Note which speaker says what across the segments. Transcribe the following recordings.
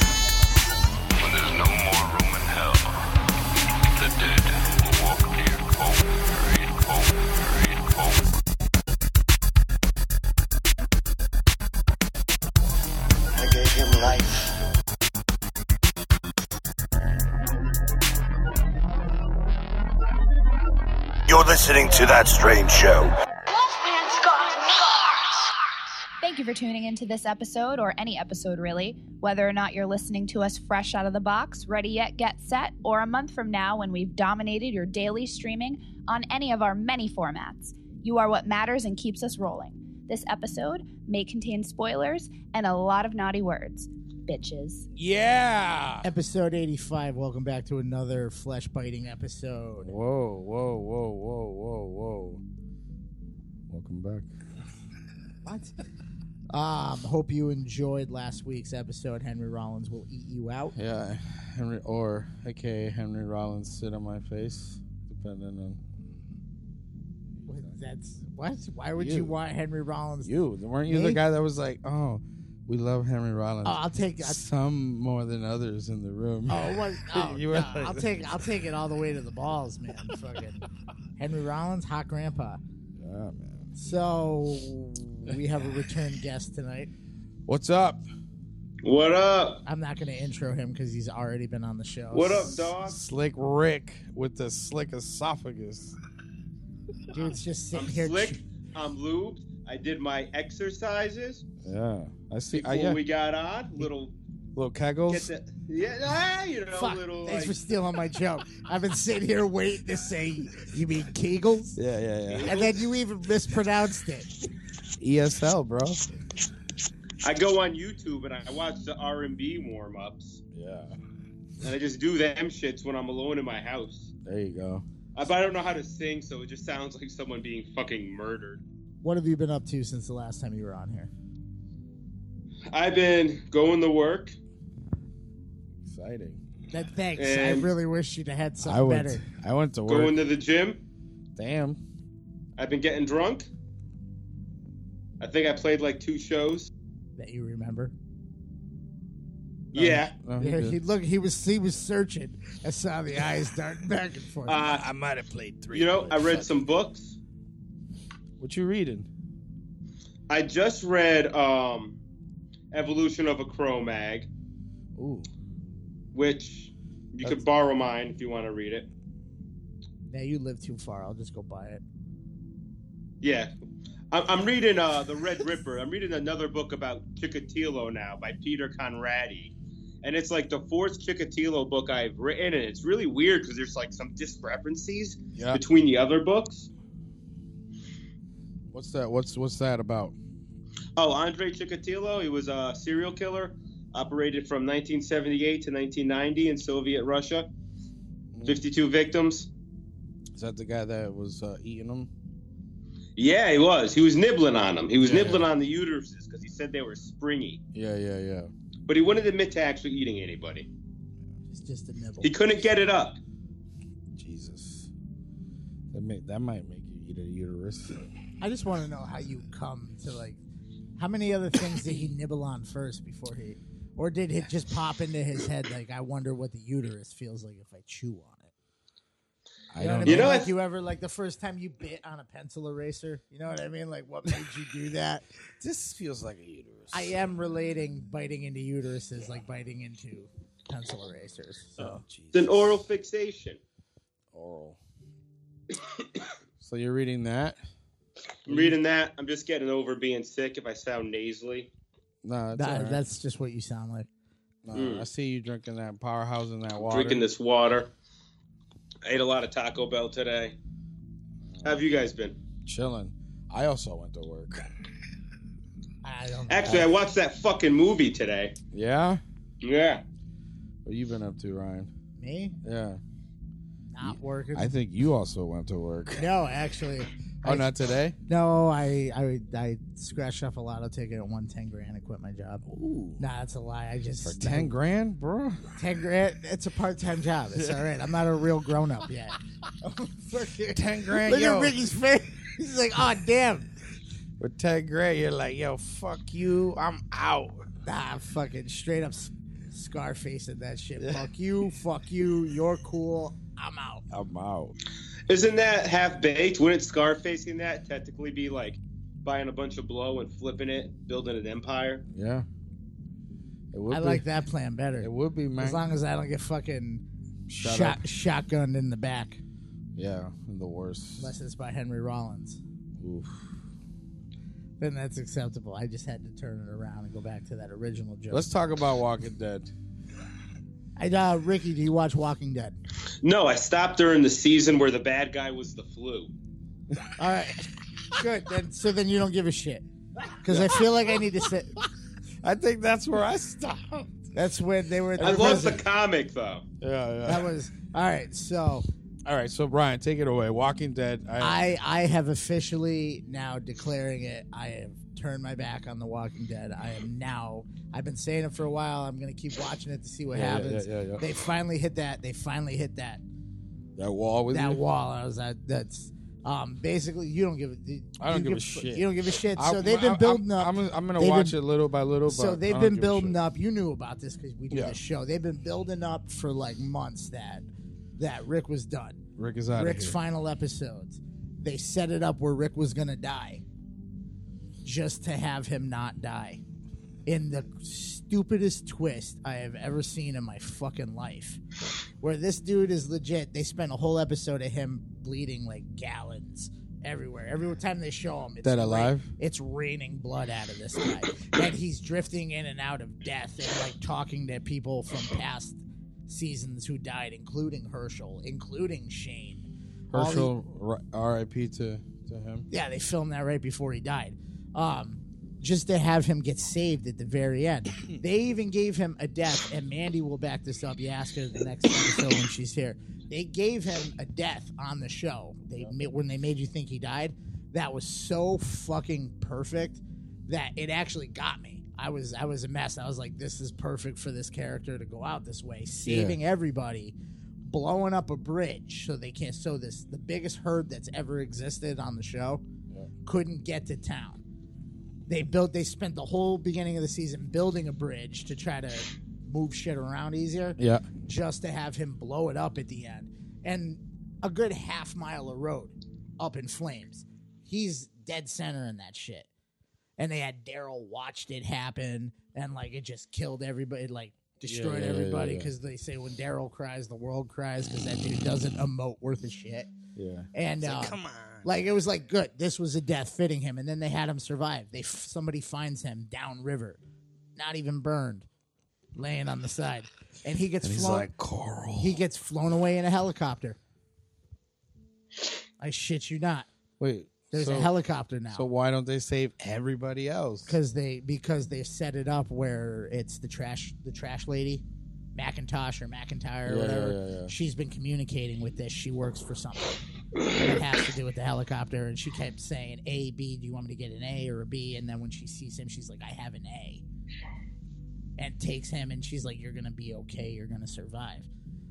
Speaker 1: When there's no more room in hell, the dead will walk near cold, cold, cold.
Speaker 2: I gave him life.
Speaker 3: You're listening to That Strange Show.
Speaker 4: Wolfman's got bars.
Speaker 5: Thank you for tuning into this episode, or any episode really, whether or not you're listening to us fresh out of the box, ready yet, get set, or a month from now when we've dominated your daily streaming on any of our many formats. You are what matters and keeps us rolling. This episode may contain spoilers and a lot of naughty words. Bitches.
Speaker 6: Yeah.
Speaker 7: Episode 85. Welcome back to another flesh biting episode.
Speaker 6: Whoa, whoa, whoa, whoa, whoa, whoa. Welcome back.
Speaker 7: What? Um, hope you enjoyed last week's episode. Henry Rollins will eat you out.
Speaker 6: Yeah, Henry or aka Henry Rollins sit on my face, depending on
Speaker 7: What- That's what? Why would you,
Speaker 6: You.
Speaker 7: want Henry Rollins?
Speaker 6: you. Weren't you
Speaker 7: Me?
Speaker 6: the guy that was like, "Oh, we love Henry Rollins."
Speaker 7: Oh, I'll take. I,
Speaker 6: some more than others in the room.
Speaker 7: oh, what? Oh,
Speaker 6: You were
Speaker 7: no,
Speaker 6: like-
Speaker 7: I'll take. I'll take it all the way to the balls, man. Fucking Henry Rollins, hot grandpa.
Speaker 6: Yeah, man.
Speaker 7: So we have a return guest tonight.
Speaker 6: What's up?
Speaker 8: What up?
Speaker 7: I'm not going to intro him because he's already been on the show.
Speaker 8: What up, dog?
Speaker 6: Slick Rick with the slick esophagus.
Speaker 7: Dude's just sitting
Speaker 8: I'm
Speaker 7: here.
Speaker 8: slick. I'm lubed. I did my exercises
Speaker 6: Yeah, I see.
Speaker 8: before
Speaker 6: I, yeah,
Speaker 8: we got on. Little
Speaker 6: little
Speaker 8: get
Speaker 6: kegels.
Speaker 8: the yeah, ah, you know,
Speaker 7: Fuck,
Speaker 8: little
Speaker 7: thanks
Speaker 8: like,
Speaker 7: for stealing my joke. I've been sitting here waiting to say, you mean Kegels?
Speaker 6: Yeah, yeah,
Speaker 7: And then you even mispronounced it.
Speaker 6: yeah. ESL, bro.
Speaker 8: I go on YouTube and I watch the R and B warm ups,
Speaker 6: Yeah,
Speaker 8: and I just do them shits when I'm alone in my house.
Speaker 6: there you go.
Speaker 8: I, but I don't know how to sing, so it just sounds like someone being fucking murdered.
Speaker 7: What have you been up to since the last time you were on here?
Speaker 8: I've been going to work.
Speaker 6: Exciting.
Speaker 7: That, thanks. I
Speaker 8: Um,
Speaker 7: really wish you'd have had
Speaker 6: I
Speaker 7: something
Speaker 6: went.
Speaker 7: better.
Speaker 6: I went to work.
Speaker 8: Going to the gym.
Speaker 6: Damn.
Speaker 8: I've been getting drunk. I think I played like two shows.
Speaker 7: That you remember?
Speaker 8: yeah.
Speaker 6: No, Oh, he
Speaker 7: Yeah,
Speaker 6: did.
Speaker 7: he look. He was he was searching. I saw the eyes darting back and forth.
Speaker 8: Uh,
Speaker 6: I might have played three.
Speaker 8: you know, I
Speaker 6: but
Speaker 8: read
Speaker 6: fuck.
Speaker 8: some books.
Speaker 6: What you reading?
Speaker 8: I just read um, Evolution of a Cro-Mag,
Speaker 6: Ooh,
Speaker 8: which you
Speaker 6: That's-
Speaker 8: could borrow mine if you want to read it.
Speaker 7: now you live too far. I'll just go buy it.
Speaker 8: Yeah, I'm, I'm reading uh, the Red Ripper. I'm reading another book about Chikatilo now by Peter Conradi, and it's like the fourth Chikatilo book I've written, and it's really weird because there's like some discrepancies
Speaker 6: yeah.
Speaker 8: between the other books.
Speaker 6: What's that? What's what's that about?
Speaker 8: Oh, Andre Chikatilo, he was a serial killer, operated from 1978 to 1990 in Soviet Russia.
Speaker 6: Mm.
Speaker 8: 52 victims.
Speaker 6: Is that the guy that was uh, eating them?
Speaker 8: Yeah, he was. He was nibbling on them. He was
Speaker 6: Yeah.
Speaker 8: nibbling on the uteruses because he said they were springy.
Speaker 6: Yeah, yeah, yeah.
Speaker 8: But he wouldn't admit to actually eating anybody.
Speaker 7: It's just a nibble.
Speaker 8: He couldn't get it up.
Speaker 6: Jesus, that may that might make you eat a uterus.
Speaker 7: I just want to know how you come to like. How many other things did he nibble on first before he, or did it just pop into his head? Like, I wonder what the uterus feels like if I chew on it.
Speaker 6: I
Speaker 7: You know what I
Speaker 6: don't.
Speaker 7: mean?
Speaker 8: You
Speaker 6: Know.
Speaker 8: know,
Speaker 7: like
Speaker 8: I-
Speaker 7: you ever like the first time you bit on a pencil eraser. You know what I mean? Like, what made you do that?
Speaker 6: This feels like a uterus.
Speaker 7: I am relating biting into uteruses like biting into pencil erasers.
Speaker 6: Oh,
Speaker 7: So
Speaker 8: It's an oral fixation.
Speaker 6: Oral. so you're reading that? Mm-hmm.
Speaker 8: I'm reading that. I'm just getting over being sick if I sound nasally.
Speaker 6: No, Oh, that's.
Speaker 7: that,
Speaker 6: all right.
Speaker 7: that's just what you sound like.
Speaker 6: No,
Speaker 8: Mm.
Speaker 6: I see you drinking that powerhouse and that water.
Speaker 8: Drinking this water. I ate a lot of Taco Bell today. How have you guys been?
Speaker 6: Chilling. I also went to work.
Speaker 7: I don't. Know.
Speaker 8: Actually, I watched that fucking movie today.
Speaker 6: Yeah.
Speaker 8: Yeah.
Speaker 6: What you been up to, Ryan?
Speaker 7: Me
Speaker 6: Yeah.
Speaker 7: not working.
Speaker 6: I think you also went to work.
Speaker 7: no, actually,
Speaker 6: Oh, not today.
Speaker 7: No, I I I scratched off a lotto ticket and won ten grand and quit my job. Nah, that's a lie. I just
Speaker 6: For ten grand, bro.
Speaker 7: ten grand. It's a part time job. It's all right. I'm not a real grown up yet. Fucking-
Speaker 6: Ten grand.
Speaker 7: Look
Speaker 6: yo.
Speaker 7: at Ricky's face. He's like, oh damn.
Speaker 6: With ten grand, you're like, yo, fuck you. I'm out.
Speaker 7: Nah, I'm fucking straight up s- scarfacing that shit. Fuck you. Fuck you. You're cool. I'm out.
Speaker 6: I'm out.
Speaker 8: Isn't that half baked? Wouldn't Scarfacing that technically be like buying a bunch of blow and flipping it, building an empire?
Speaker 6: Yeah. It would
Speaker 7: I
Speaker 6: be,
Speaker 7: like that plan better.
Speaker 6: It would be, man.
Speaker 7: As long as I don't get fucking
Speaker 6: Shut
Speaker 7: shot,
Speaker 6: up.
Speaker 7: shotgunned in the back,
Speaker 6: yeah, the worst.
Speaker 7: unless it's by Henry Rollins,
Speaker 6: Oof.
Speaker 7: then that's acceptable. I just had to turn it around and go back to that original joke.
Speaker 6: Let's talk about Walking Dead.
Speaker 7: I, uh, Ricky, do you watch Walking Dead?
Speaker 8: No, I stopped during the season where the bad guy was the flu.
Speaker 7: All right, good. Then so then you don't give a shit because I feel like I need to sit.
Speaker 6: I think that's where I stopped.
Speaker 7: That's when they were. At the
Speaker 8: I love the
Speaker 7: prison.
Speaker 8: comic though.
Speaker 6: Yeah,
Speaker 7: That was all right. So
Speaker 6: All right, so Brian, take it away. Walking Dead. I,
Speaker 7: I I have officially now declaring it. I have turned my back on The Walking Dead. I am now. I've been saying it for a while. I'm gonna keep watching it to see what
Speaker 6: Yeah, yeah,
Speaker 7: happens.
Speaker 6: yeah, yeah, yeah.
Speaker 7: They finally hit that. They finally hit that
Speaker 6: that wall with
Speaker 7: that
Speaker 6: you?
Speaker 7: wall. I was like, that's um basically you don't give. a-
Speaker 6: I don't
Speaker 7: you
Speaker 6: give a shit.
Speaker 7: You don't give a shit.
Speaker 6: I-
Speaker 7: So they've been
Speaker 6: I'm-
Speaker 7: building
Speaker 6: I'm,
Speaker 7: up.
Speaker 6: I'm, I'm gonna
Speaker 7: They've
Speaker 6: watch
Speaker 7: been-
Speaker 6: it little by little.
Speaker 7: so
Speaker 6: but I
Speaker 7: they've
Speaker 6: don't
Speaker 7: been
Speaker 6: give a
Speaker 7: building
Speaker 6: shit.
Speaker 7: up. You knew about this because we do
Speaker 6: Yeah.
Speaker 7: the show. They've been building up for like months that that Rick was done.
Speaker 6: Rick is out.
Speaker 7: Rick's
Speaker 6: here.
Speaker 7: final episodes. They set it up where Rick was going to die just to have him not die. In the stupidest twist I have ever seen in my fucking life. Where this dude is legit, they spent a whole episode of him bleeding like gallons everywhere. Every time they show him, it's
Speaker 6: Dead
Speaker 7: ra-
Speaker 6: alive?
Speaker 7: it's raining blood out of this guy. that he's drifting in and out of death and like talking to people from past seasons who died, including Herschel, including Shane. All the-
Speaker 6: Herschel, R.I.P. to to him.
Speaker 7: yeah, they filmed that right before he died. Um, just to have him get saved at the very end. They even gave him a death, and Mandy will back this up. You ask her the next episode when she's here. They gave him a death on the show. They ma- when they made you think he died, that was so fucking perfect that it actually got me. I was I was a mess. I was like, this is perfect for this character to go out this way, saving everybody blowing up a bridge so they can't so this the biggest herd that's ever existed on the show couldn't get to town they built they spent the whole beginning of the season building a bridge to try to move shit around easier
Speaker 6: Yeah,
Speaker 7: just to have him blow it up at the end and a good half mile of road up in flames he's dead center in that shit and they had daryl watched it happen and like it just killed everybody it, like destroyed
Speaker 6: yeah, yeah,
Speaker 7: everybody
Speaker 6: yeah.
Speaker 7: because they say when daryl cries the world cries because that dude doesn't emote worth a shit
Speaker 6: yeah.
Speaker 7: and uh, come on. Like it was like good. This was a death fitting him, and then they had him survive. They f- somebody finds him downriver, not even burned, laying on the side, and he gets flown.
Speaker 6: Coral.
Speaker 7: he gets flown away in a helicopter. I shit you not.
Speaker 6: Wait,
Speaker 7: There's
Speaker 6: so,
Speaker 7: a helicopter now
Speaker 6: So why don't they save everybody else?
Speaker 7: because they because they set it up where it's the trash the trash lady Macintosh or McIntyre or
Speaker 6: Yeah,
Speaker 7: whatever.
Speaker 6: yeah, yeah, yeah.
Speaker 7: She's been communicating with this. She works for something that has to do with the helicopter, and she kept saying A B. Do you want me to get an A or a B? And then when she sees him, she's like, I have an A, and takes him, and she's like, You're gonna be okay. You're gonna survive.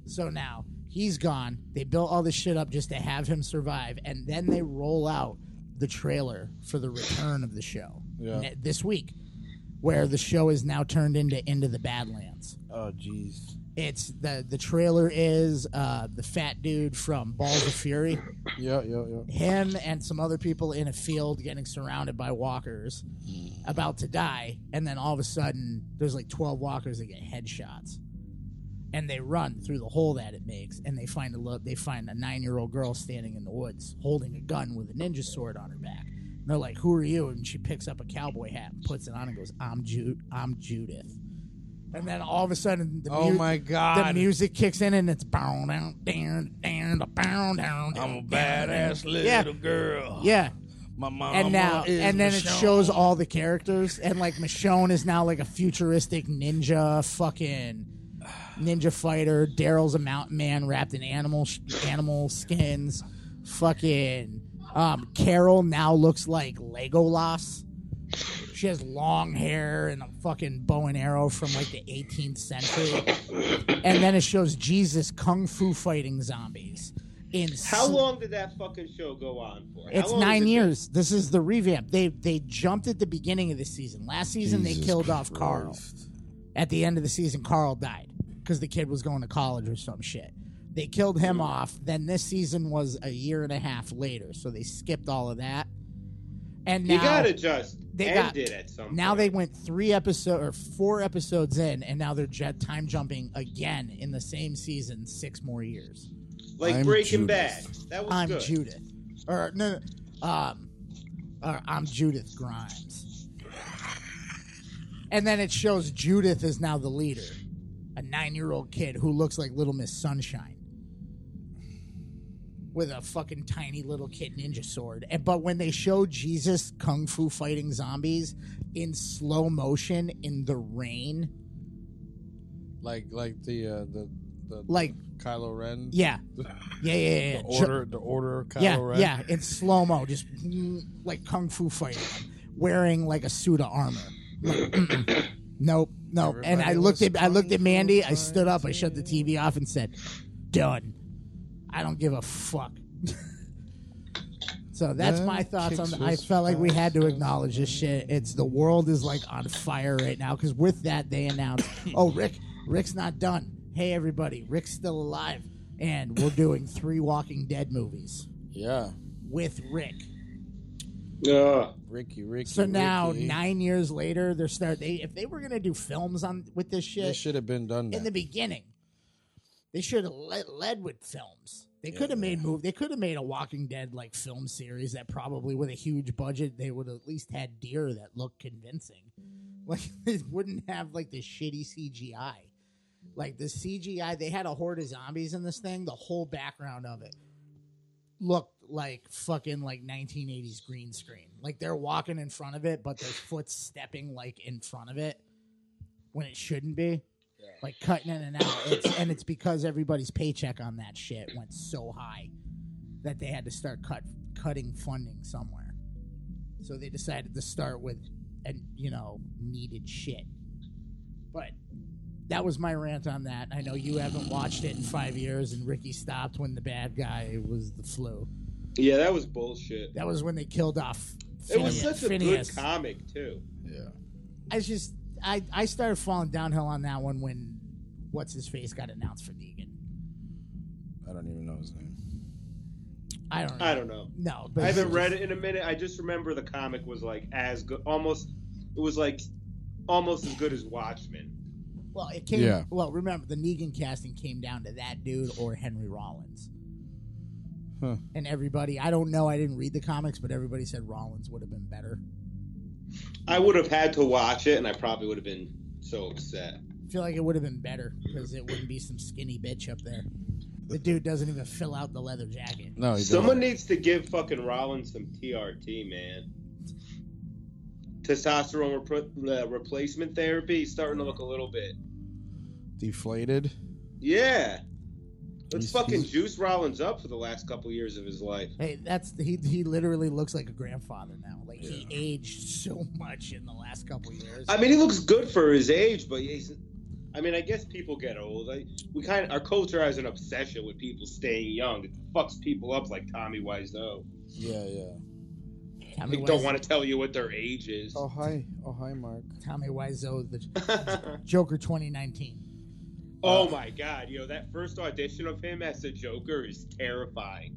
Speaker 7: So now he's gone. They built all this shit up just to have him survive, and then they roll out the trailer for the return of the show
Speaker 6: Yeah.
Speaker 7: ne- this week, where the show is now turned into Into the Badlands.
Speaker 6: Oh, jeez.
Speaker 7: It's the the trailer is uh, the fat dude from Balls of Fury,
Speaker 6: Yeah, yeah, yeah.
Speaker 7: him and some other people in a field getting surrounded by walkers, about to die, and then all of a sudden there's like twelve walkers that get headshots, and they run through the hole that it makes, and they find a lo- they find a nine year old girl standing in the woods holding a gun with a ninja sword on her back. And they're like, "Who are you?" And she picks up a cowboy hat and puts it on and goes, "I'm Jude. I'm Judith." And then all of a sudden, the
Speaker 6: Oh
Speaker 7: mu-
Speaker 6: my
Speaker 7: the
Speaker 6: God.
Speaker 7: music kicks in and it's bound down, down, down, down, down.
Speaker 9: I'm a badass little
Speaker 7: Yeah.
Speaker 9: girl.
Speaker 7: Yeah,
Speaker 9: My mama
Speaker 7: and now
Speaker 9: is
Speaker 7: and then it
Speaker 9: Michonne.
Speaker 7: shows all the characters, and like Michonne is now like a futuristic ninja, fucking ninja fighter. Daryl's a mountain man wrapped in animal sh- animal skins. Fucking Um, Carol now looks like Legolas. She has long hair and a fucking bow and arrow from like the 18th century. And then it shows Jesus kung fu fighting zombies. In
Speaker 8: How
Speaker 7: slow-
Speaker 8: long did that fucking show go on for? How
Speaker 7: It's
Speaker 8: long has it
Speaker 7: nine
Speaker 8: been?
Speaker 7: years. This is the revamp. They they jumped at the beginning of the season. Last season they
Speaker 6: Jesus
Speaker 7: killed off Carl.
Speaker 6: Christ.
Speaker 7: At the end of the season, Carl died because the kid was going to college or some shit. They killed him off. Then this season was a year and a half later, so they skipped all of that. And now
Speaker 8: You gotta just
Speaker 7: they
Speaker 8: end
Speaker 7: got-
Speaker 8: it at some.
Speaker 7: now
Speaker 8: point.
Speaker 7: they went three episode or four episodes in, and now they're jet time jumping again in the same season, six more years.
Speaker 8: like
Speaker 6: I'm
Speaker 8: Breaking
Speaker 6: Judas.
Speaker 8: Bad. That was
Speaker 7: I'm
Speaker 8: good.
Speaker 7: Judith, or no, no, um, or I'm Judith Grimes, and then it shows Judith is now the leader, a nine-year-old kid who looks like Little Miss Sunshine. With a fucking tiny little kid ninja sword, And- but when they show Jesus kung fu fighting zombies in slow motion in the rain,
Speaker 6: Like like the uh, the the
Speaker 7: like
Speaker 6: Kylo Ren.
Speaker 7: yeah, yeah, yeah, yeah, yeah.
Speaker 6: The
Speaker 7: Ju-
Speaker 6: order the order of Kylo
Speaker 7: yeah,
Speaker 6: Ren.
Speaker 7: yeah, in slow mo, just mm, like kung fu fighting, wearing like a suit of armor. Like, mm-mm. nope, nope. and I
Speaker 6: Everybody
Speaker 7: looked
Speaker 6: was
Speaker 7: at I looked at
Speaker 6: kung fu
Speaker 7: Mandy. I stood up. I shut the TV off and said, "Done. I don't give a fuck." so that's
Speaker 6: That
Speaker 7: my thoughts on.
Speaker 6: kicks
Speaker 7: I
Speaker 6: was
Speaker 7: felt like we had to
Speaker 6: fast.
Speaker 7: acknowledge this shit. It's the world is like on fire right now because with that they announced, "Oh, Rick, Rick's not done. Hey, everybody, Rick's still alive." And we're doing three Walking Dead movies
Speaker 6: Yeah.
Speaker 7: with Rick.
Speaker 8: Ugh.
Speaker 6: Ricky Ricky.
Speaker 7: So now
Speaker 6: Ricky.
Speaker 7: nine years later, they're start they if they were gonna do films on with this
Speaker 6: They
Speaker 7: shit
Speaker 6: should have been done.
Speaker 7: in the
Speaker 6: That.
Speaker 7: beginning, they should have led, led with films. They could have made move. They could have made a Walking Dead like film series that probably with a huge budget they would at least had deer that looked convincing. Like they wouldn't have like the shitty CGI. Like the CGI, they had a horde of zombies in this thing. The whole background of it looked like fucking like 1980s green screen. Like they're walking in front of it, but their foot's stepping like in front of it when it shouldn't be. Like cutting in and out. It's, and it's because everybody's paycheck on that shit went so high that they had to start cut cutting funding somewhere. So they decided to start with and you know, needed shit. But that was my rant on that. I know you haven't watched it in five years, and Ricky stopped when the bad guy was the flu.
Speaker 8: Yeah, that was bullshit.
Speaker 7: That was when they killed off.
Speaker 8: It was
Speaker 7: Phineas-
Speaker 8: such a
Speaker 7: Phineas.
Speaker 8: good comic too.
Speaker 6: Yeah.
Speaker 7: I just, I, I started falling downhill on that one when what's his face got announced for Negan.
Speaker 6: I don't even know his name.
Speaker 7: I don't. know.
Speaker 8: I don't know.
Speaker 7: No, but
Speaker 8: I haven't read it in a minute. I just remember the comic was like as good, almost. It was like almost as good as Watchmen.
Speaker 7: Well, it came.
Speaker 6: Yeah.
Speaker 7: Well, remember the Negan casting came down to that dude or Henry Rollins.
Speaker 6: Huh.
Speaker 7: And everybody, I don't know. I didn't read the comics, but everybody said Rollins would have been better.
Speaker 8: I would have had to watch it, and I probably would have been so upset.
Speaker 7: I feel like it would have been better because it wouldn't be some skinny bitch up there. The dude doesn't even fill out the leather jacket.
Speaker 6: No, he doesn't.
Speaker 8: Someone needs to give fucking Rollins some TRT, man. Testosterone repro- uh, replacement therapy He's starting to look a little bit.
Speaker 6: deflated.
Speaker 8: Yeah. Let's
Speaker 6: He's-
Speaker 8: fucking
Speaker 6: he's-
Speaker 8: juice Rollins up for the last couple years of his life.
Speaker 7: Hey, that's he. He literally looks like a grandfather now. Like he aged so much in the last couple years.
Speaker 8: I mean, he looks good for his age, but he's. I mean, I guess people get old. I, we kind of our culture has an obsession with people staying young. It fucks people up like Tommy Wiseau.
Speaker 6: Yeah, yeah.
Speaker 7: Tommy
Speaker 8: They don't want to tell you what their age is.
Speaker 6: hi, oh hi, Mark.
Speaker 7: Tommy Wiseau, the
Speaker 6: Oh.
Speaker 7: Joker, twenty nineteen.
Speaker 8: oh my god, yo, that first audition of him as the Joker is terrifying.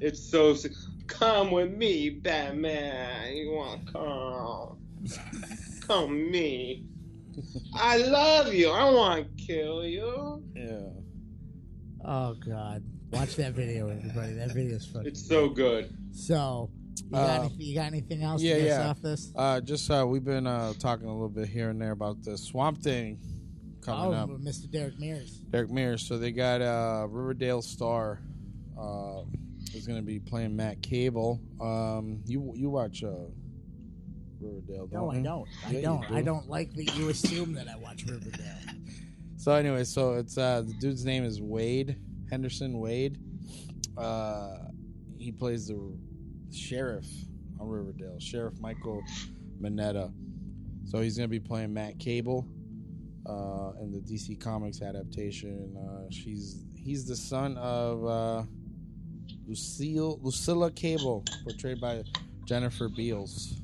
Speaker 8: It's so. s- Come with me, Batman. You want to come? Come me. I love you. I want to kill you.
Speaker 6: Yeah.
Speaker 7: Oh God, watch that video, everybody. That video's fucking.
Speaker 8: It's so good.
Speaker 7: So, you got,
Speaker 6: Uh,
Speaker 7: any- you got anything else?
Speaker 6: yeah,
Speaker 7: to get us
Speaker 6: yeah.
Speaker 7: Off this.
Speaker 6: Uh, just uh, we've been uh, talking a little bit here and there about the Swamp Thing
Speaker 7: Oh,
Speaker 6: coming up. Mm-hmm.
Speaker 7: Mr. Derek Mears.
Speaker 6: Derek Mears. So they got uh, Riverdale star uh, is going to be playing Matt Cable. Um, you you watch uh, Riverdale? Don't
Speaker 7: No, I
Speaker 6: you?
Speaker 7: don't.
Speaker 6: Yeah,
Speaker 7: I
Speaker 6: you
Speaker 7: don't.
Speaker 6: do.
Speaker 7: I don't like that you assume that I watch Riverdale.
Speaker 6: So anyway, so it's uh, the dude's name is Wade Henderson Wade. Uh, he he plays the sheriff on Riverdale, Sheriff Michael Mineta. So he's going to be playing Matt Cable uh, in the DC Comics adaptation. Uh, she's he's the son of uh, Lucille Lucilla Cable, portrayed by Jennifer Beals.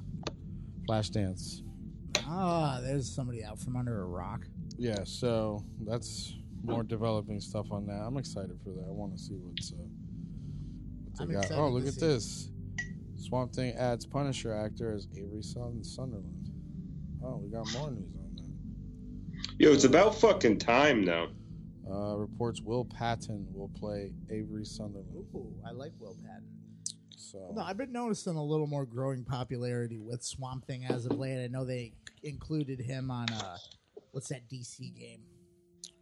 Speaker 6: Flashdance.
Speaker 7: Ah, there's somebody out from under a rock.
Speaker 6: Yeah, so that's more developing stuff on that. I'm excited for that. I want to see what's uh, what
Speaker 7: I'm
Speaker 6: they got.
Speaker 7: excited
Speaker 6: Oh,
Speaker 7: to
Speaker 6: look at
Speaker 7: see.
Speaker 6: this. Swamp Thing adds Punisher actor as Avery Sun- Sunderland. Oh, we got more news on that.
Speaker 8: Yo, it's about fucking time now.
Speaker 6: Uh, reports Will Patton will play Avery Sunderland.
Speaker 7: Ooh, I like Will Patton.
Speaker 6: So
Speaker 7: No, I've been noticing a little more growing popularity with Swamp Thing as of late. I know they included him on uh, what's that DC game?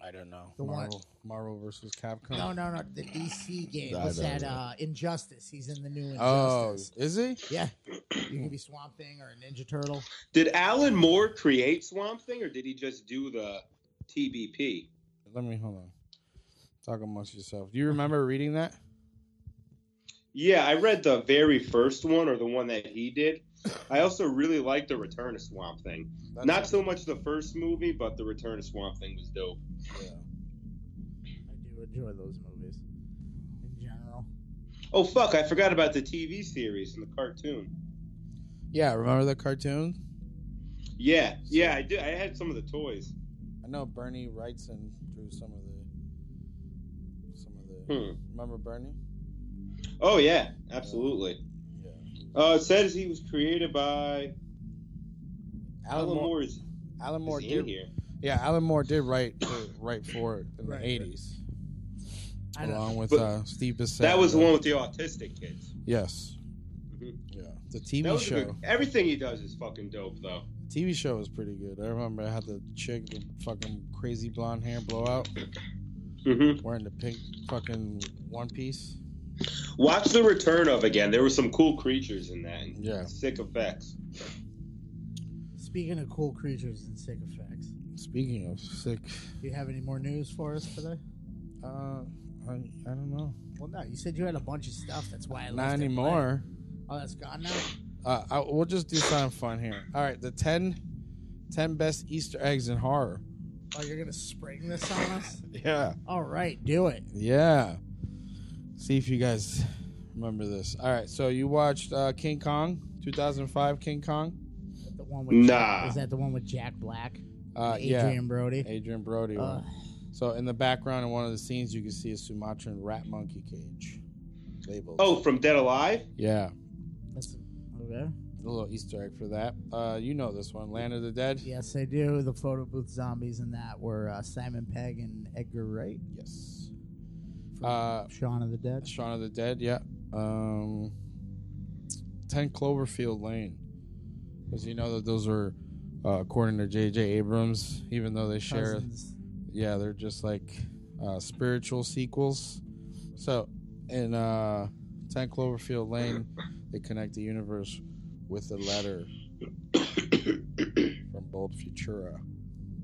Speaker 6: I don't know.
Speaker 7: The one-
Speaker 6: Marvel, Marvel versus Capcom.
Speaker 7: No, no, no, the DC game.
Speaker 6: I
Speaker 7: What's
Speaker 6: don't
Speaker 7: that?
Speaker 6: know.
Speaker 7: Uh, Injustice. He's in the new
Speaker 6: Oh,
Speaker 7: Injustice.
Speaker 6: is he?
Speaker 7: Yeah, you can be Swamp Thing or a Ninja Turtle.
Speaker 8: Did Alan Moore create Swamp Thing, or did he just do the TBP?
Speaker 6: Let me hold on. Talk amongst yourself. Do you remember reading that?
Speaker 8: Yeah, I read the very first one, or the one that he did. I also really liked the Return of Swamp Thing.
Speaker 6: That's-
Speaker 8: Not so much the first movie, but the Return of Swamp Thing was dope.
Speaker 6: Yeah.
Speaker 7: I do enjoy those movies in general.
Speaker 8: Oh fuck, I forgot about the TV series and the cartoon.
Speaker 6: Yeah, remember the cartoon?
Speaker 8: Yeah, yeah, I did. I had some of the toys.
Speaker 6: I know Bernie Wrightson drew some of the some of the.
Speaker 8: Hmm.
Speaker 6: Remember Bernie?
Speaker 8: Oh yeah, absolutely.
Speaker 6: Yeah.
Speaker 8: Uh, it says he was created by
Speaker 6: Alan, Moore.
Speaker 8: Moore's
Speaker 6: Alan Moore
Speaker 8: is in
Speaker 6: did.
Speaker 8: here.
Speaker 6: Yeah, Alan Moore did write for, write for it in
Speaker 7: Right, right.
Speaker 6: the eighties,
Speaker 7: I know.
Speaker 6: along with
Speaker 8: But
Speaker 6: uh, Steve Bissett.
Speaker 8: That was the one with the autistic kids.
Speaker 6: Yes.
Speaker 8: Mhm.
Speaker 6: Yeah, the
Speaker 8: That
Speaker 6: TV
Speaker 8: was a
Speaker 6: show.
Speaker 8: good, everything he does is fucking dope though.
Speaker 6: TV show was pretty good. I remember I had the chick with fucking crazy blonde hair blowout
Speaker 8: Mm-hmm.
Speaker 6: wearing the pink fucking one piece.
Speaker 8: Watch the Return of again. There were some cool creatures in that. And
Speaker 6: Yeah.
Speaker 8: Sick effects.
Speaker 7: Speaking of cool creatures and sick effects,
Speaker 6: Speaking of sick,
Speaker 7: do you have any more news for us today?
Speaker 6: uh, I, I don't know.
Speaker 7: Well, no. You said you had a bunch of stuff. That's why I left
Speaker 6: Not
Speaker 7: it blank.
Speaker 6: anymore.
Speaker 7: Oh, that's gone now.
Speaker 6: Uh, I, we'll just do something fun here. All right, the 10, 10 best Easter eggs in horror.
Speaker 7: Oh, you're gonna spring this on us?
Speaker 6: Yeah.
Speaker 7: All right, do it.
Speaker 6: Yeah. See if you guys remember this. All right, so you watched uh, King Kong, 2005 King Kong?
Speaker 7: The one with
Speaker 8: Nah.
Speaker 7: Is that the one with Jack Black?
Speaker 6: Uh,
Speaker 7: Adrian Uh.
Speaker 6: yeah.
Speaker 7: Brody.
Speaker 6: Adrian Brody.
Speaker 7: Ugh.
Speaker 6: one. So in the background in one of the scenes, you can see a Sumatran rat monkey cage labeled.
Speaker 8: Oh, from Dead Alive?
Speaker 6: Yeah.
Speaker 7: That's, okay.
Speaker 6: A little Easter egg for that. Uh, you know this one, Land of the Dead?
Speaker 7: Yes, I do. The photo booth zombies in that were uh, Simon Pegg and Edgar Wright.
Speaker 6: Yes.
Speaker 7: from
Speaker 6: Uh,
Speaker 7: Shaun of the Dead.
Speaker 6: Shaun of the Dead, yeah. Um, 10 Cloverfield Lane. Because you know that those are, uh, according to J.J. Abrams, even though they share,
Speaker 7: Cousins.
Speaker 6: yeah, they're just like uh, spiritual sequels. So in uh, 10 Cloverfield Lane, they connect the universe with the letter from Bold Futura,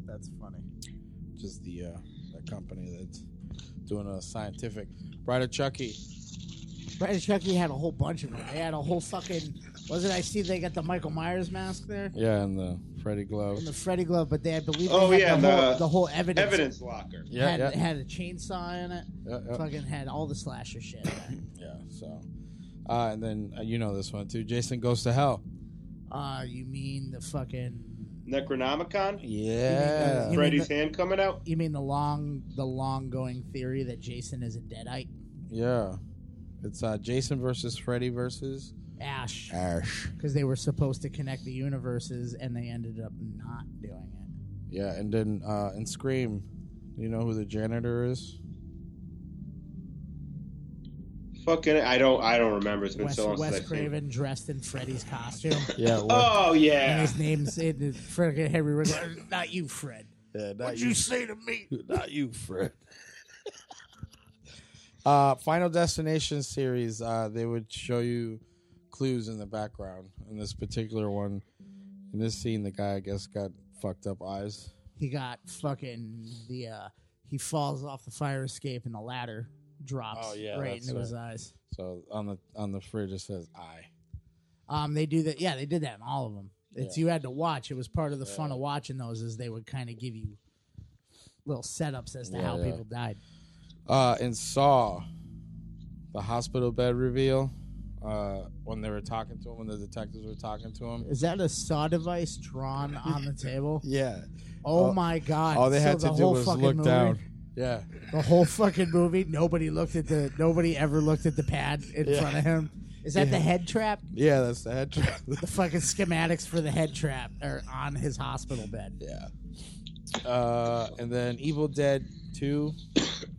Speaker 7: That's funny.
Speaker 6: which is the, uh, the company that's doing a scientific. Bride of Chucky.
Speaker 7: Brad and Chucky had a whole bunch of them. They had a whole fucking. Wasn't I see they got the Michael Myers mask there
Speaker 6: Yeah, and the Freddy Glove.
Speaker 7: and the Freddy glove, but they I believe they
Speaker 8: Oh,
Speaker 7: had
Speaker 8: yeah,
Speaker 7: the,
Speaker 8: the-
Speaker 7: whole, the whole evidence.
Speaker 8: Evidence Locker.
Speaker 6: Yeah,
Speaker 7: had,
Speaker 6: yeah.
Speaker 7: had a chainsaw in it.
Speaker 6: Yeah, yeah,
Speaker 7: Fucking had all the slasher shit. there.
Speaker 6: yeah. So, uh, and then uh, you know this one too. Jason goes to hell.
Speaker 7: Uh, you mean the fucking?
Speaker 8: Necronomicon?
Speaker 6: Yeah,
Speaker 7: You mean
Speaker 8: Freddy's
Speaker 7: the-
Speaker 8: hand coming out?
Speaker 7: You mean the long, the long going theory that Jason is a deadite?
Speaker 6: yeah. It's uh, Jason versus Freddy versus
Speaker 7: Ash,
Speaker 6: Ash.
Speaker 7: because they were supposed to connect the universes and they ended up not doing it.
Speaker 6: Yeah, and then uh, in Scream, you know who the janitor is?
Speaker 8: Fucking I don't I don't remember. It's been
Speaker 7: Wes,
Speaker 8: so long since
Speaker 7: Wes
Speaker 8: I've seen it.
Speaker 7: Craven dressed in Freddy's costume,
Speaker 6: Yeah. What,
Speaker 8: Oh
Speaker 7: and
Speaker 8: yeah.
Speaker 7: his name's it is freaking Henry Winkler. Not you, Fred.
Speaker 6: yeah not
Speaker 9: What you say to me?
Speaker 6: Not you, Fred. uh, Final Destination series, uh, they would show you clues in the background. In this particular one, in this scene, the guy I guess got fucked up eyes.
Speaker 7: He got fucking the. uh He falls off the fire escape and the ladder drops
Speaker 6: Oh, yeah,
Speaker 7: right
Speaker 6: that's
Speaker 7: into his
Speaker 6: right.
Speaker 7: eyes.
Speaker 6: So on the on the fridge it says I.
Speaker 7: Um, they do that. Yeah, they did that in all of them. It's
Speaker 6: Yeah.
Speaker 7: you had to watch. It was part of the fun of watching those is they would kind of give you little setups as to
Speaker 6: Yeah,
Speaker 7: how
Speaker 6: yeah.
Speaker 7: people died.
Speaker 6: Uh, in Saw, the hospital bed reveal, uh, when they were talking to him, when the detectives were talking to him.
Speaker 7: Is that a saw device drawn on the table?
Speaker 6: Yeah.
Speaker 7: Oh
Speaker 6: All-
Speaker 7: my god!
Speaker 6: All they
Speaker 7: So
Speaker 6: had
Speaker 7: the
Speaker 6: to do
Speaker 7: whole
Speaker 6: was
Speaker 7: fucking
Speaker 6: look
Speaker 7: movie-
Speaker 6: down. Yeah.
Speaker 7: The whole fucking movie, nobody looked at the nobody ever looked at the pad in
Speaker 6: Yeah.
Speaker 7: front of him. Is that the head trap?
Speaker 6: Yeah, that's the head trap.
Speaker 7: The fucking schematics for the head trap are on his hospital bed.
Speaker 6: yeah. Uh, and then Evil Dead 2,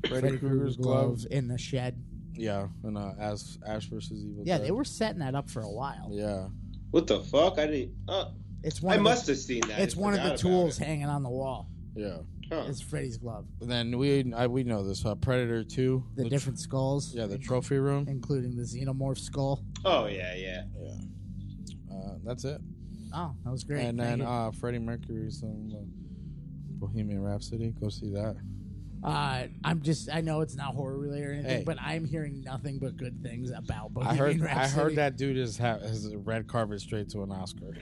Speaker 6: Freddy Krueger's glove.
Speaker 7: in the shed.
Speaker 6: Yeah, and uh, Ash, Ash versus Evil
Speaker 7: Yeah,
Speaker 6: Dead.
Speaker 7: they were setting that up for a while.
Speaker 6: Yeah.
Speaker 8: What the fuck? I didn't. Uh,
Speaker 7: It's
Speaker 8: I
Speaker 7: one. of the-
Speaker 8: must have seen that. I
Speaker 7: It's
Speaker 8: just
Speaker 7: one of the
Speaker 8: forgot about
Speaker 7: tools hanging on the wall.
Speaker 6: Yeah.
Speaker 8: it. Huh.
Speaker 7: It's Freddy's glove.
Speaker 6: And then we I, we know this. Uh, Predator 2.
Speaker 7: The,
Speaker 6: tr-
Speaker 7: different skulls,
Speaker 6: yeah, the trophy room.
Speaker 7: including the xenomorph skull.
Speaker 8: Oh yeah, yeah.
Speaker 6: Yeah. Uh, that's it.
Speaker 7: Oh, that was great.
Speaker 6: And
Speaker 7: Thank
Speaker 6: then
Speaker 7: you.
Speaker 6: uh, Freddie Mercury's song uh, Bohemian Rhapsody. Go see that.
Speaker 7: Uh, I'm just I know it's not horror related or anything,
Speaker 6: Hey.
Speaker 7: but I'm hearing nothing but good things about
Speaker 6: I
Speaker 7: Bohemian
Speaker 6: heard. I
Speaker 7: Rhapsody.
Speaker 6: heard that dude is ha- has a red carpet straight to an Oscar.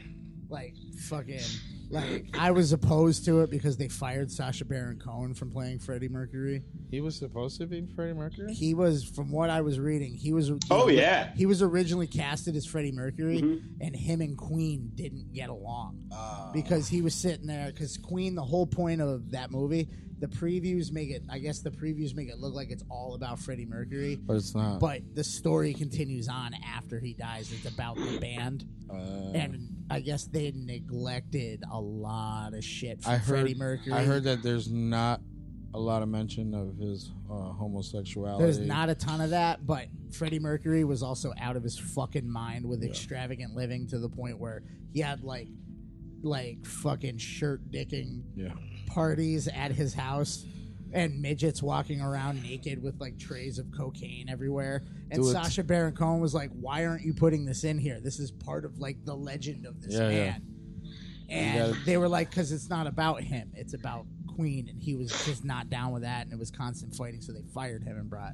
Speaker 7: like fucking like I was opposed to it because they fired Sasha Baron Cohen from playing Freddie Mercury.
Speaker 6: He was supposed to be Freddie Mercury.
Speaker 7: He was from what I was reading, he was
Speaker 8: Oh yeah. Mm-hmm.
Speaker 7: He was originally casted as Freddie Mercury, and him and Queen didn't get along
Speaker 8: Oh.
Speaker 7: because he was sitting there. Because Queen, the whole point of that movie, the previews make it. I guess the previews make it look like it's all about Freddie Mercury,
Speaker 6: but it's not.
Speaker 7: but the story continues on after he dies. It's about the band,
Speaker 6: Uh,
Speaker 7: and I guess they neglected a lot of shit from
Speaker 6: I heard.
Speaker 7: Freddie Mercury.
Speaker 6: I heard that there's not a lot of mention of his uh, homosexuality.
Speaker 7: There's not a ton of that, but Freddie Mercury was also out of his fucking mind with extravagant living to the point where he had like like fucking shirt dicking
Speaker 6: Yeah.
Speaker 7: parties at his house and midgets walking around naked with like trays of cocaine everywhere. And
Speaker 6: Do it.
Speaker 7: Sasha Baron Cohen was like, Why aren't you putting this in here? This is part of like the legend of this
Speaker 6: Yeah, yeah.
Speaker 7: man. And
Speaker 6: gotta-
Speaker 7: they were like, because it's not about him, it's about Queen, and he was just not down with that, and it was constant fighting, so they fired him and brought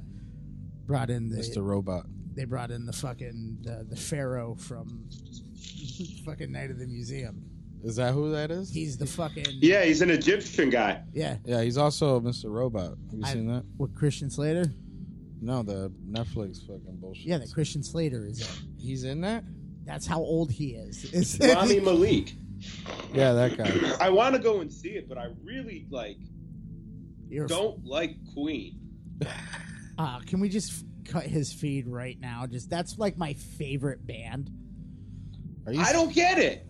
Speaker 7: brought in the
Speaker 6: Mr. Robot.
Speaker 7: they brought in the fucking the, the pharaoh from fucking Night of the Museum.
Speaker 6: Is that who that is?
Speaker 7: He's the fucking
Speaker 8: Yeah, he's an Egyptian guy.
Speaker 7: yeah
Speaker 6: yeah, he's also Mr. Robot. Have you
Speaker 7: I-
Speaker 6: seen that?
Speaker 7: What Christian Slater?
Speaker 6: No, the Netflix fucking bullshit.
Speaker 7: Yeah, that Christian Slater is it.
Speaker 6: he's in that.
Speaker 7: That's how old he is. Is it?
Speaker 8: Rami Malik.
Speaker 6: Yeah, that guy.
Speaker 8: I want to go and see it, but I really like
Speaker 7: You're-
Speaker 8: don't like Queen.
Speaker 7: Uh, can we just f- cut his feed right now? Just that's like my favorite band.
Speaker 6: Are you
Speaker 8: I don't get it.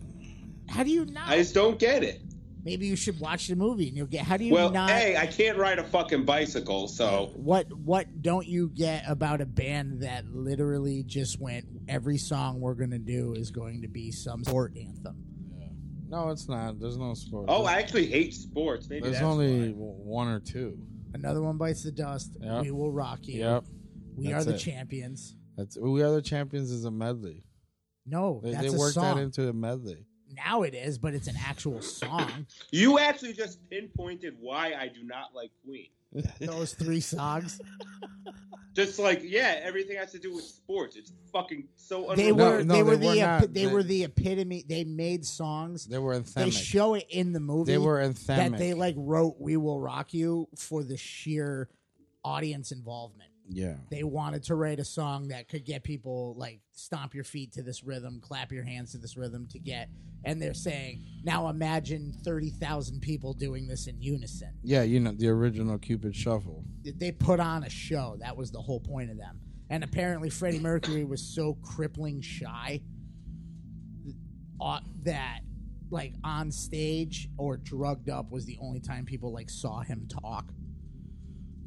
Speaker 7: How do you not?
Speaker 8: I just don't get it.
Speaker 7: Maybe you should watch the movie and you'll get. How do you
Speaker 8: Well,
Speaker 7: not?
Speaker 8: hey, I can't ride a fucking bicycle, so
Speaker 7: What what don't you get about a band that literally just went? Every song we're gonna do is going to be some sport anthem.
Speaker 6: No, it's not. There's no sport.
Speaker 8: Oh,
Speaker 6: there's,
Speaker 8: I actually hate sports. Maybe
Speaker 6: there's
Speaker 8: that's
Speaker 6: only
Speaker 8: why.
Speaker 6: w one or two.
Speaker 7: Another one bites the dust.
Speaker 6: Yep.
Speaker 7: We will rock you.
Speaker 6: Yep.
Speaker 7: We
Speaker 6: That's
Speaker 7: are the
Speaker 6: it.
Speaker 7: champions.
Speaker 6: That's we are the champions is a medley.
Speaker 7: No,
Speaker 6: They,
Speaker 7: that's
Speaker 6: they
Speaker 7: a
Speaker 6: worked
Speaker 7: song.
Speaker 6: that into a medley.
Speaker 7: now it is, but it's an actual song.
Speaker 8: You actually just pinpointed why I do not like Queen.
Speaker 7: Those three songs.
Speaker 8: Just like yeah, everything has to do with sports. It's fucking so.
Speaker 7: they
Speaker 8: Unreal.
Speaker 6: No,
Speaker 7: were
Speaker 6: no,
Speaker 7: they were
Speaker 6: they were
Speaker 7: the epi-
Speaker 6: not.
Speaker 7: they,
Speaker 6: They-
Speaker 7: were the epitome. They made songs.
Speaker 6: They were
Speaker 7: They
Speaker 6: anthemic.
Speaker 7: show it in the movie.
Speaker 6: They were anthemic.
Speaker 7: that they like wrote "We Will Rock You" for the sheer audience involvement.
Speaker 6: yeah.
Speaker 7: They wanted to write a song that could get people like stomp your feet to this rhythm, clap your hands to this rhythm to get. And they're saying, now imagine thirty thousand people doing this in unison
Speaker 6: Yeah, you know the original Cupid Shuffle.
Speaker 7: they put on a show. That was the whole point of them. And apparently, Freddie Mercury was so crippling shy uh, that, like, on stage or drugged up was the only time people like saw him talk.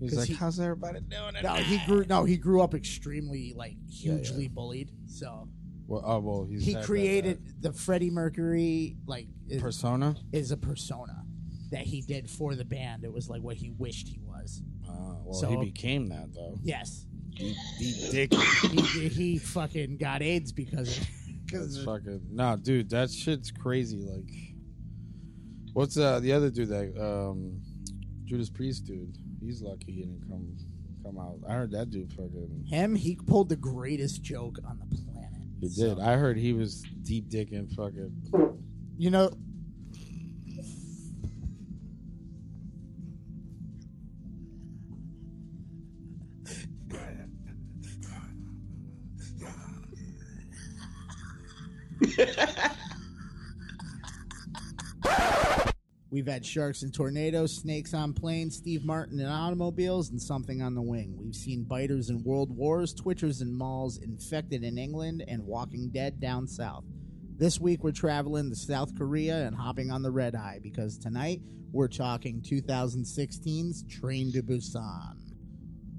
Speaker 6: He's
Speaker 7: 'Cause
Speaker 6: like,
Speaker 7: he-
Speaker 6: "How's everybody doing?" It?
Speaker 7: No, he grew. No, he grew up extremely like
Speaker 6: Yeah, yeah.
Speaker 7: hugely bullied. So
Speaker 6: Well, oh well, he's
Speaker 7: he
Speaker 6: had that-
Speaker 7: created the Freddie Mercury like
Speaker 6: that
Speaker 7: is,
Speaker 6: persona.
Speaker 7: is a persona that he did for the band. It was like what he wished he was.
Speaker 6: Uh, well,
Speaker 7: So-
Speaker 6: he became that though.
Speaker 7: Yes,
Speaker 6: He, he dick.
Speaker 7: he, he fucking got AIDS because of, because
Speaker 6: That's
Speaker 7: of
Speaker 6: fucking nah, dude. That shit's crazy. Like, what's uh, the other dude that um, Judas Priest dude? He's lucky he didn't come come out. I heard that dude fucking.
Speaker 7: Him, he pulled the greatest joke on the planet.
Speaker 6: He did. I heard he was deep dicking fucking.
Speaker 7: You know, we've had sharks and tornadoes, snakes on planes, Steve Martin in automobiles, and something on the wing. We've seen biters in world wars, twitchers in malls, infected in England, and walking dead down south. This week we're traveling to South Korea and hopping on the red eye because tonight we're talking 2016's Train to Busan.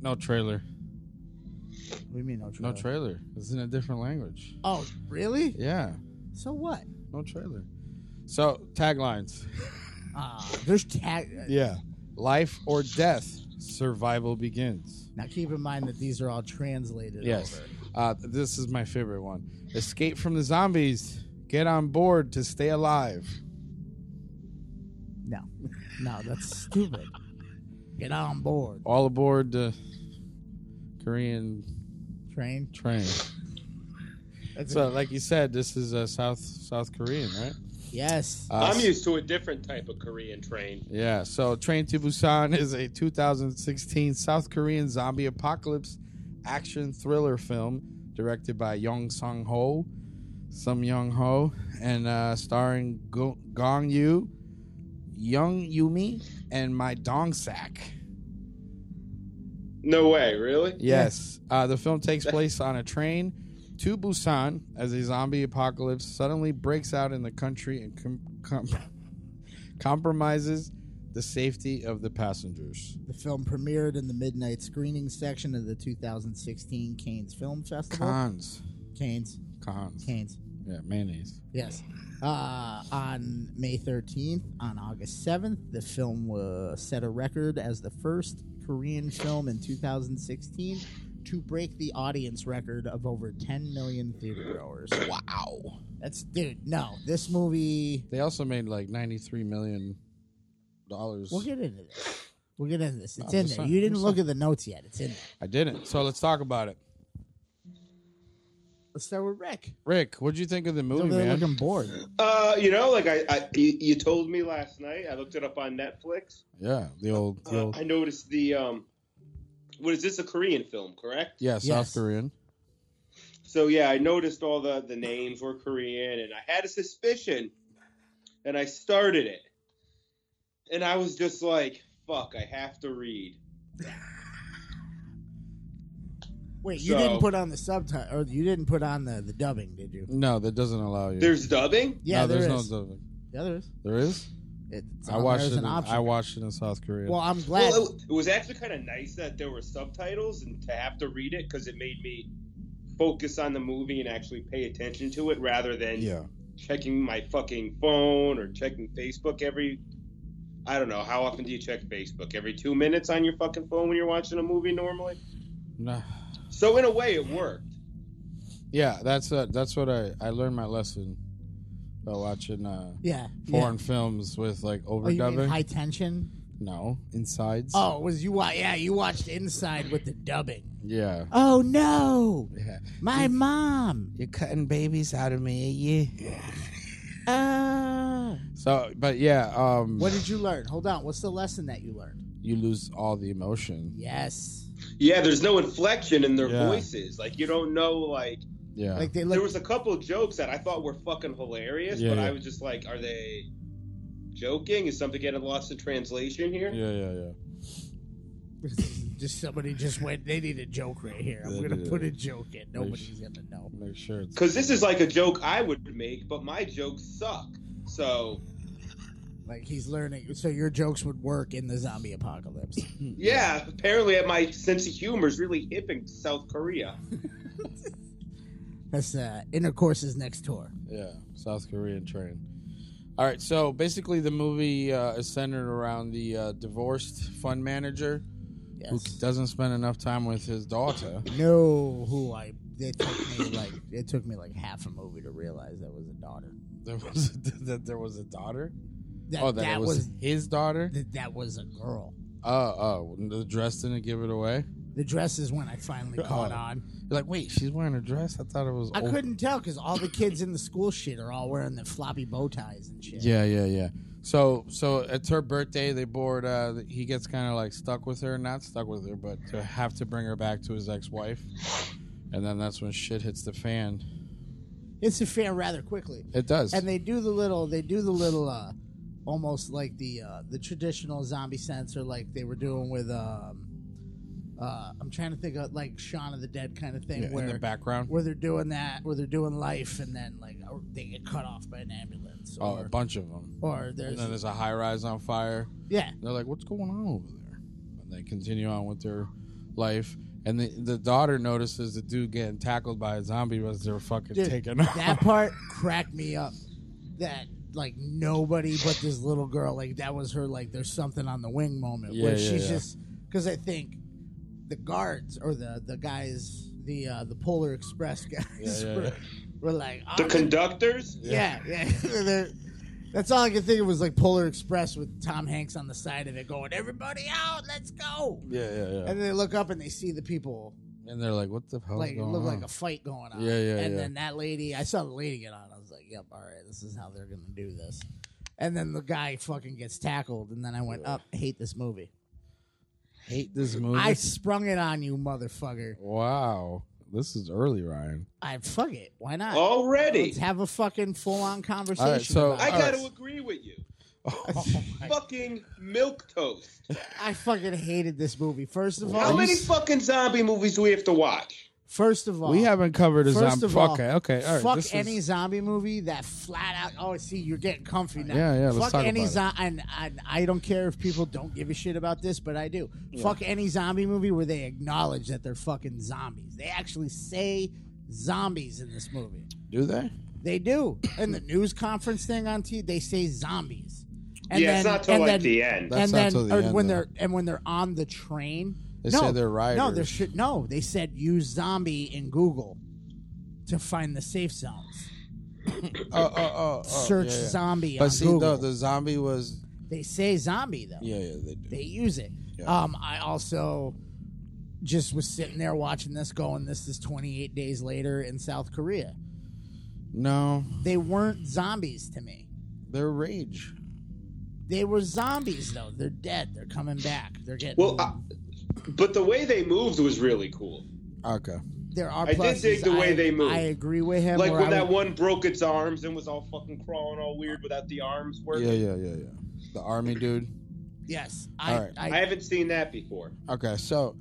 Speaker 6: No trailer.
Speaker 7: What do you mean no trailer?
Speaker 6: No trailer. It's in a different language.
Speaker 7: Oh, really?
Speaker 6: Yeah.
Speaker 7: So what?
Speaker 6: No trailer. So taglines.
Speaker 7: Uh, there's tag.
Speaker 6: Yeah. Life or death. Survival begins.
Speaker 7: Now keep in mind that these are all translated.
Speaker 6: Yes.
Speaker 7: Over.
Speaker 6: Uh, this is my favorite one. Escape from the zombies. Get on board to stay alive.
Speaker 7: No, no, that's stupid. Get on board
Speaker 6: All aboard the Korean
Speaker 7: train.
Speaker 6: train.
Speaker 7: That's
Speaker 6: So, like you said, this is uh, South South Korean, right?
Speaker 7: yes.
Speaker 6: Uh,
Speaker 8: I'm used to a different type of Korean train.
Speaker 6: Yeah, so Train to Busan is a 2016 South Korean zombie apocalypse action thriller film directed by Yong Sung Ho, Sung Young Ho, and uh, starring Go- Gong Yu, Young Yumi, and My Dong Sak.
Speaker 8: No way, really?
Speaker 6: Yes. Uh, the film takes place on a train to Busan as a zombie apocalypse suddenly breaks out in the country and com- com- compromises the safety of the passengers.
Speaker 7: the film premiered in the midnight screening section of the 2016 Cannes Film Festival.
Speaker 6: Cons.
Speaker 7: Cannes,
Speaker 6: Cons.
Speaker 7: Cannes.
Speaker 6: Yeah, mayonnaise.
Speaker 7: Yes. Uh, on May 13th, on August 7th, the film uh, set a record as the first Korean film in 2016 to break the audience record of over 10 million theater goers. Wow. That's, dude, no. This movie.
Speaker 6: They also made like ninety-three million dollars.
Speaker 7: We'll get into this. We'll get into this. It's
Speaker 6: No,
Speaker 7: in
Speaker 6: just
Speaker 7: there.
Speaker 6: not-
Speaker 7: You didn't
Speaker 6: just
Speaker 7: look at the notes yet. It's in there.
Speaker 6: I didn't. So let's talk about it.
Speaker 7: Let's start with Rick.
Speaker 6: Rick, what'd you think of the
Speaker 7: He's
Speaker 6: movie,
Speaker 7: over there
Speaker 6: man?
Speaker 7: looking bored.
Speaker 8: Uh, you know, like I, I you, you told me last night. I looked it up on Netflix.
Speaker 6: Yeah, the old, the
Speaker 8: Uh,
Speaker 6: old.
Speaker 8: I noticed the um, what is this? A Korean film, correct?
Speaker 6: yeah, South
Speaker 7: Yes.
Speaker 6: Korean.
Speaker 8: So yeah, I noticed all the the names were Korean, and I had a suspicion, and I started it, and I was just like, "Fuck, I have to read."
Speaker 7: Wait, you
Speaker 8: So-
Speaker 7: didn't put on the subtitle, or you didn't put on the, the dubbing, did you?
Speaker 6: No, that doesn't allow you.
Speaker 8: There's dubbing.
Speaker 7: Yeah,
Speaker 6: no,
Speaker 7: there
Speaker 6: there's
Speaker 7: is.
Speaker 6: no. There,
Speaker 7: yeah, there is.
Speaker 6: there is.
Speaker 7: It's
Speaker 6: I
Speaker 7: on
Speaker 6: watched
Speaker 7: there as
Speaker 6: it.
Speaker 7: an
Speaker 6: in-
Speaker 7: option.
Speaker 6: I watched it in South Korea.
Speaker 7: Well, I'm glad.
Speaker 8: Well, it, it was actually kind of nice that there were subtitles and to have to read it because it made me focus on the movie and actually pay attention to it rather than
Speaker 6: yeah,
Speaker 8: checking my fucking phone or checking Facebook every. I don't know. How often do you check Facebook? Every two minutes on your fucking phone when you're watching a movie normally?
Speaker 6: Nah.
Speaker 8: So, in a way, it worked.
Speaker 6: yeah. That's uh, that's what I I learned my lesson by watching uh,
Speaker 7: yeah.
Speaker 6: foreign films with like
Speaker 7: yeah. Oh, you mean
Speaker 6: overdubbing.
Speaker 7: high tension?
Speaker 6: no, insides.
Speaker 7: Oh, was you? Wa- yeah, you watched Inside with the dubbing.
Speaker 6: yeah,
Speaker 7: Oh no,
Speaker 6: yeah.
Speaker 7: my mom.
Speaker 6: You're cutting babies out of me, yeah.
Speaker 7: Uh,
Speaker 6: So, but yeah, um,
Speaker 7: what did you learn? Hold on. What's the lesson that you learned?
Speaker 6: you lose all the emotion.
Speaker 7: Yes.
Speaker 8: Yeah, there's no inflection in their
Speaker 6: Yeah.
Speaker 8: voices. Like, you don't know, like.
Speaker 6: Yeah,
Speaker 7: Like they
Speaker 8: there
Speaker 7: look.
Speaker 8: was a couple of jokes that I thought were fucking hilarious,
Speaker 6: Yeah,
Speaker 8: but
Speaker 6: yeah.
Speaker 8: I was just like, are they joking? Is something getting lost in translation here?
Speaker 6: yeah, yeah, yeah.
Speaker 7: just somebody just went. They need a joke right here. I'm
Speaker 6: They
Speaker 7: gonna
Speaker 6: need a-
Speaker 7: put a joke in. Nobody's gonna know.
Speaker 6: Make sure it's
Speaker 8: Because this is like a joke I would make, but my jokes suck. So,
Speaker 7: Like he's learning. So your jokes would work in the zombie apocalypse.
Speaker 8: yeah, apparently my sense of humor is really hip in South Korea.
Speaker 7: That's uh, intercourse's next tour.
Speaker 6: yeah, South Korean train. All right, so basically the movie uh, is centered around the uh, divorced fund manager who
Speaker 7: Yes.
Speaker 6: doesn't spend enough time with his daughter.
Speaker 7: know who I. It took me like it took me like half a movie to realize that was a daughter.
Speaker 6: There was that there was a daughter.
Speaker 7: That,
Speaker 6: oh, that,
Speaker 7: that
Speaker 6: was, his daughter.
Speaker 7: that, that was a girl.
Speaker 6: Oh, oh, dressed in to give it away.
Speaker 7: The dress is when I finally caught
Speaker 6: Oh.
Speaker 7: on.
Speaker 6: You're like, wait, she's wearing a dress. I thought it was.
Speaker 7: I
Speaker 6: over."
Speaker 7: couldn't tell because all the kids in the school shit are all wearing the floppy bow ties and shit.
Speaker 6: Yeah, yeah, yeah. So, so it's her birthday. They board. Uh, he gets kind of like stuck with her, not stuck with her, but to have to bring her back to his ex-wife, and then that's when shit hits the fan.
Speaker 7: It's a fan rather quickly.
Speaker 6: It does.
Speaker 7: and they do the little they do the little uh almost like the uh the traditional zombie sensor like they were doing with um uh i'm trying to think of like shaun of the dead kind of thing
Speaker 6: Yeah,
Speaker 7: where
Speaker 6: in the background.
Speaker 7: where they're doing that where they're doing life and then like oh, they get cut off by an ambulance
Speaker 6: Oh,
Speaker 7: or
Speaker 6: a bunch of them.
Speaker 7: or
Speaker 6: And then
Speaker 7: there's
Speaker 6: there's a high rise on fire.
Speaker 7: yeah
Speaker 6: They're like, "What's going on over there?" And they continue on with their life. And the, the daughter notices the dude getting tackled by a zombie as they're fucking
Speaker 7: Dude,
Speaker 6: taken off.
Speaker 7: that part cracked me up that like nobody but this little girl like that was her like there's something on the wing moment
Speaker 6: Yeah,
Speaker 7: where
Speaker 6: yeah,
Speaker 7: she's
Speaker 6: yeah.
Speaker 7: just because i think the guards or the the guys the uh the polar express guys
Speaker 6: yeah,
Speaker 7: were,
Speaker 6: yeah.
Speaker 7: were like
Speaker 8: The
Speaker 7: "Oh,
Speaker 8: conductors?
Speaker 7: yeah yeah They're- that's all i could think of was like polar express with tom hanks on the side of it going everybody out let's go
Speaker 6: yeah, yeah, yeah.
Speaker 7: and then they look up and they see the people
Speaker 6: And they're like, "What the hell?"
Speaker 7: like
Speaker 6: is
Speaker 7: it
Speaker 6: Oh, going
Speaker 7: looked
Speaker 6: on?"
Speaker 7: like a fight going on.
Speaker 6: Yeah, yeah,
Speaker 7: And
Speaker 6: yeah.
Speaker 7: then that lady, I saw the lady get on. I was like, "Yep, all right, this is how they're gonna do this." And then the guy fucking gets tackled, and then I went up. Hate this movie.
Speaker 6: hate this movie.
Speaker 7: I sprung it on you, motherfucker.
Speaker 6: Wow. This is early, Ryan.
Speaker 7: I fuck it. Why not?
Speaker 8: Already.
Speaker 7: Let's have a fucking full on conversation.
Speaker 6: All right, so-
Speaker 7: about
Speaker 8: I
Speaker 7: it.
Speaker 8: got to agree with you.
Speaker 7: Oh,
Speaker 8: fucking milk toast.
Speaker 7: I fucking hated this movie. First of
Speaker 8: How
Speaker 7: all,
Speaker 8: many fucking zombie movies do we have to watch?
Speaker 7: first of all,
Speaker 6: We haven't covered a
Speaker 7: First
Speaker 6: zombie.
Speaker 7: of all,
Speaker 6: okay, okay, all right.
Speaker 7: fuck
Speaker 6: this is-
Speaker 7: any zombie movie that flat out. Oh, see, you're getting comfy now.
Speaker 6: Yeah, yeah, let's
Speaker 7: Fuck
Speaker 6: talk
Speaker 7: any
Speaker 6: about it.
Speaker 7: zombie, and, and I don't care if people don't give a shit about this, but I do. Fuck any zombie movie where they acknowledge that they're fucking zombies. They actually say zombies in this movie.
Speaker 6: do they?
Speaker 7: They do. In the news conference thing on T, they say zombies. And
Speaker 8: yeah, it's
Speaker 7: then-
Speaker 8: not till
Speaker 7: and
Speaker 8: like
Speaker 7: then-
Speaker 8: the end.
Speaker 6: That's
Speaker 7: and
Speaker 6: not
Speaker 7: then
Speaker 6: till the
Speaker 7: or
Speaker 6: end,
Speaker 7: when
Speaker 6: though.
Speaker 7: they're and when they're on the train,
Speaker 6: They
Speaker 7: no,
Speaker 6: say they're
Speaker 7: No,
Speaker 6: riders.
Speaker 7: there should no. They said use zombie in Google to find the safe zones.
Speaker 6: Oh, oh, oh, oh,
Speaker 7: uh, Search
Speaker 6: yeah, yeah.
Speaker 7: zombie on
Speaker 6: But see,
Speaker 7: Google.
Speaker 6: though, the zombie was.
Speaker 7: they say zombie though.
Speaker 6: Yeah, yeah, they do.
Speaker 7: They use it.
Speaker 6: Yeah.
Speaker 7: Um, I also just was sitting there watching this, going, "This is 28 days later in South Korea."
Speaker 6: No,
Speaker 7: They weren't zombies to me.
Speaker 6: they're rage.
Speaker 7: They were zombies though. They're dead. They're coming back. They're getting.
Speaker 8: Well, I, but the way they moved was really cool.
Speaker 6: Okay.
Speaker 7: there are.
Speaker 8: I did
Speaker 7: pluses.
Speaker 8: dig the way
Speaker 7: I-
Speaker 8: they moved.
Speaker 7: I agree with him.
Speaker 8: Like
Speaker 7: where
Speaker 8: when
Speaker 7: I
Speaker 8: that
Speaker 7: would-
Speaker 8: one broke its arms and was all fucking crawling all weird without the arms working.
Speaker 6: Yeah, yeah, yeah, yeah. The army dude.
Speaker 7: Yes. I,
Speaker 6: All right.
Speaker 7: I,
Speaker 8: I haven't seen that before.
Speaker 6: Okay, so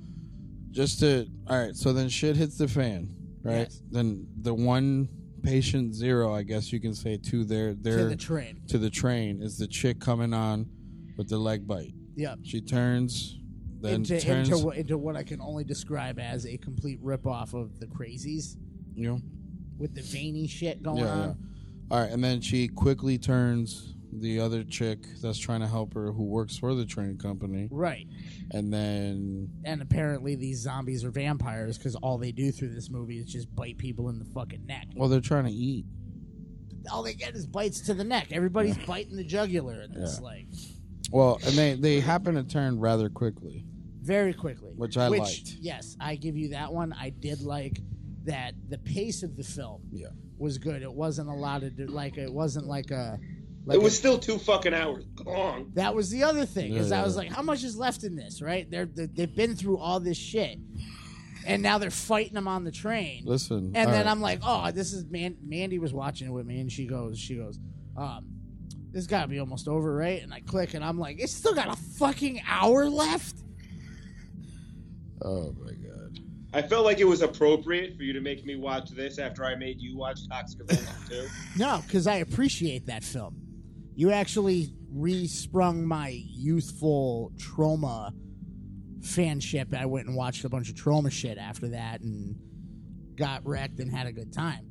Speaker 6: just to. All right, so then shit hits the fan, right?
Speaker 7: Yes.
Speaker 6: Then the one patient zero, I guess you can say, to their. their
Speaker 7: to the train.
Speaker 6: to the train is the chick coming on with the leg bite.
Speaker 7: Yep.
Speaker 6: She turns, then
Speaker 7: Into,
Speaker 6: turns.
Speaker 7: into wha- into what I can only describe as a complete ripoff of the crazies
Speaker 6: you know?
Speaker 7: with the veiny shit going
Speaker 6: Yeah,
Speaker 7: on.
Speaker 6: yeah. All right, and then she quickly turns the other chick that's trying to help her, who works for the train company,
Speaker 7: Right.
Speaker 6: and then
Speaker 7: And apparently these zombies are vampires because all they do through this movie is just bite people in the fucking neck.
Speaker 6: well, they're trying to eat.
Speaker 7: All they get is bites to the neck. Everybody's biting the jugular in this,
Speaker 6: Yeah.
Speaker 7: like
Speaker 6: Well, and they they happen to turn rather quickly.
Speaker 7: very quickly.
Speaker 6: Which I liked.
Speaker 7: Yes, I give you that one. I did like that the pace of the film
Speaker 6: Yeah,
Speaker 7: was good. It wasn't a lot of like it wasn't like a like
Speaker 8: It
Speaker 7: a-
Speaker 8: was still two fucking hours long.
Speaker 7: That was the other thing is
Speaker 6: Yeah,
Speaker 7: I was
Speaker 6: yeah.
Speaker 7: like, how much is left in this? Right? They're, they they've been through all this shit, and now they're fighting them on the train.
Speaker 6: listen.
Speaker 7: and
Speaker 6: all
Speaker 7: then
Speaker 6: right.
Speaker 7: I'm like, oh, this is man. Mandy was watching it with me, and she goes, she goes, um, this got to be almost over, right? And I click, and I'm like, it's still got a fucking hour left.
Speaker 6: Oh my god.
Speaker 8: I felt like it was appropriate for you to make me watch this after I made you watch Toxic Avenger 2.
Speaker 7: No, because I appreciate that film. You actually resprung my youthful trauma fanship. I went and watched a bunch of trauma shit after that and got wrecked and had a good time.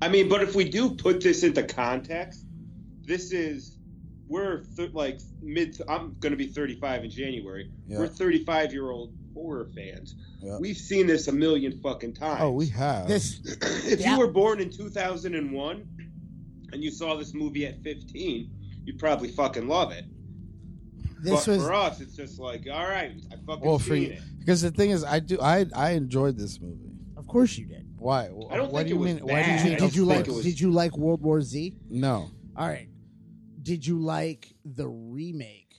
Speaker 8: I mean, but if we do put this into context, this is we're th- like mid. I'm going to be 35 in January.
Speaker 6: Yeah.
Speaker 8: We're 35 year old horror fans.
Speaker 6: Yeah.
Speaker 8: We've seen this a million fucking times.
Speaker 6: Oh, we have
Speaker 7: This
Speaker 8: if
Speaker 7: Yeah.
Speaker 8: you were born in 2001 and you saw this movie at 15, you'd probably fucking love it.
Speaker 7: this
Speaker 8: but
Speaker 7: was
Speaker 8: for us, it's just like, all right, I fucking
Speaker 6: Well, for
Speaker 8: seen
Speaker 6: you,
Speaker 8: it.
Speaker 6: Because the thing is, I do I I enjoyed this movie.
Speaker 7: Of course you did.
Speaker 6: Why?
Speaker 8: I
Speaker 6: why
Speaker 8: don't think
Speaker 6: do
Speaker 8: it
Speaker 6: you
Speaker 8: was
Speaker 6: mean? Why do you
Speaker 8: bad.
Speaker 6: mean?
Speaker 8: I
Speaker 6: of
Speaker 7: Did you like?
Speaker 8: think it
Speaker 6: course?
Speaker 8: was-
Speaker 7: Did you like World War Z?
Speaker 6: No,
Speaker 7: All right. Did you like the remake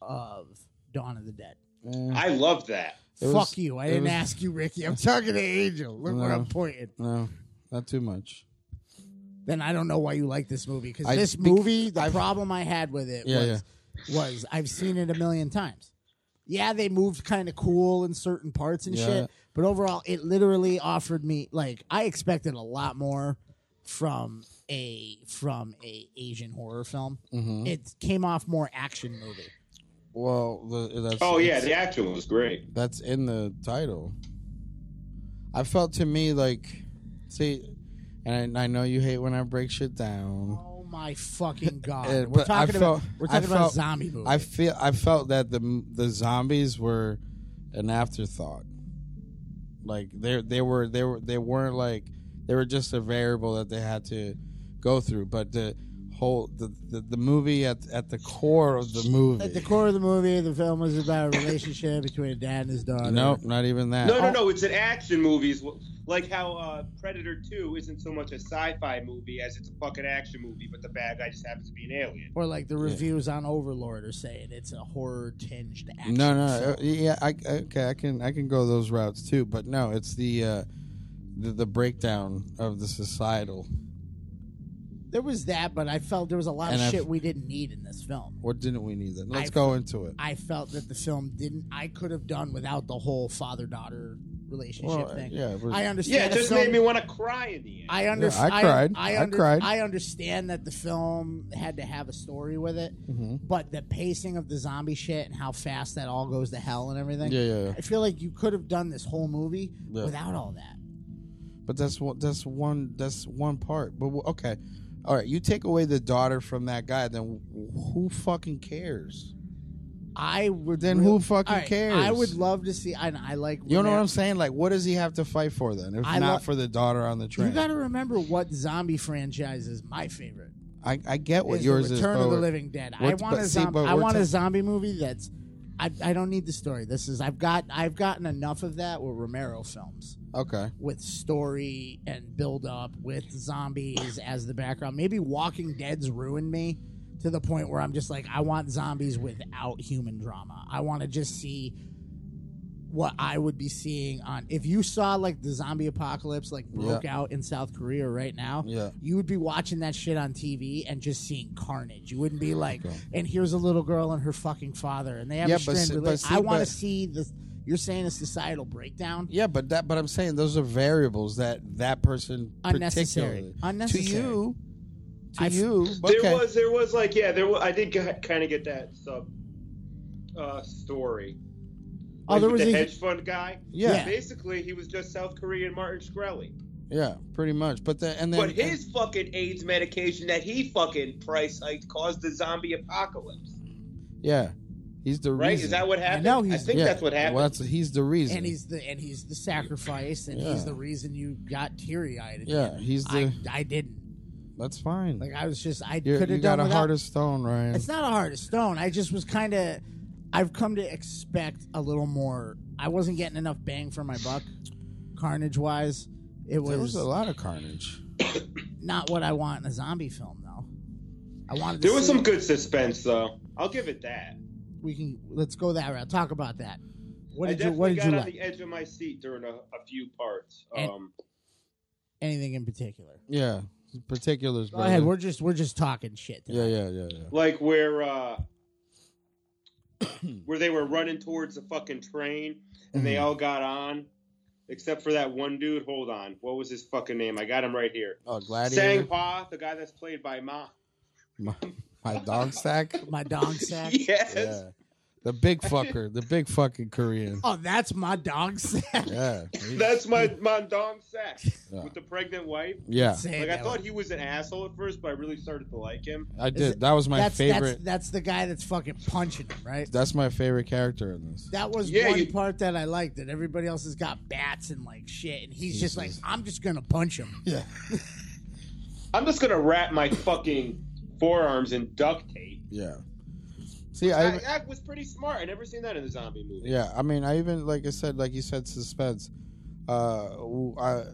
Speaker 7: of Dawn of the Dead?
Speaker 6: Eh,
Speaker 8: I love that.
Speaker 6: It was-
Speaker 7: Fuck you! I
Speaker 6: it
Speaker 7: didn't
Speaker 6: was-
Speaker 7: ask you, Ricky. I'm talking to Angel. Look where
Speaker 6: No.
Speaker 7: I'm pointing.
Speaker 6: no, not too much.
Speaker 7: Then I don't know why you like this movie because
Speaker 6: I
Speaker 7: this
Speaker 6: think-
Speaker 7: movie, the problem I had with it
Speaker 6: Yeah,
Speaker 7: was, was I've seen it a million times. Yeah, they moved kind of cool in certain parts and
Speaker 6: Yeah.
Speaker 7: shit, but overall, it literally offered me like I expected a lot more from a from a Asian horror film.
Speaker 6: hmm
Speaker 7: It came off more action movie.
Speaker 6: Well, the, that's
Speaker 8: Oh yeah,
Speaker 6: that's-
Speaker 8: the action was great.
Speaker 6: that's in the title. I felt to me like, see, and I, I know you hate when I break shit down.
Speaker 7: Oh my fucking god!
Speaker 6: Uh,
Speaker 7: we're
Speaker 6: but I
Speaker 7: talking
Speaker 6: felt-
Speaker 7: about we're
Speaker 6: I
Speaker 7: talking about
Speaker 6: felt-
Speaker 7: zombie movie.
Speaker 6: I feel I felt that the the zombies were an afterthought. Like they they were they were they weren't like they were just a variable that they had to go through. But the whole the the, the movie at at the core of the movie.
Speaker 7: At the core of the movie, the film was about a relationship between a dad and his daughter.
Speaker 6: nope, not even that.
Speaker 8: No, no, no. It's an action movie, It's like how uh, Predator Two isn't so much a sci-fi movie as it's a fucking action movie, but the bad guy just happens to be an alien.
Speaker 7: Or like the reviews on Overlord are saying it's a horror tinged action.
Speaker 6: No, no, uh,
Speaker 7: film.
Speaker 6: yeah, I, I- okay, I can I can go those routes too, but no, it's the uh, the, the breakdown of the societal.
Speaker 7: There was that, but I felt there was a lot
Speaker 6: And
Speaker 7: of
Speaker 6: I've-
Speaker 7: shit we didn't need in this film.
Speaker 6: What didn't we need? Then let's
Speaker 7: I-
Speaker 6: go into it.
Speaker 7: I felt that the film didn't. I could have done without the whole father daughter relationship
Speaker 6: Well, uh,
Speaker 7: thing.
Speaker 6: yeah, we're-
Speaker 7: I understand.
Speaker 8: Yeah, it
Speaker 7: the
Speaker 8: just
Speaker 7: film-
Speaker 8: made me want to cry in the end.
Speaker 7: I understand.
Speaker 6: I cried.
Speaker 7: I,
Speaker 6: I
Speaker 7: under-
Speaker 6: cried.
Speaker 7: I understand that the film had to have a story with it,
Speaker 6: Mm-hmm.
Speaker 7: but the pacing of the zombie shit and how fast that all goes to hell and everything.
Speaker 6: Yeah, yeah, yeah.
Speaker 7: I feel like you could have done this whole movie
Speaker 6: Yeah.
Speaker 7: without all that.
Speaker 6: But that's one. That's one. That's one part. But wh- okay, all right. You take away the daughter from that guy, then wh- who fucking cares?
Speaker 7: I would.
Speaker 6: Then
Speaker 7: real-
Speaker 6: who fucking
Speaker 7: All right,
Speaker 6: cares?
Speaker 7: I would love to see. I, I like.
Speaker 6: You know what I'm
Speaker 7: remem-
Speaker 6: saying? Like, what does he have to fight for then? If
Speaker 7: I
Speaker 6: not
Speaker 7: lo-
Speaker 6: for the daughter on the train,
Speaker 7: You got to remember what zombie franchise is my favorite.
Speaker 6: I, I get what
Speaker 7: is
Speaker 6: yours
Speaker 7: the
Speaker 6: is.
Speaker 7: Return of
Speaker 6: but
Speaker 7: the
Speaker 6: we're-
Speaker 7: Living Dead. I
Speaker 6: what-
Speaker 7: want a
Speaker 6: but see,
Speaker 7: zombie.
Speaker 6: but
Speaker 7: I
Speaker 6: we're
Speaker 7: want a
Speaker 6: ta-
Speaker 7: zombie movie that's. I, I don't need the story. This is I've got I've gotten enough of that with Romero films
Speaker 6: Okay.
Speaker 7: with story and build up with zombies as the background. Maybe Walking Dead's ruined me to the point where I'm just like I want zombies without human drama. I want to just see what I would be seeing on if you saw like the zombie apocalypse like broke out in South Korea right now
Speaker 6: Yeah.
Speaker 7: you would be watching that shit on TV and just seeing carnage. You wouldn't be like,
Speaker 6: Okay.
Speaker 7: and here's a little girl and her fucking father, and they have
Speaker 6: Yeah,
Speaker 7: a
Speaker 6: but
Speaker 7: strained
Speaker 6: see- but
Speaker 7: relationship.
Speaker 6: see,
Speaker 7: I want to
Speaker 6: but-
Speaker 7: see the. You're saying a societal breakdown.
Speaker 6: Yeah, but that. But I'm saying those are variables that that person
Speaker 7: Unnecessary.
Speaker 6: particularly-
Speaker 7: Unnecessary.
Speaker 6: to you. To
Speaker 7: I-
Speaker 6: you.
Speaker 8: There
Speaker 6: Okay.
Speaker 8: was, there was like, yeah, there was. I did kind of get that sub uh, story.
Speaker 7: Oh,
Speaker 8: Like,
Speaker 7: there
Speaker 8: with
Speaker 7: was
Speaker 8: the
Speaker 7: a
Speaker 8: hedge fund guy.
Speaker 6: Yeah.
Speaker 8: Basically, he was just South Korean Martin Shkreli.
Speaker 6: yeah. Pretty much. But the, and then
Speaker 8: but his fucking AIDS medication that he fucking price hiked caused the zombie apocalypse.
Speaker 6: yeah. He's the
Speaker 8: Right?
Speaker 6: reason.
Speaker 8: Is that what happened?
Speaker 7: know
Speaker 8: I
Speaker 7: he's-
Speaker 8: think
Speaker 6: Yeah.
Speaker 8: that's what happened.
Speaker 6: Well, that's, he's the reason.
Speaker 7: and he's the and he's the sacrifice, and he's
Speaker 6: Yeah.
Speaker 7: the reason you got teary eyed.
Speaker 6: yeah, he's the.
Speaker 7: I, I didn't.
Speaker 6: that's fine.
Speaker 7: Like I was just I
Speaker 6: You're-
Speaker 7: could
Speaker 6: you
Speaker 7: have
Speaker 6: got
Speaker 7: done
Speaker 6: a
Speaker 7: without.
Speaker 6: heart of stone, Ryan.
Speaker 7: It's not a heart of stone. I just was kind of. I've come to expect a little more. I wasn't getting enough bang for my buck, carnage wise. It
Speaker 6: there
Speaker 7: was,
Speaker 6: was a lot of carnage.
Speaker 7: not what I want in a zombie film, though. I wanted. To
Speaker 8: there was
Speaker 7: see-
Speaker 8: some good suspense, though. I'll give it that.
Speaker 7: We can let's go that route. Talk about that. What
Speaker 8: I
Speaker 7: did you
Speaker 8: definitely
Speaker 7: What did
Speaker 8: got
Speaker 7: you
Speaker 8: on
Speaker 7: like?
Speaker 8: the edge of my seat during a, a few parts.
Speaker 7: And-
Speaker 8: Um,
Speaker 7: Anything in particular?
Speaker 6: Yeah, particulars.
Speaker 7: Go
Speaker 6: brother.
Speaker 7: ahead. We're just we're just talking shit.
Speaker 6: yeah,
Speaker 7: tonight.
Speaker 6: yeah, yeah, yeah.
Speaker 8: like where uh where they were running towards the fucking train and
Speaker 7: Mm-hmm.
Speaker 8: they all got on except for that one dude hold on what was his fucking name i got him right here
Speaker 6: Oh,
Speaker 8: sang
Speaker 6: gladiator.
Speaker 8: pa the guy that's played by ma
Speaker 6: My, my dog stack.
Speaker 7: My dog sack.
Speaker 8: yes
Speaker 6: Yeah, the big fucker, the big fucking Korean.
Speaker 7: Oh, that's my dog sack.
Speaker 6: Yeah, he-
Speaker 8: that's my mondong sack
Speaker 6: Yeah.
Speaker 8: with the pregnant wife
Speaker 6: yeah.
Speaker 7: Say
Speaker 8: like i
Speaker 7: that
Speaker 8: thought
Speaker 7: one.
Speaker 8: he was an asshole at first but i really started to like him
Speaker 6: I
Speaker 7: Is
Speaker 6: did.
Speaker 7: it-
Speaker 6: That was my
Speaker 7: that's,
Speaker 6: favorite.
Speaker 7: That's, that's the guy that's fucking punching him, right?
Speaker 6: That's, my favorite character in this.
Speaker 7: That was
Speaker 8: Yeah,
Speaker 7: one
Speaker 8: you-
Speaker 7: part that I liked. That everybody else has got bats and like shit, and he's just like, I'm just gonna punch him.
Speaker 6: Yeah,
Speaker 8: i'm just gonna wrap my fucking forearms in duct tape
Speaker 6: yeah. See, I
Speaker 8: That,
Speaker 6: even-
Speaker 8: that was pretty smart. I never seen that in a zombie movie.
Speaker 6: yeah, I mean, I even like I said, like you said, suspense. Uh, w- I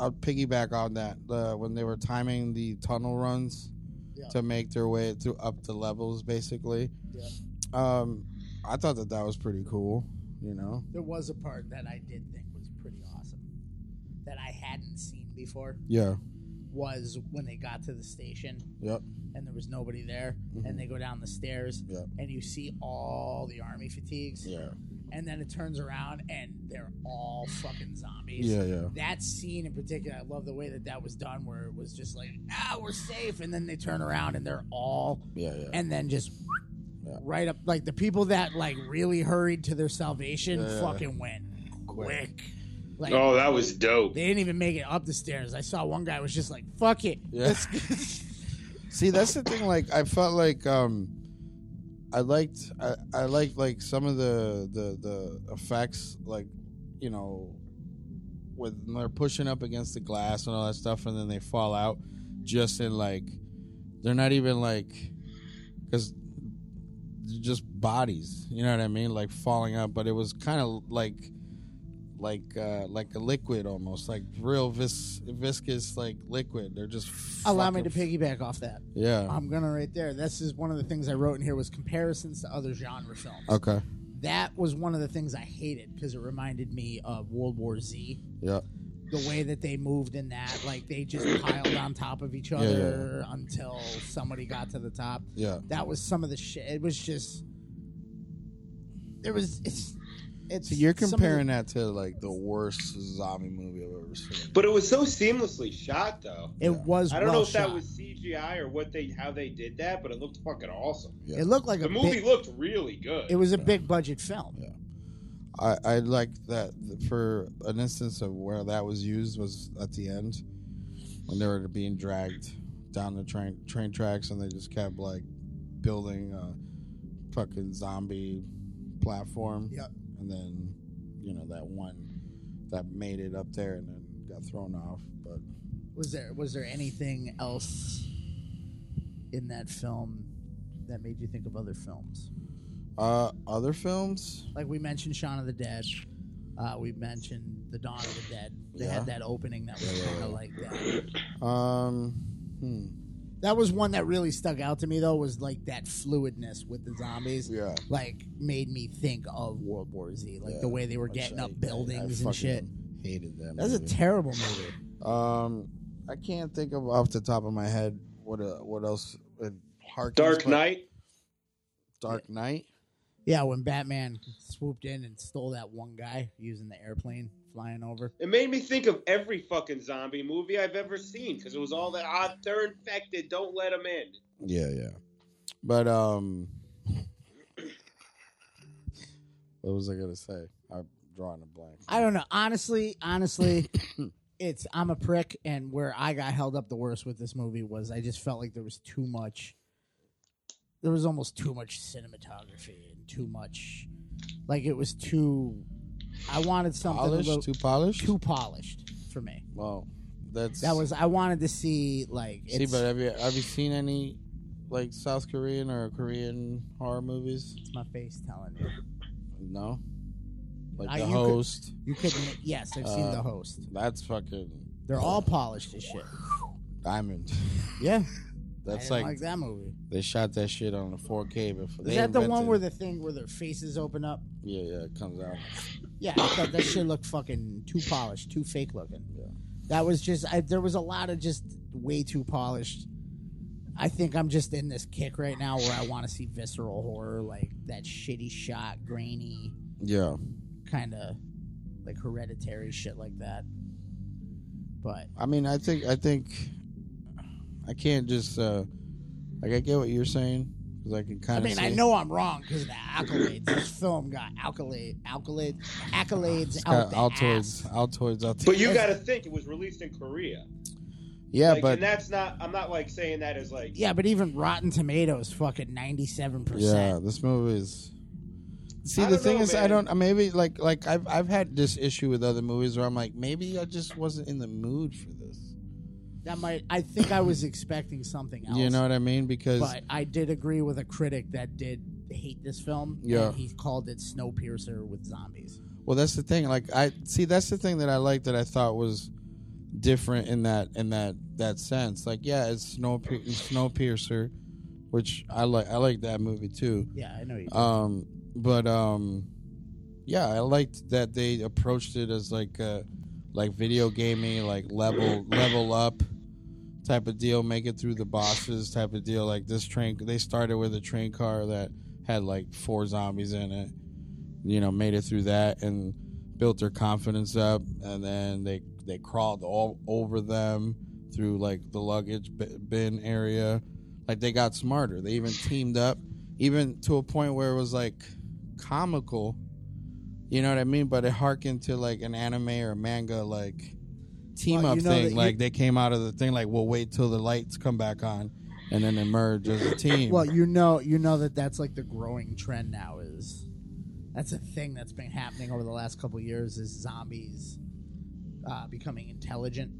Speaker 6: I'll piggyback on that uh, when they were timing the tunnel runs
Speaker 7: Yeah.
Speaker 6: to make their way through up the levels, basically.
Speaker 7: Yeah.
Speaker 6: Um, I thought that that was pretty cool. You know,
Speaker 7: There was a part that I did think was pretty awesome that I hadn't seen before
Speaker 6: yeah,
Speaker 7: was when they got to the station
Speaker 6: yep,
Speaker 7: and there was nobody there
Speaker 6: Mhm.
Speaker 7: and they go down the stairs
Speaker 6: Yeah.
Speaker 7: and you see all the army fatigues
Speaker 6: yeah,
Speaker 7: and then it turns around and they're all fucking zombies.
Speaker 6: yeah, yeah.
Speaker 7: That scene in particular, I love the way that that was done, where it was just like, ah, we're safe, and then they turn around and they're all,
Speaker 6: Yeah, yeah.
Speaker 7: and then just
Speaker 6: Yeah.
Speaker 7: right up, like the people that like really hurried to their salvation
Speaker 6: Yeah.
Speaker 7: fucking went quick. Like
Speaker 8: Oh, that was dope.
Speaker 7: they didn't even make it up the stairs. I saw one guy was just like, fuck it.
Speaker 6: Yeah.
Speaker 7: Let's-
Speaker 6: See, that's the thing. Like, I felt like um, I liked I, I liked like some of the the the effects, like you know, with when they're pushing up against the glass and all that stuff, and then they fall out. Just in like, they're not even like, because just bodies. You know what I mean? Like falling out, but it was kind of like. Like uh, like a liquid almost, like real vis- viscous like liquid. They're just
Speaker 7: Allow me to
Speaker 6: fucking-
Speaker 7: piggyback off that.
Speaker 6: Yeah.
Speaker 7: I'm gonna right there. This is one of the things I wrote in here was comparisons to other genre films.
Speaker 6: Okay.
Speaker 7: that was one of the things I hated because it reminded me of World War Z.
Speaker 6: Yeah.
Speaker 7: The way that they moved in that, like they just piled on top of each other until somebody got to the top.
Speaker 6: Yeah.
Speaker 7: That was some of the shit. It was just there was it's it's
Speaker 6: So you're
Speaker 7: some of the-
Speaker 6: comparing that to like the worst zombie movie I've ever seen.
Speaker 8: But it was so seamlessly shot, though.
Speaker 7: it was
Speaker 8: I don't know
Speaker 7: well
Speaker 8: if that
Speaker 7: shot.
Speaker 8: was CGI or what they how they did that, but it looked fucking awesome.
Speaker 6: Yeah.
Speaker 7: it looked like
Speaker 8: The
Speaker 7: a
Speaker 8: movie
Speaker 7: big,
Speaker 8: looked really good.
Speaker 7: it was a big budget film.
Speaker 6: Yeah. I, I like that for an instance of where that was used was at the end when they were being dragged down the train train tracks and they just kept like building a fucking zombie platform.
Speaker 7: Yep.
Speaker 6: And then you know that one that made it up there and then got thrown off. But
Speaker 7: Was there was there anything else in that film that made you think of other films?
Speaker 6: uh, other films,
Speaker 7: like we mentioned Shaun of the Dead. Uh, we mentioned the Dawn of the Dead. They
Speaker 6: Yeah.
Speaker 7: had that opening that was
Speaker 6: Yeah, yeah,
Speaker 7: kind
Speaker 6: yeah.
Speaker 7: of like that.
Speaker 6: um, hmm,
Speaker 7: That was one that really stuck out to me though. Was like that fluidness with the zombies.
Speaker 6: yeah.
Speaker 7: Like made me think of World War Z. Like
Speaker 6: Yeah,
Speaker 7: the way they were
Speaker 6: which
Speaker 7: getting
Speaker 6: I-
Speaker 7: up buildings
Speaker 6: I- I
Speaker 7: and shit.
Speaker 6: fucking Hated them.
Speaker 7: That's a terrible movie.
Speaker 6: um, I can't think of off the top of my head what uh, what else. It harkens,
Speaker 8: Dark
Speaker 6: but-
Speaker 8: Knight.
Speaker 6: Dark Knight.
Speaker 7: Yeah, when Batman swooped in and stole that one guy using the airplane flying over.
Speaker 8: It made me think of every fucking zombie movie I've ever seen because it was all that ah, they're infected. Don't let them in.
Speaker 6: Yeah, yeah. But um, what was I gonna say? I'm drawing a blank.
Speaker 7: I don't know. Honestly, honestly, it's I'm a prick, and where I got held up the worst with this movie was I just felt like there was too much. There was almost too much cinematography and too much, like it was too. I wanted something
Speaker 6: Polished,
Speaker 7: a little
Speaker 6: too polished.
Speaker 7: too polished for me.
Speaker 6: well, that's
Speaker 7: That was I wanted to see like
Speaker 6: See,
Speaker 7: it's,
Speaker 6: but have you have you seen any like South Korean or Korean horror movies?
Speaker 7: it's my face telling you.
Speaker 6: No. Like
Speaker 7: Uh,
Speaker 6: the
Speaker 7: you could-
Speaker 6: host.
Speaker 7: You couldn't. Yes, I've seen
Speaker 6: Uh,
Speaker 7: the host.
Speaker 6: That's fucking
Speaker 7: They're all polished as shit.
Speaker 6: diamond.
Speaker 7: Yeah, I
Speaker 6: That's
Speaker 7: didn't
Speaker 6: like,
Speaker 7: like that movie.
Speaker 6: they shot that shit on the 4K before.
Speaker 7: Is
Speaker 6: they
Speaker 7: that the one
Speaker 6: invented-
Speaker 7: where the thing where their faces open up?
Speaker 6: yeah yeah it comes out?
Speaker 7: Yeah, I thought that shit looked fucking too polished, too fake looking.
Speaker 6: Yeah.
Speaker 7: That was just I, there was a lot of just way too polished. I think I'm just in this kick right now where I want to see visceral horror, like that shitty shot, grainy
Speaker 6: Yeah,
Speaker 7: kind of like hereditary shit like that. But
Speaker 6: I mean I think I think I can't just uh like I get what you're saying because I can
Speaker 7: I
Speaker 6: kind of.
Speaker 7: mean, I know I'm wrong because the accolades. This film got accolade, accolade, accolades out the
Speaker 6: Altoids,
Speaker 7: ass.
Speaker 6: Altoids, Altoids.
Speaker 8: But you got to think it was released in Korea.
Speaker 6: yeah,
Speaker 8: like,
Speaker 6: but
Speaker 8: and that's not. I'm not like saying that as like.
Speaker 7: Yeah, but even Rotten Tomatoes, fucking ninety-seven
Speaker 6: Yeah,
Speaker 7: percent.
Speaker 6: this movie is. See,
Speaker 8: I
Speaker 6: the
Speaker 8: don't
Speaker 6: thing
Speaker 8: know,
Speaker 6: is, I
Speaker 8: man.
Speaker 6: don't. Maybe like like I've I've had this issue with other movies where I'm like, maybe I just wasn't in the mood for this.
Speaker 7: That might. I think I was expecting something else.
Speaker 6: You know what I mean? Because
Speaker 7: but I did agree with a critic that did hate this film.
Speaker 6: Yeah.
Speaker 7: and he called it Snowpiercer with zombies.
Speaker 6: Well, that's the thing. Like I see, that's the thing that I like that I thought was different in that in that that sense. Like, yeah, it's snow Snowpiercer, which I like. I like that movie too.
Speaker 7: Yeah, I know you.
Speaker 6: Um, but um, yeah, I liked that they approached it as like uh like video gaming, like level level up type of deal, make it through the bosses type of deal. Like this train, they started with a train car that had like four zombies in it. You know, made it through that and built their confidence up, and then they they crawled all over them through like the luggage bi- bin area. Like they got smarter. They even teamed up, even to a point where it was like comical. You know what I mean? But it harkened to like an anime or manga like team
Speaker 7: Well,
Speaker 6: up
Speaker 7: you know that
Speaker 6: thing.
Speaker 7: you-
Speaker 6: Like they came out of the thing like we'll wait till the lights come back on and then emerge as a team.
Speaker 7: Well, you know, you know that that's like the growing trend now. Is that's a thing that's been happening over the last couple years? Is zombies uh, becoming intelligent?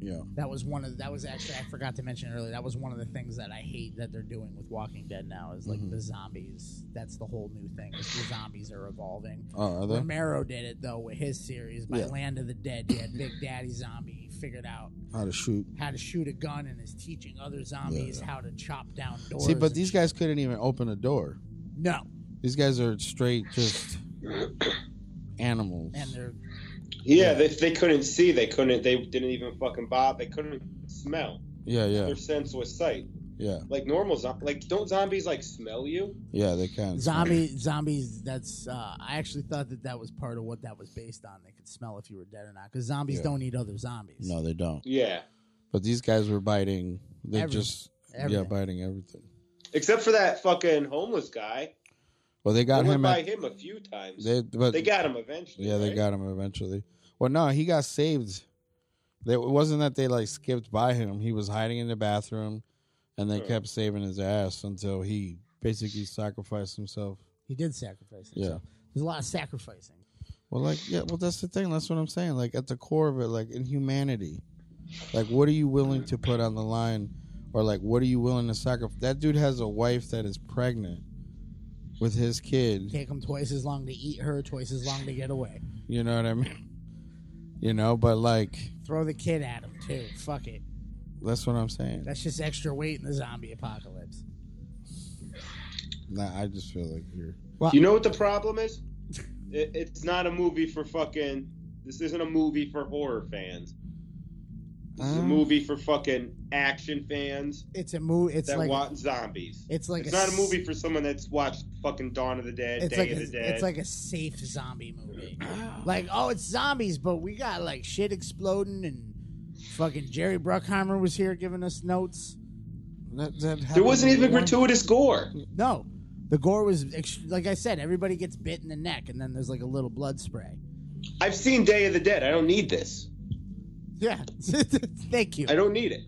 Speaker 6: yeah.
Speaker 7: That was one of that was actually I forgot to mention earlier. That was one of the things that I hate that they're doing with Walking Dead now is like the zombies. That's the whole new thing. Is the zombies are evolving.
Speaker 6: Oh, are they?
Speaker 7: Romero did it though with his series by
Speaker 6: Yeah.
Speaker 7: Land of the Dead. He had Big Daddy Zombie. He figured out
Speaker 6: How to shoot.
Speaker 7: how to shoot a gun and is teaching other zombies how to chop down doors.
Speaker 6: See, but
Speaker 7: and
Speaker 6: these
Speaker 7: sh-
Speaker 6: guys couldn't even open a door.
Speaker 7: no,
Speaker 6: These guys are straight just animals.
Speaker 7: and they're
Speaker 8: Yeah, they, they couldn't see. They couldn't. They didn't even fucking bother. They couldn't smell.
Speaker 6: yeah, yeah,
Speaker 8: Their sense was sight.
Speaker 6: yeah,
Speaker 8: Like normal zombies. Like don't zombies like smell you?
Speaker 6: yeah. They can.
Speaker 7: zombie zombies. That's uh, I actually thought that that was part of what that was based on. They could smell if you were dead or not because zombies
Speaker 6: Yeah.
Speaker 7: don't eat other zombies.
Speaker 6: No, they don't.
Speaker 8: Yeah.
Speaker 6: But these guys were biting. They
Speaker 7: Everything.
Speaker 6: just yeah,
Speaker 7: Everything.
Speaker 6: biting everything.
Speaker 8: Except for that fucking homeless guy.
Speaker 6: Well, they
Speaker 8: I
Speaker 6: got
Speaker 8: went
Speaker 6: him.
Speaker 8: by
Speaker 6: At,
Speaker 8: him a few times. They,
Speaker 6: they but
Speaker 8: got him eventually.
Speaker 6: yeah, they
Speaker 8: right?
Speaker 6: got him eventually. Well, no, he got saved. They, it wasn't that they like skipped by him. He was hiding in the bathroom, and they
Speaker 8: Right.
Speaker 6: kept saving his ass until he basically sacrificed himself.
Speaker 7: He did sacrifice.
Speaker 6: Yeah.
Speaker 7: Himself. There's a lot of sacrificing.
Speaker 6: Well, like, yeah, well, that's the thing. That's what I'm saying. Like, at the core of it, like, in humanity, like, what are you willing to put on the line? Or, like, what are you willing to sacrifice? That dude has a wife that is pregnant with his kid.
Speaker 7: Take them twice as long to eat her, twice as long to get away.
Speaker 6: You know what I mean? You know, but, like,
Speaker 7: Throw the kid at him too. Fuck it.
Speaker 6: that's what I'm saying.
Speaker 7: That's just extra weight in the zombie apocalypse.
Speaker 6: Nah, I just feel like you're.
Speaker 8: You know what the problem is? It, it's not a movie for fucking. This isn't a movie for horror fans. This is a
Speaker 6: Um,
Speaker 8: movie for fucking action fans
Speaker 7: It's a movie. It's
Speaker 8: that
Speaker 7: like
Speaker 8: want zombies.
Speaker 7: it's like
Speaker 8: It's
Speaker 7: a
Speaker 8: not a
Speaker 7: s-
Speaker 8: movie for someone that's watched fucking Dawn of the Dead,
Speaker 7: it's
Speaker 8: Day
Speaker 7: like
Speaker 8: of
Speaker 7: a,
Speaker 8: the Dead.
Speaker 7: it's like a safe zombie movie. like oh, it's zombies, but we got like shit exploding and fucking Jerry Bruckheimer was here giving us notes.
Speaker 6: That, that
Speaker 8: there
Speaker 6: happened
Speaker 8: wasn't even
Speaker 6: before.
Speaker 8: gratuitous gore.
Speaker 7: No, the gore was ex- like I said. Everybody gets bit in the neck, and then there's like a little blood spray.
Speaker 8: I've seen Day of the Dead. I don't need this.
Speaker 7: Yeah, thank you.
Speaker 8: I don't need it.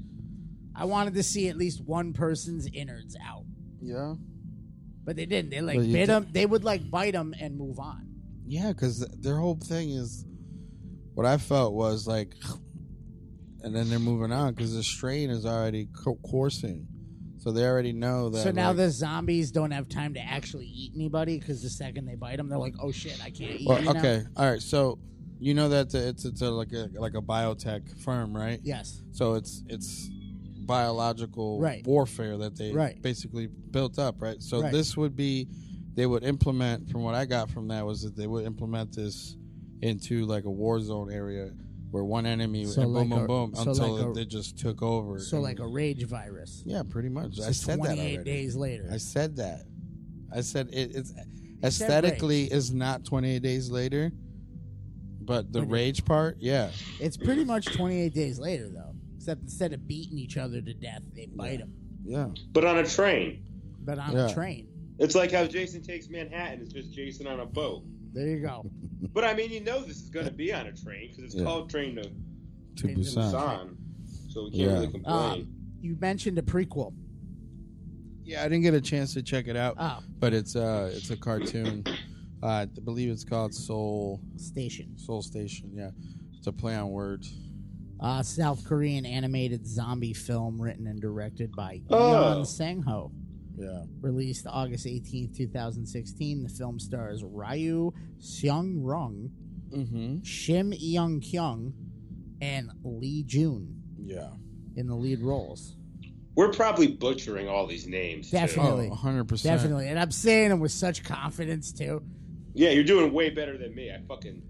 Speaker 7: I wanted to see at least one person's innards out,
Speaker 6: Yeah.
Speaker 7: but they didn't. They like
Speaker 6: But
Speaker 7: bit 'em
Speaker 6: you
Speaker 7: bit
Speaker 6: did-
Speaker 7: them. They would like bite them and move on.
Speaker 6: Yeah, because their whole thing is what I felt was like, and then they're moving on because the strain is already co- coursing, so they already know that.
Speaker 7: So now
Speaker 6: like-
Speaker 7: the zombies don't have time to actually eat anybody because the second they bite them, they're like, "Oh shit, I can't eat."
Speaker 6: Well,
Speaker 7: you now."
Speaker 6: okay, all right. So you know that the, it's it's a, like a like a biotech firm, right?
Speaker 7: Yes.
Speaker 6: So it's it's biological
Speaker 7: Right.
Speaker 6: warfare that they
Speaker 7: Right.
Speaker 6: basically built up, right? So
Speaker 7: Right.
Speaker 6: this would be they would implement from what I got from that was that they would implement this into like a war zone area where one enemy
Speaker 7: So
Speaker 6: and boom
Speaker 7: like a-
Speaker 6: boom boom
Speaker 7: so
Speaker 6: until
Speaker 7: like a-
Speaker 6: they just took over.
Speaker 7: So
Speaker 6: And-
Speaker 7: like a rage virus.
Speaker 6: yeah, pretty much.
Speaker 7: So
Speaker 6: I said that
Speaker 7: 28
Speaker 6: already.
Speaker 7: days later.
Speaker 6: I said that. I said it, it's aesthetically is not 28 days later, but the
Speaker 7: But it-
Speaker 6: rage part, yeah.
Speaker 7: It's pretty much 28 days later though. Except instead of beating each other to death, they bite them.
Speaker 6: Yeah.
Speaker 8: But on a train.
Speaker 7: But on a
Speaker 6: Yeah.
Speaker 7: train.
Speaker 8: It's like how Jason takes Manhattan. It's just Jason on a boat.
Speaker 7: There you go.
Speaker 8: But I mean, you know this is going to be on a train because it's
Speaker 6: Yeah.
Speaker 8: called Train to
Speaker 6: To
Speaker 7: Into
Speaker 6: Busan.
Speaker 8: Busan. So we can't
Speaker 6: Yeah.
Speaker 8: really complain.
Speaker 7: Um, you mentioned a prequel.
Speaker 6: Yeah, I didn't get a chance to check it out,
Speaker 7: Oh,
Speaker 6: but it's uh it's a cartoon. Uh, I believe it's called Soul
Speaker 7: stations.
Speaker 6: Soul Station. Yeah, it's a play on words.
Speaker 7: Uh, South Korean animated zombie film written and directed by
Speaker 8: Oh.
Speaker 7: Eon Sang-ho.
Speaker 6: Yeah.
Speaker 7: Released August 18th, 2016, the film stars Ryu Seung Rung,
Speaker 6: Mm-hmm.
Speaker 7: Shim Young Kyung, and Lee Jun
Speaker 6: Yeah.
Speaker 7: in the lead roles.
Speaker 8: We're probably butchering all these names. too.
Speaker 7: Definitely.
Speaker 6: Oh, 100%.
Speaker 7: Definitely. And I'm saying them with such confidence, too.
Speaker 8: Oh. Yeah, you're doing way better than me. I fucking.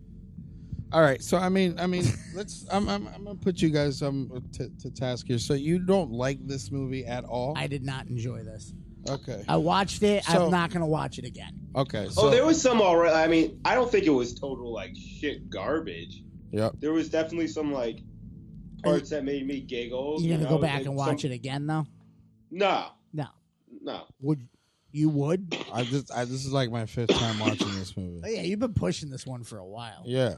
Speaker 6: All right, so I mean, I mean, let's. I'm, I'm, I'm gonna put you guys um to, to task here. So you don't like this movie at all?
Speaker 7: I did not enjoy this.
Speaker 6: okay,
Speaker 7: I watched it.
Speaker 6: So-
Speaker 7: I'm not going to watch it again.
Speaker 6: okay.
Speaker 8: oh,
Speaker 6: So,
Speaker 8: there was some alright. I mean, I don't think it was total like shit garbage.
Speaker 6: Yep.
Speaker 8: There was definitely some like parts that made me giggle.
Speaker 7: You're going to
Speaker 8: you
Speaker 7: go
Speaker 8: know,
Speaker 7: back and watch
Speaker 8: some-
Speaker 7: it again, though?
Speaker 8: No,
Speaker 7: No.
Speaker 8: no.
Speaker 7: Would You would?
Speaker 6: I just, I, this is like my fifth time watching this
Speaker 7: Oh,
Speaker 6: movie.
Speaker 7: yeah, you've been pushing this one for a while.
Speaker 6: Yeah,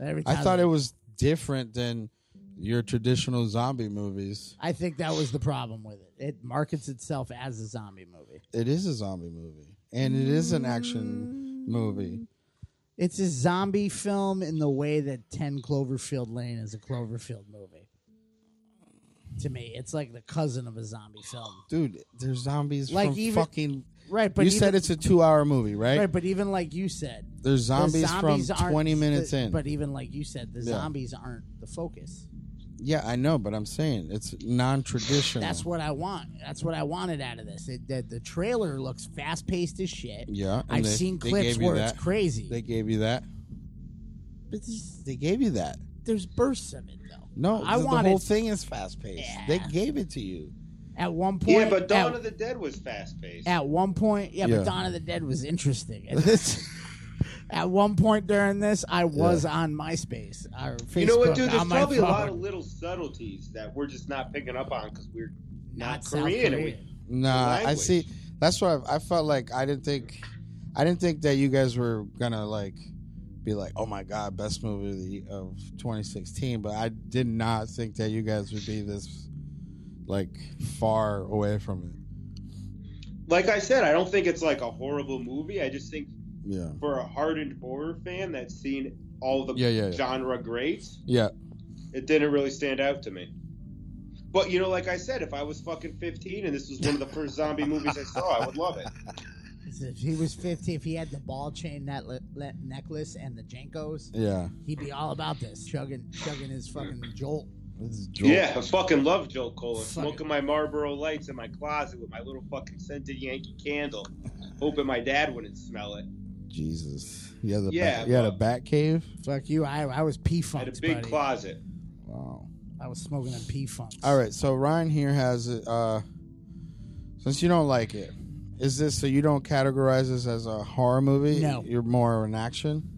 Speaker 7: Every
Speaker 6: I
Speaker 7: time-
Speaker 6: thought it was different than your traditional zombie movies.
Speaker 7: I think that was the problem with it. It markets itself as a zombie movie.
Speaker 6: It is a zombie movie, and it is an action movie.
Speaker 7: It's a zombie film in the way that 10 Cloverfield Lane is a Cloverfield movie. To me, it's like the cousin of a zombie film.
Speaker 6: Dude, there's zombies
Speaker 7: Like
Speaker 6: like from
Speaker 7: even-
Speaker 6: fucking.
Speaker 7: Right, but
Speaker 6: you
Speaker 7: even,
Speaker 6: said it's a two-hour movie, right?
Speaker 7: right, but even like you said,
Speaker 6: there's
Speaker 7: the
Speaker 6: zombies,
Speaker 7: zombies
Speaker 6: from
Speaker 7: aren't
Speaker 6: 20 minutes
Speaker 7: the-
Speaker 6: in.
Speaker 7: But even like you said, the
Speaker 6: Yeah.
Speaker 7: zombies aren't the focus.
Speaker 6: yeah, I know, but I'm saying it's non-traditional.
Speaker 7: That's what I want. That's what I wanted out of this. It, the, the trailer looks fast paced as shit.
Speaker 6: Yeah, and
Speaker 7: I've
Speaker 6: they-
Speaker 7: seen
Speaker 6: they
Speaker 7: clips
Speaker 6: gave you
Speaker 7: where
Speaker 6: that.
Speaker 7: it's crazy.
Speaker 6: They gave you that.
Speaker 7: but this,
Speaker 6: They gave you that.
Speaker 7: there's bursts of it though.
Speaker 6: No,
Speaker 7: I
Speaker 6: the, the
Speaker 7: wanted-
Speaker 6: whole thing is fast paced.
Speaker 7: Yeah.
Speaker 6: They gave it to you.
Speaker 7: At one point,
Speaker 8: Yeah, but Dawn
Speaker 7: at,
Speaker 8: of the Dead was fast paced.
Speaker 7: at one point, yeah,
Speaker 6: Yeah.
Speaker 7: but Dawn of the Dead was interesting. At, at one point during this, I was on MySpace or Facebook.
Speaker 8: You know what, dude? There's
Speaker 7: on my
Speaker 8: probably a lot
Speaker 7: phone.
Speaker 8: of little subtleties that we're just not picking up on because we're
Speaker 7: not
Speaker 8: not
Speaker 7: South
Speaker 8: Korean. and we-
Speaker 7: Korean.
Speaker 6: Nah, I
Speaker 8: language.
Speaker 6: see. That's why I, I felt like I didn't think, I didn't think that you guys were gonna like be like, oh my god, best movie of, the, of 2016. But I did not think that you guys would be this like far away from it.
Speaker 8: like I said, I don't think it's like a horrible movie. I just think
Speaker 6: Yeah,
Speaker 8: for a hardened horror fan that's seen all the
Speaker 6: Yeah, yeah, yeah.
Speaker 8: genre greats,
Speaker 6: yeah,
Speaker 8: it didn't really stand out to me. But you know, like I said, if I was fucking 15 and this was one of the first zombie movies I saw, I would love it.
Speaker 7: If he was 50, if he had the ball chain net, net necklace and the Jankos,
Speaker 6: yeah.
Speaker 7: he'd be all about this, chugging, chugging his fucking jolt.
Speaker 6: This is Joel.
Speaker 8: Yeah, I fucking love Joel Cole.
Speaker 7: Fuck
Speaker 8: Smoking my Marlboro lights in my closet with my little fucking scented Yankee candle, hoping my dad wouldn't smell it.
Speaker 6: Jesus. You had a
Speaker 8: Yeah,
Speaker 6: bat, you had a
Speaker 8: but-
Speaker 6: bat cave.
Speaker 7: Fuck you, I, I was pee
Speaker 8: I had a
Speaker 7: funked,
Speaker 8: big
Speaker 7: buddy.
Speaker 8: closet.
Speaker 6: Wow.
Speaker 7: I was smoking a pee funk.
Speaker 6: All right, so Ryan here has it. Uh, since you don't like it, is this so you don't categorize this as a horror movie?
Speaker 7: No.
Speaker 6: you're more of an action.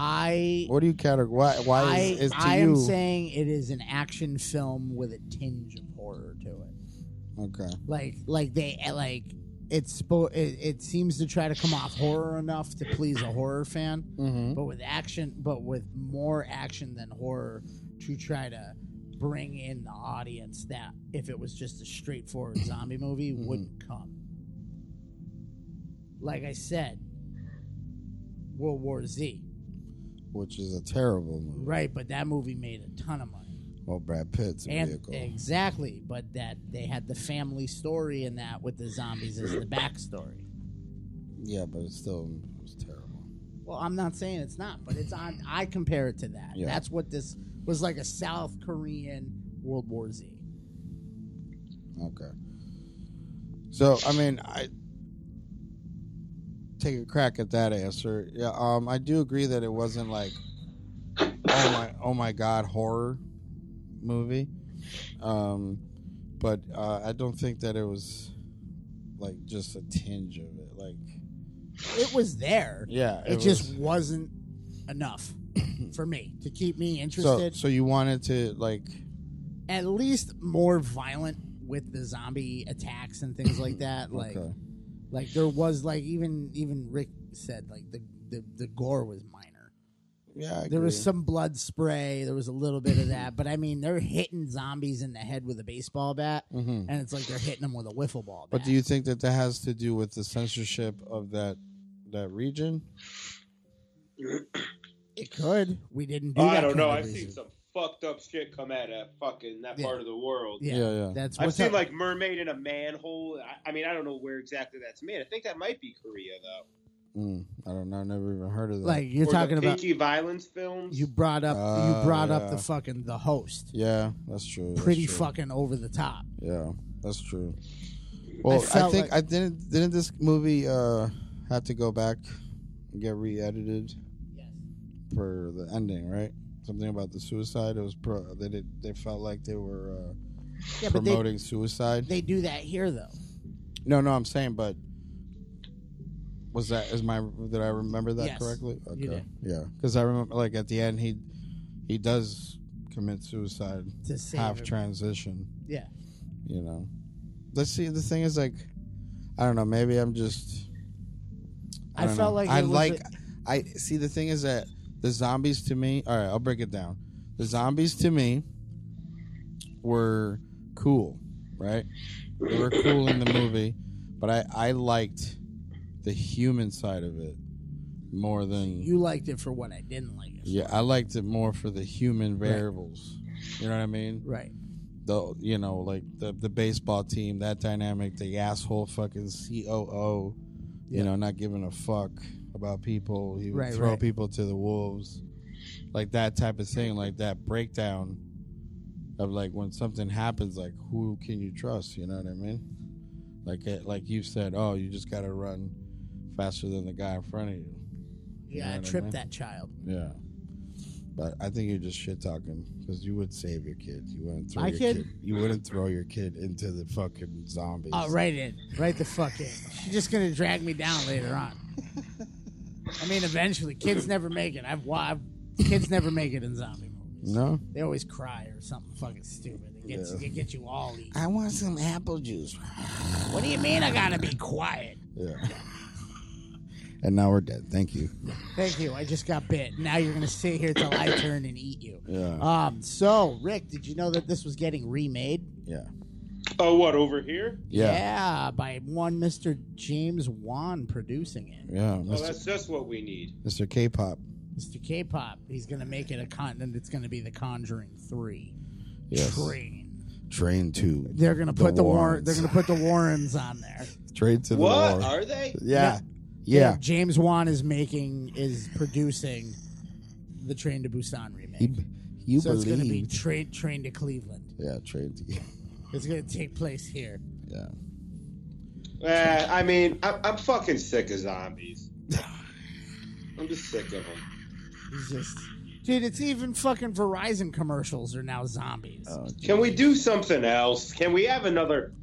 Speaker 7: I,
Speaker 6: What do you categorize? Why, why
Speaker 7: I,
Speaker 6: is, is to
Speaker 7: I
Speaker 6: you?
Speaker 7: am saying it is an action film with a tinge of horror to it.
Speaker 6: okay,
Speaker 7: like like they like it's spo- it, it seems to try to come off horror enough to please a horror fan
Speaker 6: Mhm.
Speaker 7: but with action but with more action than horror to try to bring in the audience that if it was just a straightforward zombie movie
Speaker 6: Mm-hmm.
Speaker 7: wouldn't come like i said world war z
Speaker 6: which is a terrible movie.
Speaker 7: right but that movie made a ton of money
Speaker 6: Well, Brad Pitt's a
Speaker 7: and
Speaker 6: vehicle.
Speaker 7: exactly but that they had the family story in that with the zombies as the backstory
Speaker 6: Yeah, but it's still it's terrible.
Speaker 7: Well, I'm not saying it's not, but it's on. I compare it to that.
Speaker 6: Yeah.
Speaker 7: That's what this was like a South Korean World War Z.
Speaker 6: Okay. So I mean, I take a crack at that answer. Yeah, um, I do agree that it wasn't like oh my oh my god horror movie, um, but uh, I don't think that it was like just a tinge of it. Like
Speaker 7: It was there.
Speaker 6: yeah,
Speaker 7: it just wasn't enough for me to keep me
Speaker 6: was- so
Speaker 7: interested.
Speaker 6: so you wanted to like
Speaker 7: At least more violent with the zombie attacks and things like that. Like,
Speaker 6: okay
Speaker 7: like there was like even even Rick said like the the, the gore was minor.
Speaker 6: yeah I
Speaker 7: There was
Speaker 6: agree.
Speaker 7: some blood spray. There was a little bit of that, but I mean, they're hitting zombies in the head with a baseball bat,
Speaker 6: Mm-hmm.
Speaker 7: and it's like they're hitting them with a wiffle ball. Bat.
Speaker 6: But do you think that that has to do with the censorship of that that region?
Speaker 7: It could. We didn't do
Speaker 8: Oh,
Speaker 7: that.
Speaker 8: I don't
Speaker 7: kind
Speaker 8: know.
Speaker 7: of
Speaker 8: I've
Speaker 7: reason.
Speaker 8: seen some fucked up shit come out of fucking that
Speaker 7: Yeah.
Speaker 8: part of the world.
Speaker 7: Yeah,
Speaker 6: Yeah, yeah.
Speaker 7: that's
Speaker 8: I've
Speaker 7: what's
Speaker 8: seen
Speaker 7: up.
Speaker 8: like mermaid in a manhole. I, I mean, I don't know where exactly that's made. I think that might be Korea though.
Speaker 6: Mm, I don't know. I've never even heard of that.
Speaker 7: like you're
Speaker 8: Or
Speaker 7: talking
Speaker 8: the
Speaker 7: about.
Speaker 8: Peaky Violence films.
Speaker 7: You brought up
Speaker 6: Oh,
Speaker 7: you brought up
Speaker 6: yeah.
Speaker 7: the fucking the host.
Speaker 6: yeah, that's true. that's
Speaker 7: Pretty
Speaker 6: true.
Speaker 7: fucking over the top.
Speaker 6: Yeah, that's true. Well, I,
Speaker 7: felt
Speaker 6: think
Speaker 7: like-
Speaker 6: I didn't. Didn't this movie uh have to go back and get re-edited for the ending, right? Something about the suicide. It was pro. They did, they felt like they were uh,
Speaker 7: Yeah, but they,
Speaker 6: promoting suicide.
Speaker 7: they do that here though.
Speaker 6: no, no, I'm saying, but was that is my did I remember that
Speaker 7: Yes,
Speaker 6: correctly?
Speaker 7: you did.
Speaker 6: yeah, because I remember like at the end he he does commit suicide
Speaker 7: To save
Speaker 6: half
Speaker 7: her.
Speaker 6: transition.
Speaker 7: Yeah.
Speaker 6: you know. Let's see. The thing is, like, I don't know. Maybe I'm just.
Speaker 7: I
Speaker 6: don't
Speaker 7: felt
Speaker 6: know.
Speaker 7: like
Speaker 6: I
Speaker 7: it was
Speaker 6: like. I see. The thing is that the zombies to me. All right, I'll break it down. The zombies to me were cool, right? They were cool in the movie, but I I liked the human side of it more than
Speaker 7: You liked it for what I didn't like it.
Speaker 6: Yeah, I liked it more for the human variables. You know what I mean?
Speaker 7: Right.
Speaker 6: the you know like the the baseball team that dynamic the asshole fucking COO you
Speaker 7: Yeah.
Speaker 6: know not giving a fuck about people he would
Speaker 7: Right,
Speaker 6: throw
Speaker 7: right.
Speaker 6: people to the wolves like that type of thing like that breakdown of like when something happens like who can you trust you know what I mean like it- like you said oh you just got to run faster than the guy in front of you
Speaker 7: Yeah, I
Speaker 6: what I
Speaker 7: tripped
Speaker 6: mean?
Speaker 7: that child.
Speaker 6: yeah but I think you're just shit talking because you would save your kid. You wouldn't throw
Speaker 7: My
Speaker 6: your
Speaker 7: kid?
Speaker 6: kid? You wouldn't throw your kid into the fucking zombies.
Speaker 7: Oh, right in. Right the fuck in. She's just gonna drag me down later on. I mean, eventually, kids never make it. I've, wa- I've kids never make it in zombie movies.
Speaker 6: No.
Speaker 7: They always cry or something fucking stupid. They get, you, they get you all. eat.
Speaker 6: I want some apple juice.
Speaker 7: What do you mean? I gotta be quiet.
Speaker 6: Yeah. and now we're dead. Thank you.
Speaker 7: Thank you. I just got bit. Now you're gonna sit here till I turn and eat you.
Speaker 6: Yeah.
Speaker 7: Um. So, Rick, did you know that this was getting remade?
Speaker 6: Yeah.
Speaker 8: oh, what over here?
Speaker 6: Yeah.
Speaker 7: by one Mr. James Wan producing it.
Speaker 6: Yeah.
Speaker 8: Oh,
Speaker 6: Mr.
Speaker 8: that's just what we need.
Speaker 6: Mr. K-pop.
Speaker 7: Mr. K-pop. He's gonna make it a con. and It's gonna be The Conjuring Three.
Speaker 6: Yes.
Speaker 7: Train.
Speaker 6: Train two.
Speaker 7: They're gonna put the war.
Speaker 6: Warrens.
Speaker 7: They're gonna put the Warrens on there.
Speaker 6: Train to the
Speaker 8: What
Speaker 6: war.
Speaker 8: are they?
Speaker 6: Yeah. Yeah.
Speaker 7: James Wan is making is producing the Train to Busan remake.
Speaker 6: You, you
Speaker 7: so it's gonna be
Speaker 6: believe?
Speaker 7: Train Train to Cleveland.
Speaker 6: yeah. Train to.
Speaker 7: It's gonna take place here.
Speaker 6: Yeah.
Speaker 8: Uh, I mean, I, I'm fucking sick of zombies. I'm just sick of them.
Speaker 7: It's just, dude. It's even fucking Verizon commercials are now zombies.
Speaker 6: Oh.
Speaker 8: Can we do something else? Can we have another?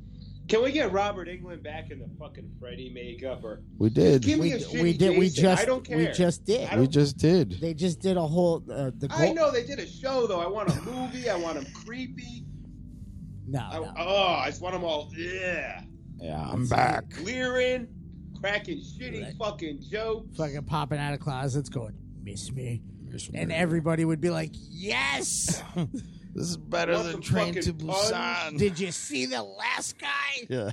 Speaker 8: Can we get Robert England back in the fucking Freddy makeup? Or
Speaker 6: We did.
Speaker 8: Give me
Speaker 7: we,
Speaker 8: a
Speaker 7: d-
Speaker 8: shitty
Speaker 7: we did. We
Speaker 8: Jason.
Speaker 7: just.
Speaker 8: I don't
Speaker 7: We
Speaker 8: care.
Speaker 7: just did.
Speaker 8: I
Speaker 6: we
Speaker 8: don't-
Speaker 6: just did.
Speaker 7: They just did a whole uh, the.
Speaker 8: I
Speaker 7: goal-
Speaker 8: know they did a show though. I want a movie. I want them creepy.
Speaker 7: No,
Speaker 8: I,
Speaker 7: no.
Speaker 8: oh, I just want them all. Yeah,
Speaker 6: yeah. I'm back.
Speaker 8: leering, cracking shitty
Speaker 7: Right.
Speaker 8: fucking joke.
Speaker 7: fucking popping out of closets, going miss me, and everybody would be like, "Yes,
Speaker 6: This is better
Speaker 8: Want
Speaker 6: than
Speaker 8: some
Speaker 6: Train to
Speaker 8: fucking puns?
Speaker 6: Busan.
Speaker 7: did you see the last guy?"
Speaker 6: Yeah.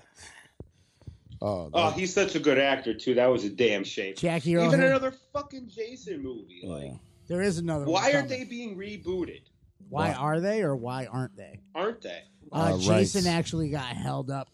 Speaker 6: Oh,
Speaker 8: Oh,
Speaker 6: that-
Speaker 8: he's such a good actor too. That was a damn shame.
Speaker 7: Jackie
Speaker 8: Even
Speaker 7: Earl. Haley-
Speaker 8: another fucking Jason movie. Like,
Speaker 7: there is another. one
Speaker 8: why aren't
Speaker 7: coming.
Speaker 8: they being rebooted?
Speaker 7: Why are they or why aren't they?
Speaker 8: Aren't they?
Speaker 7: Uh,
Speaker 6: Uh,
Speaker 7: Jason
Speaker 6: rights.
Speaker 7: actually got held up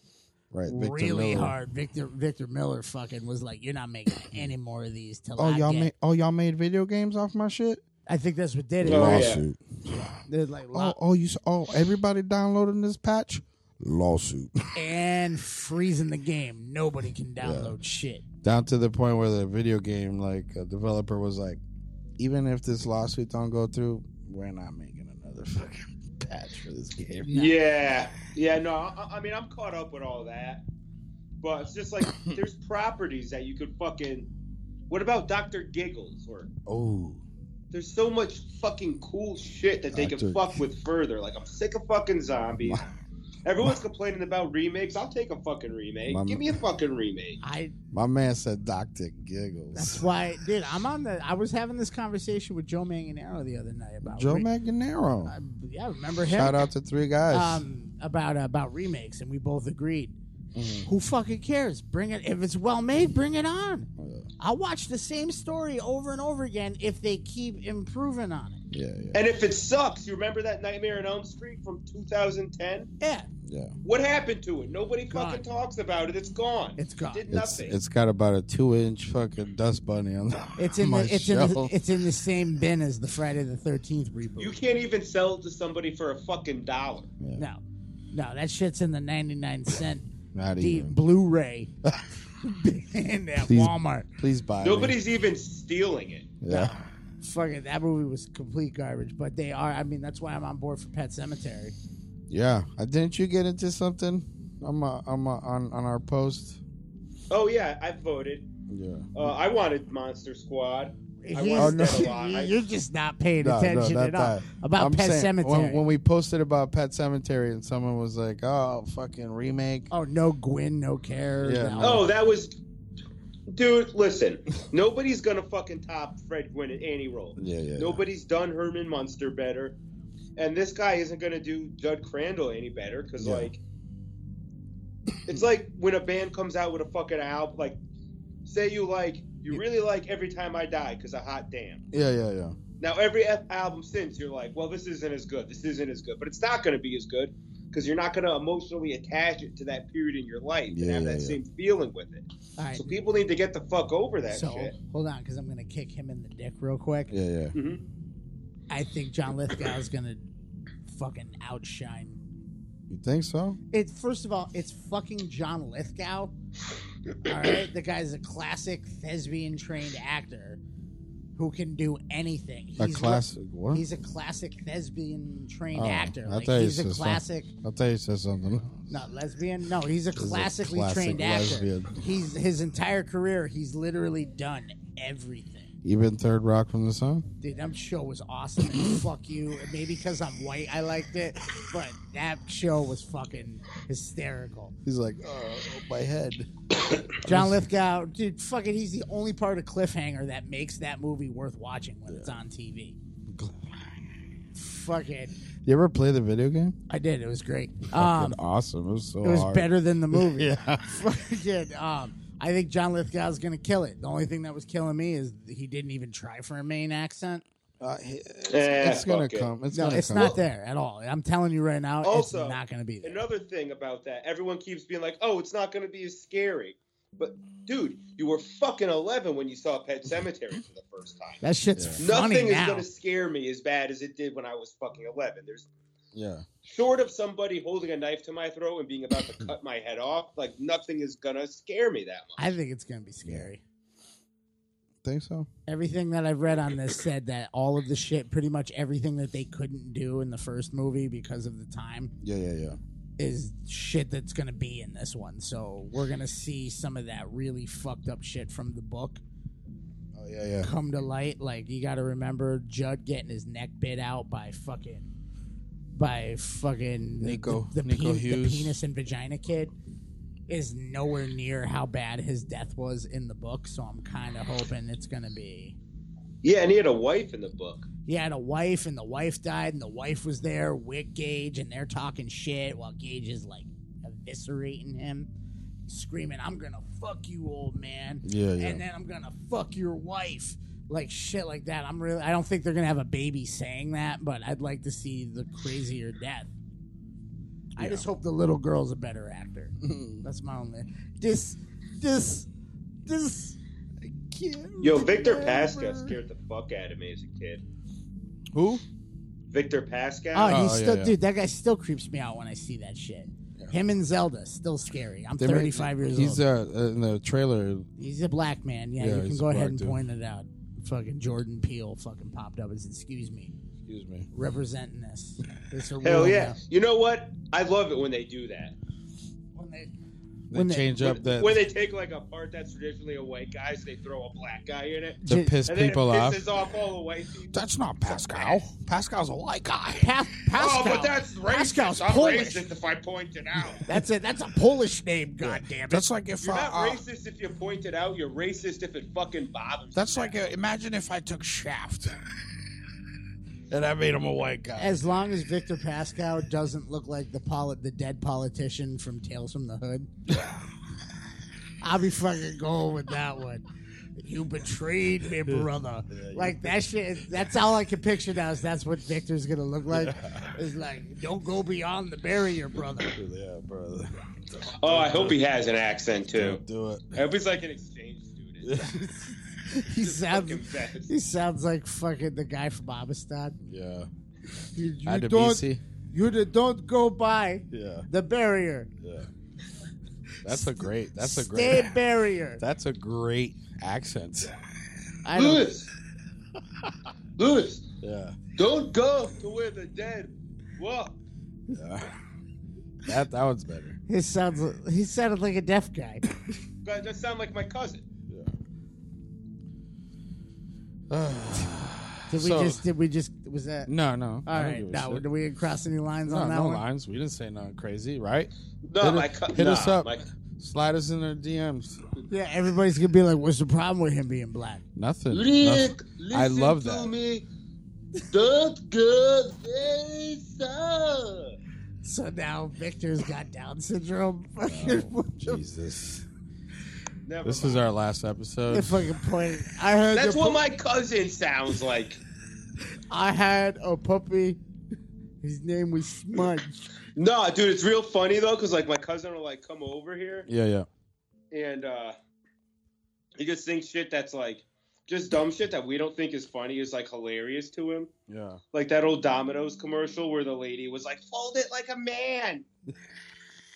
Speaker 6: right. Victor
Speaker 7: really
Speaker 6: Miller.
Speaker 7: hard. Victor Victor Miller fucking was like, "You're not making any more of these till
Speaker 6: Oh,
Speaker 7: I
Speaker 6: y'all
Speaker 7: get."
Speaker 6: made oh y'all made video games off my shit.
Speaker 7: I think that's what did it.
Speaker 8: Oh,
Speaker 7: right?
Speaker 8: yeah.
Speaker 7: They're like,
Speaker 6: Oh,
Speaker 7: lo-
Speaker 6: oh, you s- oh everybody downloading this patch lawsuit.
Speaker 7: and freezing the game. Nobody can download shit.
Speaker 6: Down to the point where the video game like uh, developer was like, even if this lawsuit don't go through, we're not making another fucking patch for this game.
Speaker 8: Yeah, yeah, no. I, I mean, I'm caught up with all that, but it's just like there's properties that you could fucking. What about Doctor Giggles? Or
Speaker 6: Oh,
Speaker 8: there's so much fucking cool shit that they
Speaker 6: Dr.
Speaker 8: can fuck with further. Like I'm sick of fucking zombies. Everyone's complaining about remakes. I'll take a fucking remake.
Speaker 6: My-
Speaker 8: Give me a fucking remake.
Speaker 7: I
Speaker 6: my man said Doctor
Speaker 7: That's
Speaker 6: Giggles.
Speaker 7: why, dude. I'm on the. I was having this conversation with Joe Manganaro the other night about
Speaker 6: Joe
Speaker 7: re-
Speaker 6: Manganero.
Speaker 7: I- yeah, I remember him.
Speaker 6: Shout out to three guys.
Speaker 7: Um, about about remakes, and we both agreed.
Speaker 6: Mm-hmm.
Speaker 7: Who fucking cares? Bring it if it's well made. Bring it on. I'll watch the same story over and over again if they keep improving on it.
Speaker 6: Yeah, yeah,
Speaker 8: And if it sucks, you remember that Nightmare on Elm Street from 2010?
Speaker 7: Yeah,
Speaker 6: yeah.
Speaker 8: What happened to it? Nobody
Speaker 7: Gone.
Speaker 8: fucking talks about it. It's gone.
Speaker 7: It's gone.
Speaker 8: It did
Speaker 6: It's,
Speaker 8: nothing.
Speaker 6: it's got about a two inch fucking dust bunny on the
Speaker 7: it's in
Speaker 6: my
Speaker 7: the it's in
Speaker 6: shelf.
Speaker 7: the, it's in the same bin as the Friday the Thirteenth reboot.
Speaker 8: you can't even sell it to somebody for a fucking dollar.
Speaker 7: no, no, that shit's in the ninety nine cent
Speaker 6: Not
Speaker 7: the
Speaker 6: even.
Speaker 7: Blu-ray bin at
Speaker 6: Please-
Speaker 7: Walmart.
Speaker 6: Please buy. me.
Speaker 8: Nobody's even stealing it.
Speaker 6: Yeah.
Speaker 7: Fucking that movie was complete garbage, but they are. I mean, that's why I'm on board for Pet Cemetery.
Speaker 6: Yeah. Uh, didn't you get into something? I'm uh, I'm uh, on on our post.
Speaker 8: Oh yeah, I voted.
Speaker 6: Yeah.
Speaker 8: Uh, I wanted Monster Squad. I
Speaker 7: He's-
Speaker 8: wanted
Speaker 6: Oh,
Speaker 8: Dead Alive.
Speaker 7: You're just not paying
Speaker 6: No, no,
Speaker 7: attention
Speaker 6: not
Speaker 7: at all
Speaker 6: that.
Speaker 7: about
Speaker 6: I'm
Speaker 7: Pet
Speaker 6: saying,
Speaker 7: Cemetery.
Speaker 6: When, when we posted about Pet Cemetery, and someone was like, "Oh, fucking remake."
Speaker 7: oh no, Gwyn, no care.
Speaker 6: Yeah,
Speaker 7: no.
Speaker 8: Oh, that was. Dude, listen. Nobody's gonna fucking top Fred Gwynn and Annie Roll.
Speaker 6: Yeah, yeah, yeah.
Speaker 8: Nobody's done Herman Munster better, and this guy isn't gonna do Judd Crandall any better because
Speaker 6: Yeah.
Speaker 8: like, it's like when a band comes out with a fucking album. Like, say you like you really like Every Time I Die because a hot damn.
Speaker 6: Yeah, yeah, yeah.
Speaker 8: Now every F album since you're like, well, this isn't as good. This isn't as good, but it's not gonna be as good because you're not gonna emotionally attach it to that period in your life and
Speaker 6: Yeah,
Speaker 8: have
Speaker 6: yeah,
Speaker 8: that
Speaker 6: yeah.
Speaker 8: same feeling with it.
Speaker 7: all right.
Speaker 8: So people need to get the fuck over that
Speaker 7: So
Speaker 8: shit.
Speaker 7: hold on, because I'm gonna kick him in the dick real quick.
Speaker 6: Yeah, yeah.
Speaker 8: Mm-hmm.
Speaker 7: I think John Lithgow is gonna fucking outshine.
Speaker 6: You think so?
Speaker 7: It first of all, it's fucking John Lithgow. All right, the guy's a classic thespian trained actor who can do anything. He's
Speaker 6: A
Speaker 7: what-
Speaker 6: classic what?
Speaker 7: He's a classic thespian trained
Speaker 6: Oh,
Speaker 7: actor.
Speaker 6: I
Speaker 7: Like
Speaker 6: thought you
Speaker 7: he's a
Speaker 6: said some-
Speaker 7: classic,
Speaker 6: I thought you said something.
Speaker 7: not lesbian. No, he's a classically
Speaker 6: classic
Speaker 7: trained
Speaker 6: lesbian.
Speaker 7: actor. He's his entire career. He's literally done everything.
Speaker 6: Even third rock from the sun.
Speaker 7: Dude, that show was awesome. And fuck you. And Maybe because I'm white, I liked it. But that show was fucking hysterical.
Speaker 6: He's like, oh, my head.
Speaker 7: John Lithgow, dude, fucking, he's the only part of Cliffhanger that makes that movie worth watching when it's on TV. Fucking,
Speaker 6: You ever play the video game?
Speaker 7: I did. It was great.
Speaker 6: Fucking
Speaker 7: Um,
Speaker 6: awesome. It was so
Speaker 7: it was
Speaker 6: hard.
Speaker 7: better than the movie.
Speaker 6: Yeah.
Speaker 7: Fucking, um, I think John Lithgow's gonna kill it. The only thing that was killing me is he didn't even try for a Maine accent.
Speaker 6: Uh, it's
Speaker 8: Eh,
Speaker 6: it's gonna
Speaker 8: fuck it.
Speaker 6: come. It's
Speaker 7: No,
Speaker 6: gonna
Speaker 7: it's
Speaker 6: come.
Speaker 7: not there at all. I'm telling you right now,
Speaker 8: Also,
Speaker 7: it's not gonna be there.
Speaker 8: Another thing about that, everyone keeps being like, "Oh, it's not going to be as scary," but dude, you were fucking eleven when you saw Pet Cemetery for the first time.
Speaker 7: That shit's funny
Speaker 8: Nothing is
Speaker 7: now.
Speaker 8: going to scare me as bad as it did when I was fucking eleven. There's
Speaker 6: Yeah.
Speaker 8: short of somebody holding a knife to my throat and being about to cut my head off. Like nothing is going to scare me that much.
Speaker 7: I think it's gonna be scary.
Speaker 6: Think so?
Speaker 7: Everything that I've read on this said that all of the shit, pretty much everything that they couldn't do in the first movie because of the time,
Speaker 6: Yeah, yeah, yeah.
Speaker 7: is shit that's gonna be in this one. So we're gonna see some of that really fucked up shit from the book.
Speaker 6: Oh yeah, yeah.
Speaker 7: come to light. Like you got to remember Judd getting his neck bit out by fucking by fucking the-
Speaker 6: Nico-
Speaker 7: the, the,
Speaker 6: Nico
Speaker 7: pen- the
Speaker 6: Hughes.
Speaker 7: penis and vagina kid is nowhere near how bad his death was in the book. So I'm kind of hoping it's gonna be.
Speaker 8: Yeah, and he had a wife in the book.
Speaker 7: He had a wife, and the wife died, and the wife was there with Gage, and they're talking shit while Gage is like eviscerating him, screaming, "I'm gonna fuck you, old man."
Speaker 6: Yeah, yeah.
Speaker 7: and then I'm gonna fuck your wife, like shit like that. I'm really, I don't think they're gonna have a baby saying that, but I'd like to see the crazier death. I just hope the little girl's a better actor. That's my only. This, this, this. I can't
Speaker 8: Yo, Victor
Speaker 7: remember.
Speaker 8: Pascal scared the fuck out of me as a kid.
Speaker 6: Who?
Speaker 8: Victor Pascal.
Speaker 7: Oh,
Speaker 6: Oh,
Speaker 7: he's
Speaker 6: yeah,
Speaker 7: still,
Speaker 6: yeah.
Speaker 7: dude. That guy still creeps me out when I see that shit. Him and Zelda still scary. I'm
Speaker 6: They make-
Speaker 7: 35 years
Speaker 6: He's
Speaker 7: old.
Speaker 6: uh, in the trailer.
Speaker 7: he's a black man. Yeah,
Speaker 6: Yeah,
Speaker 7: you can
Speaker 6: he's a
Speaker 7: go ahead
Speaker 6: black
Speaker 7: and
Speaker 6: dude.
Speaker 7: point it out. Fucking Jordan Peele fucking popped up and said, "Excuse me,
Speaker 6: Excuse me.
Speaker 7: representing this. This a
Speaker 8: Hell
Speaker 7: real
Speaker 8: yeah!
Speaker 7: now."
Speaker 8: You know what? I love it when they do that.
Speaker 7: When they-
Speaker 6: They
Speaker 7: When they-
Speaker 6: change up that
Speaker 8: when they take like a part that's traditionally a white guy's, they throw a black guy in it.
Speaker 6: to
Speaker 7: J-
Speaker 6: piss
Speaker 8: And then
Speaker 6: people
Speaker 8: it
Speaker 6: off.
Speaker 8: pisses off all the white people.
Speaker 6: That's not Pascal. Pascal's a white guy.
Speaker 7: Pa- Pascal.
Speaker 8: Oh, but that's racist.
Speaker 7: Pascal's
Speaker 8: I'm
Speaker 7: Polish.
Speaker 8: racist if I point it out.
Speaker 7: That's it. That's a Polish name. God damn it.
Speaker 9: That's like if
Speaker 8: You're
Speaker 9: I.
Speaker 8: not
Speaker 9: uh,
Speaker 8: racist if you point it out. You're racist if it fucking bothers.
Speaker 9: that's like uh imagine if I took Shaft, and I made him a white guy.
Speaker 7: As long as Victor Pascal doesn't look like the polit- the dead politician from Tales from the Hood, I'll be fucking going with that one. You betrayed me, brother. like that shit. That's all I can picture now. Is that's what Victor's gonna look like? Is like, don't go beyond the barrier, brother.
Speaker 6: Yeah, brother.
Speaker 8: Oh, I hope he has an accent too.
Speaker 6: Don't do it.
Speaker 8: I hope he's like an exchange student.
Speaker 7: He
Speaker 8: fucking
Speaker 7: sounds.
Speaker 8: best.
Speaker 7: He sounds like fucking the guy from Amistad.
Speaker 6: Yeah.
Speaker 7: You, you
Speaker 6: At the
Speaker 7: don't.
Speaker 6: BC?
Speaker 7: You d- don't go by
Speaker 6: Yeah.
Speaker 7: the barrier.
Speaker 6: Yeah. That's a great. That's a
Speaker 7: Stay
Speaker 6: great.
Speaker 7: barrier.
Speaker 6: That's a great accent.
Speaker 7: I don't.
Speaker 8: Lewis, Lewis,
Speaker 6: Yeah.
Speaker 8: don't go to where the dead walk.
Speaker 6: yeah. That that one's better.
Speaker 7: He sounds. He sounded like a deaf guy.
Speaker 8: Guys, that sound like my cousin.
Speaker 6: Yeah.
Speaker 7: Did we
Speaker 6: So-
Speaker 7: just? Did we just? Was that?
Speaker 6: No, no.
Speaker 7: All right. No,
Speaker 6: no,
Speaker 7: we didn't cross any lines
Speaker 6: no,
Speaker 7: on that
Speaker 6: no
Speaker 7: one.
Speaker 6: lines. We didn't say nothing crazy, right?
Speaker 8: No,
Speaker 6: Hit us-
Speaker 8: my cousin.
Speaker 6: hit us up.
Speaker 8: My,
Speaker 6: Slide us in our DMs.
Speaker 7: Yeah, everybody's gonna be like, "What's the problem with him being black?"
Speaker 6: Nothing.
Speaker 8: Rick,
Speaker 6: Nothing.
Speaker 8: listen
Speaker 6: I love
Speaker 8: to
Speaker 6: that.
Speaker 8: me. Don't go very far.
Speaker 7: So now Victor's got Down syndrome.
Speaker 6: Oh.
Speaker 7: Fucking, what the
Speaker 6: Jesus.
Speaker 8: Never
Speaker 6: This
Speaker 8: mind.
Speaker 6: is our last
Speaker 7: f-
Speaker 6: episode.
Speaker 7: fucking point. I heard.
Speaker 8: That's
Speaker 7: the
Speaker 8: what my cousin sounds like.
Speaker 7: I had a puppy. His name was Smudge.
Speaker 8: No, dude, it's real funny though, because like my cousin will like come over here
Speaker 6: Yeah, yeah.
Speaker 8: and uh he just thinks shit that's like just dumb shit that we don't think is funny is like hilarious to him.
Speaker 6: Yeah.
Speaker 8: Like that old Domino's commercial where the lady was like, "Fold it like a man."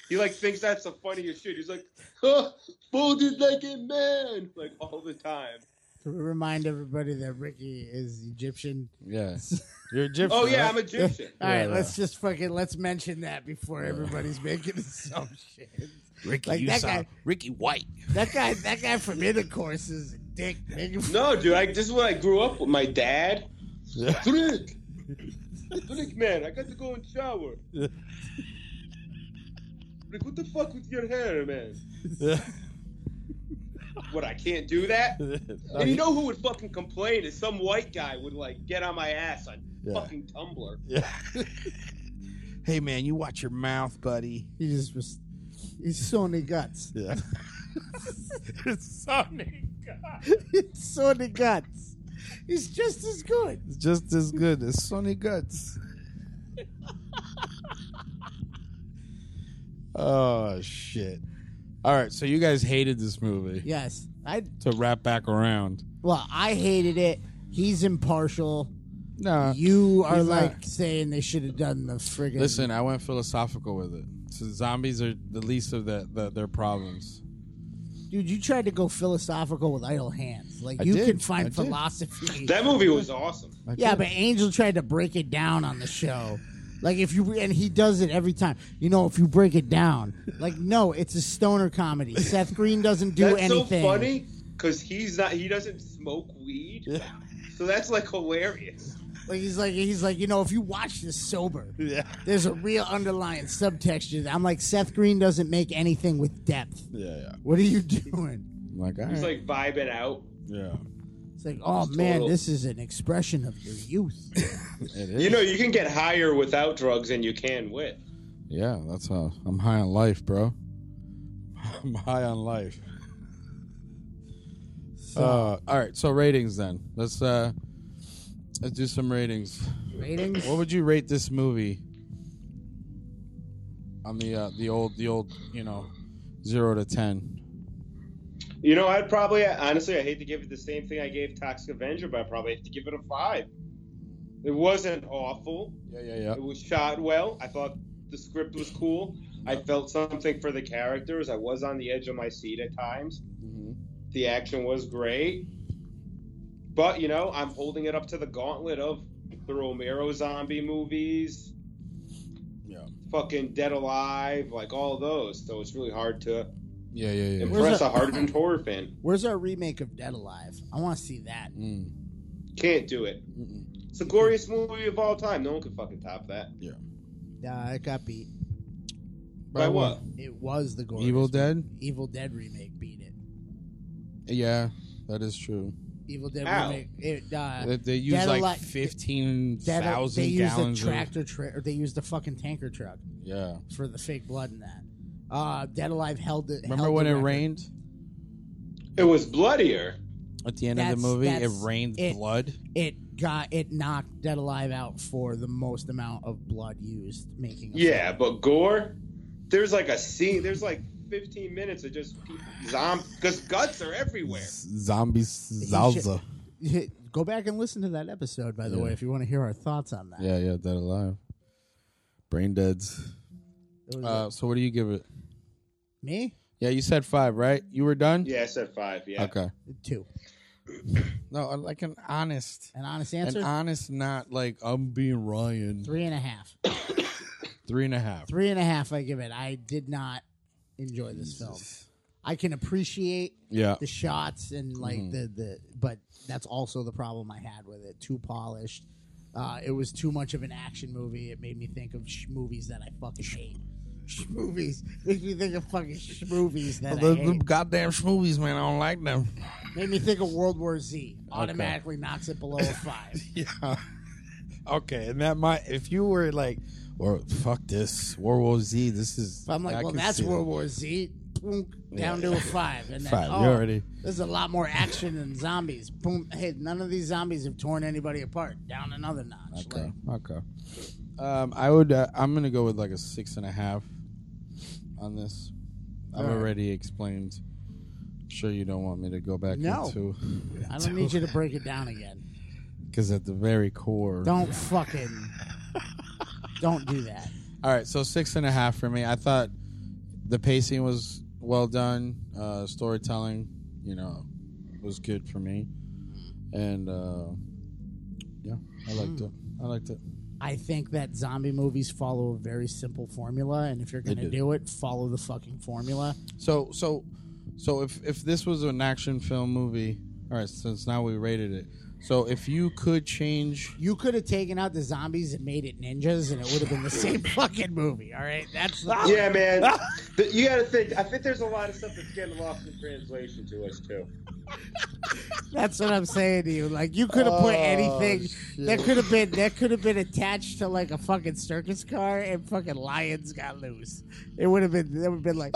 Speaker 8: he like thinks that's the funniest shit. He's like, huh, "Fold it like a man," like all the time.
Speaker 7: To remind everybody that Ricky is Egyptian.
Speaker 6: Yeah. You're Egyptian.
Speaker 8: Oh yeah,
Speaker 6: right?
Speaker 8: I'm Egyptian.
Speaker 7: All right,
Speaker 6: Yeah,
Speaker 7: let's just fucking let's mention that before everybody's making some shit.
Speaker 9: Ricky,
Speaker 7: Like
Speaker 9: you
Speaker 7: that
Speaker 9: sound
Speaker 7: guy-
Speaker 9: Ricky White.
Speaker 7: That guy, that guy from Intercourse is a dick. nigga.
Speaker 8: No, dude, I, this is what I grew up with. My dad, Rick, Rick, man, I got to go and shower. Rick, what the fuck with your hair, man? What I can't do that? And you know who would fucking complain is some white guy would like get on my ass on
Speaker 6: Yeah.
Speaker 8: fucking Tumblr.
Speaker 9: Hey man, you watch your mouth, buddy.
Speaker 7: He just was. He's Sony guts.
Speaker 6: Yeah.
Speaker 9: It's Sonic.
Speaker 7: It's Sony guts. He's just as good.
Speaker 6: It's just as good as Sonny Guts. oh shit. All right, so you guys hated this movie.
Speaker 7: Yes, I.
Speaker 6: To wrap back around.
Speaker 7: Well, I hated it. He's impartial.
Speaker 6: No.
Speaker 7: You are
Speaker 6: he's
Speaker 7: like
Speaker 6: not.
Speaker 7: saying they should have done the friggin'
Speaker 6: Listen, I went philosophical with it. So zombies are the least of the, the, their problems.
Speaker 7: dude. You tried to go philosophical with idle hands. Like
Speaker 6: I
Speaker 7: you
Speaker 6: did.
Speaker 7: can
Speaker 6: I
Speaker 7: find
Speaker 6: did.
Speaker 7: philosophy.
Speaker 8: That movie was awesome.
Speaker 6: I
Speaker 7: yeah,
Speaker 6: did.
Speaker 7: but Angel tried to break it down on the show. Like if you and he does it every time. You know, if you break it down, like no, it's a stoner comedy. Seth Green doesn't do
Speaker 8: that's
Speaker 7: anything.
Speaker 8: so funny because he's not. He doesn't smoke weed, so that's like hilarious.
Speaker 7: Like he's like he's like you know if you watch this sober,
Speaker 6: Yeah.
Speaker 7: there's a real underlying subtext. to that. I'm like Seth Green doesn't make anything with depth.
Speaker 6: Yeah, yeah.
Speaker 7: What are you doing?
Speaker 6: I'm like, all right.
Speaker 8: He's like vibing out.
Speaker 6: yeah.
Speaker 7: It's like oh man,
Speaker 8: total-
Speaker 7: this is an expression of your youth.
Speaker 6: It is.
Speaker 8: You know, you can get higher without drugs than you can with.
Speaker 6: yeah, that's how I'm high on life, bro. I'm high on life. Uh, all right, so ratings then. Let's uh let's do some ratings.
Speaker 7: Ratings.
Speaker 6: What would you rate this movie on the uh, the old the old you know zero to ten?
Speaker 8: You know, I'd probably honestly, I hate to give it the same thing I gave Toxic Avenger, but I probably have to give it a five. It wasn't awful.
Speaker 6: Yeah, yeah, yeah.
Speaker 8: It was shot well. I thought the script was cool. I felt something for the characters. I was on the edge of my seat at times.
Speaker 6: Mm-hmm.
Speaker 8: The action was great. But, you know, I'm holding it up to the gauntlet of the Romero zombie movies,
Speaker 6: Yeah,
Speaker 8: fucking Dead Alive, like all those. So it's really hard to
Speaker 6: yeah, yeah, yeah.
Speaker 8: impress
Speaker 7: that-
Speaker 8: a hardened horror fan.
Speaker 7: Where's our remake of Dead Alive? I want to see that.
Speaker 6: Mm.
Speaker 8: Can't do it.
Speaker 6: Mm-mm.
Speaker 8: It's the glorious movie of all time. No one can fucking top that.
Speaker 7: Nah, it got beat.
Speaker 8: By what?
Speaker 7: It was the gorgeous
Speaker 6: Evil Dead.
Speaker 7: Evil Dead remake beat it.
Speaker 6: Yeah, that is true.
Speaker 7: Evil Dead
Speaker 8: Ow.
Speaker 7: remake. It, uh,
Speaker 6: They, they use
Speaker 7: Dead
Speaker 6: like
Speaker 7: Alive-
Speaker 6: fifteen
Speaker 7: Dead- they
Speaker 6: thousand
Speaker 7: used a
Speaker 6: gallons. of,
Speaker 7: tractor, tra- or they used a fucking tanker truck
Speaker 6: yeah.
Speaker 7: for the fake blood in that. Uh, Dead Alive held it.
Speaker 6: Remember
Speaker 7: held
Speaker 6: when
Speaker 7: the
Speaker 6: it
Speaker 7: record.
Speaker 6: rained?
Speaker 8: It was bloodier.
Speaker 6: At the end of
Speaker 7: That's-
Speaker 6: the movie, it
Speaker 7: that's
Speaker 6: rained
Speaker 7: it.
Speaker 6: blood.
Speaker 7: It got it knocked Dead Alive out for the most amount of blood used making. a
Speaker 8: Yeah,
Speaker 7: film.
Speaker 8: but gore, there's like a scene. There's like 15 minutes of just zombie because guts are everywhere.
Speaker 6: Zombie Zalza.
Speaker 7: go back and listen to that episode, by the way, if you want to hear our thoughts on that.
Speaker 6: Yeah, yeah, dead alive. Brain deads.
Speaker 7: It was
Speaker 6: Uh,
Speaker 7: like,
Speaker 6: so what do you give it?
Speaker 7: me
Speaker 6: Yeah, you said five, right? You were done.
Speaker 8: Yeah, I said five. Yeah.
Speaker 6: Okay.
Speaker 7: two.
Speaker 6: No, I like an honest,
Speaker 7: An honest answer:
Speaker 6: an honest, not like I'm being Ryan.
Speaker 7: three and a half.
Speaker 6: Three and a half.
Speaker 7: Three and a half. I give it. I did not enjoy this film. I can appreciate
Speaker 6: Yeah.
Speaker 7: the shots and like
Speaker 6: Mm-hmm.
Speaker 7: the the, but that's also the problem I had with it. Too polished. Uh, it was too much of an action movie. It made me think of sh- movies that I fucking hate. Sh- movies makes me think of fucking sh- movies that I
Speaker 9: The,
Speaker 7: hate.
Speaker 9: goddamn smoothies, man. I don't like them.
Speaker 7: Made me think of World War Z. Automatically knocks it below a five.
Speaker 6: Yeah. okay, and that might if you were like, or fuck this World War Z. This is.
Speaker 7: But I'm like,
Speaker 6: I
Speaker 7: well,
Speaker 6: can
Speaker 7: that's
Speaker 6: see
Speaker 7: World
Speaker 6: that.
Speaker 7: War Z. Boom, down to a five, and then
Speaker 6: Five,
Speaker 7: oh,
Speaker 6: you already-
Speaker 7: there's a lot more action than zombies. Boom, hey, none of these zombies have torn anybody apart. Down another notch.
Speaker 6: Okay.
Speaker 7: Like,
Speaker 6: Okay. Um, I would. Uh, I'm gonna go with like a six and a half on this. I've
Speaker 7: Alright.
Speaker 6: already explained. I'm sure you don't want me to go back
Speaker 7: No.
Speaker 6: into
Speaker 7: I don't need you to break it down again.
Speaker 6: because at the very core.
Speaker 7: Don't fucking, don't do that.
Speaker 6: All right, so six and a half for me. I thought the pacing was well done. Uh, storytelling, you know, was good for me, and uh, yeah, I liked
Speaker 7: Hmm.
Speaker 6: it. I liked it.
Speaker 7: I think that zombie movies follow a very simple formula, and if you're gonna
Speaker 6: do.
Speaker 7: do it, follow the fucking formula.
Speaker 6: So so so if if this was an action film movie, all right, since now we rated it. So if you could change
Speaker 7: You could have taken out the zombies and made it ninjas, and it would have been the same fucking movie. All right, that's the
Speaker 8: Yeah, man. Th- you got to think. I think there's a lot of stuff that's getting lost in translation to us too.
Speaker 7: That's what I'm saying to you. Like you could have put
Speaker 6: Oh,
Speaker 7: anything that could have been that could have been attached to like a fucking circus car and fucking lions got loose. It would have been it would have been like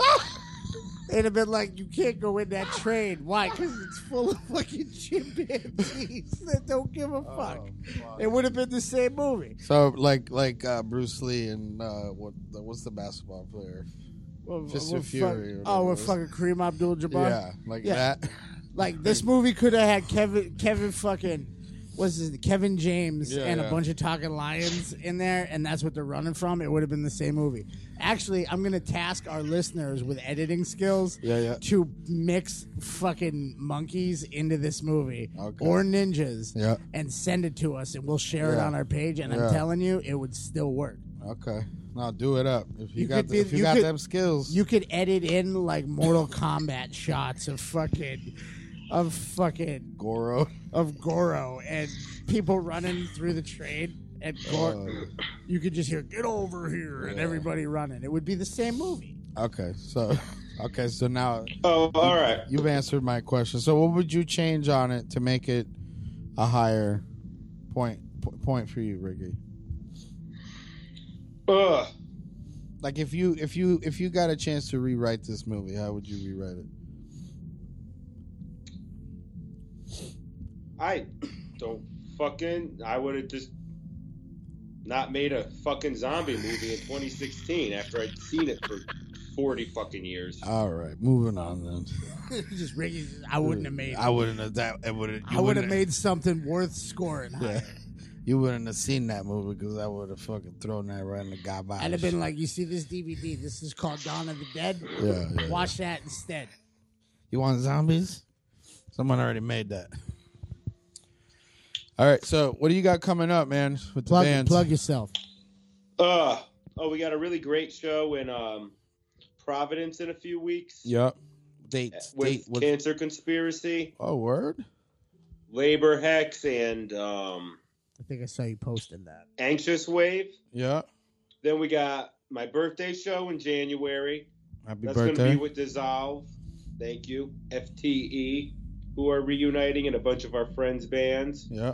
Speaker 7: it'd have been like you can't go in that train. Why? Because it's full of fucking chimpanzees that don't give a Oh, fuck.
Speaker 6: Oh.
Speaker 7: It would have been the same movie.
Speaker 6: so like like uh, Bruce Lee and uh, what the, what's the basketball player?
Speaker 7: Well,
Speaker 6: Fist
Speaker 7: we're
Speaker 6: of Fury
Speaker 7: fuck-
Speaker 6: or
Speaker 7: oh,
Speaker 6: whatever it
Speaker 7: we're
Speaker 6: was.
Speaker 7: fucking Kareem Abdul-Jabbar.
Speaker 6: Yeah, like
Speaker 7: Yeah.
Speaker 6: that.
Speaker 7: Like this movie could have had Kevin Kevin fucking what's his Kevin James
Speaker 6: Yeah,
Speaker 7: and
Speaker 6: yeah.
Speaker 7: a bunch of talking lions in there, and that's what they're running from. It would have been the same movie. Actually, I'm gonna task our listeners with editing skills
Speaker 6: Yeah, yeah.
Speaker 7: to mix fucking monkeys into this movie
Speaker 6: Okay.
Speaker 7: or ninjas
Speaker 6: Yeah.
Speaker 7: and send it to us, and we'll share it
Speaker 6: Yeah.
Speaker 7: on our page. And
Speaker 6: Yeah.
Speaker 7: I'm telling you, it would still work.
Speaker 6: Okay, now do it up. If you,
Speaker 7: You
Speaker 6: got
Speaker 7: could
Speaker 6: the,
Speaker 7: be-
Speaker 6: if you,
Speaker 7: you
Speaker 6: got
Speaker 7: could-
Speaker 6: them skills,
Speaker 7: You could edit in like Mortal Kombat shots of fucking of fucking
Speaker 6: Goro.
Speaker 7: of Goro and people running through the train and Goro,
Speaker 6: Uh,
Speaker 7: you could just hear "Get over here" and everybody running. It would be the same movie.
Speaker 6: Okay, so okay, so now
Speaker 8: Oh, all right.
Speaker 6: you've answered my question. So what would you change on it to make it a higher point po- point for you, Ricky?
Speaker 8: Ugh.
Speaker 6: Like if you if you if you got a chance to rewrite this movie, how would you rewrite it?
Speaker 8: I don't fucking. I would have just not made a fucking zombie movie in 2016 after I'd seen it for 40 fucking years.
Speaker 6: All right, moving on then.
Speaker 7: just Ricky, I wouldn't have made. it.
Speaker 6: I wouldn't have that. I would.
Speaker 7: I would have made something worth scoring. higher.
Speaker 6: You wouldn't have seen that movie because I would have fucking thrown that right in the garbage.
Speaker 7: I'd have been like, "You see this DVD? This is called Dawn of the Dead.
Speaker 6: Yeah, yeah,
Speaker 7: Watch that instead."
Speaker 6: You want zombies? Someone already made that. All right, so what do you got coming up, man? With the
Speaker 7: Plug,
Speaker 6: bands?
Speaker 7: plug yourself.
Speaker 8: Uh, oh, we got a really great show in um, Providence in a few weeks
Speaker 6: Yep. Date.
Speaker 8: with
Speaker 6: Date. With,
Speaker 8: Cancer Conspiracy,
Speaker 6: oh, word.
Speaker 8: Labor Hex, and um,
Speaker 7: I think I saw you posting that.
Speaker 8: Anxious Wave.
Speaker 6: Yeah.
Speaker 8: Then we got my birthday show in January.
Speaker 6: Happy
Speaker 8: That's going to
Speaker 6: birthday.
Speaker 8: be with Dissolve. Thank you. FTE, who are reuniting and a bunch of our friends' bands.
Speaker 6: yeah.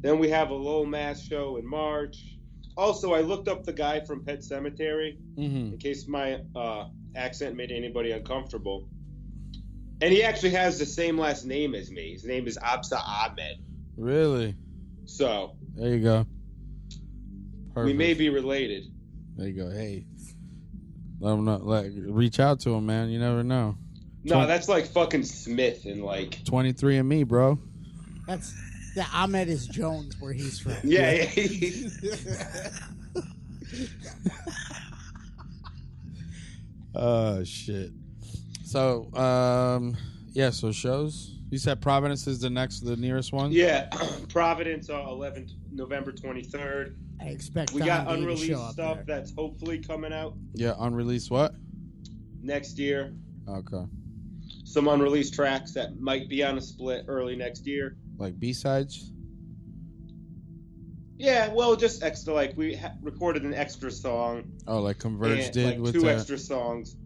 Speaker 8: Then we have a low mass show in March. Also, I looked up the guy from Pet Cemetery
Speaker 6: Mm-hmm.
Speaker 8: in case my uh, accent made anybody uncomfortable. And he actually has the same last name as me. His name is Absa Ahmed.
Speaker 6: Really?
Speaker 8: So
Speaker 6: There you go. Perfect.
Speaker 8: we may be related.
Speaker 6: There you go. Hey, let him know. Let, reach out to him, man. You never know.
Speaker 8: No,
Speaker 6: Twen-
Speaker 8: that's like fucking Smith and like.
Speaker 6: Twenty three and me, bro.
Speaker 7: That's the Ahmed is Jones where he's from.
Speaker 8: Yeah, yeah.
Speaker 6: Oh shit. So, um, yeah. So shows. You said Providence is the next, the nearest one.
Speaker 8: yeah. Providence, uh, 11, November 23rd.
Speaker 7: I expect
Speaker 8: We got
Speaker 7: Don D to show
Speaker 8: unreleased
Speaker 7: up
Speaker 8: stuff
Speaker 7: there.
Speaker 8: that's hopefully coming out
Speaker 6: Yeah. Unreleased what?
Speaker 8: next year.
Speaker 6: Okay.
Speaker 8: Some unreleased tracks that might be on a split early next year.
Speaker 6: Like B sides.
Speaker 8: Yeah, well, just extra. Like we ha- recorded an extra song,
Speaker 6: Oh, like Converge
Speaker 8: and,
Speaker 6: did
Speaker 8: like
Speaker 6: with
Speaker 8: two
Speaker 6: the.
Speaker 8: extra songs.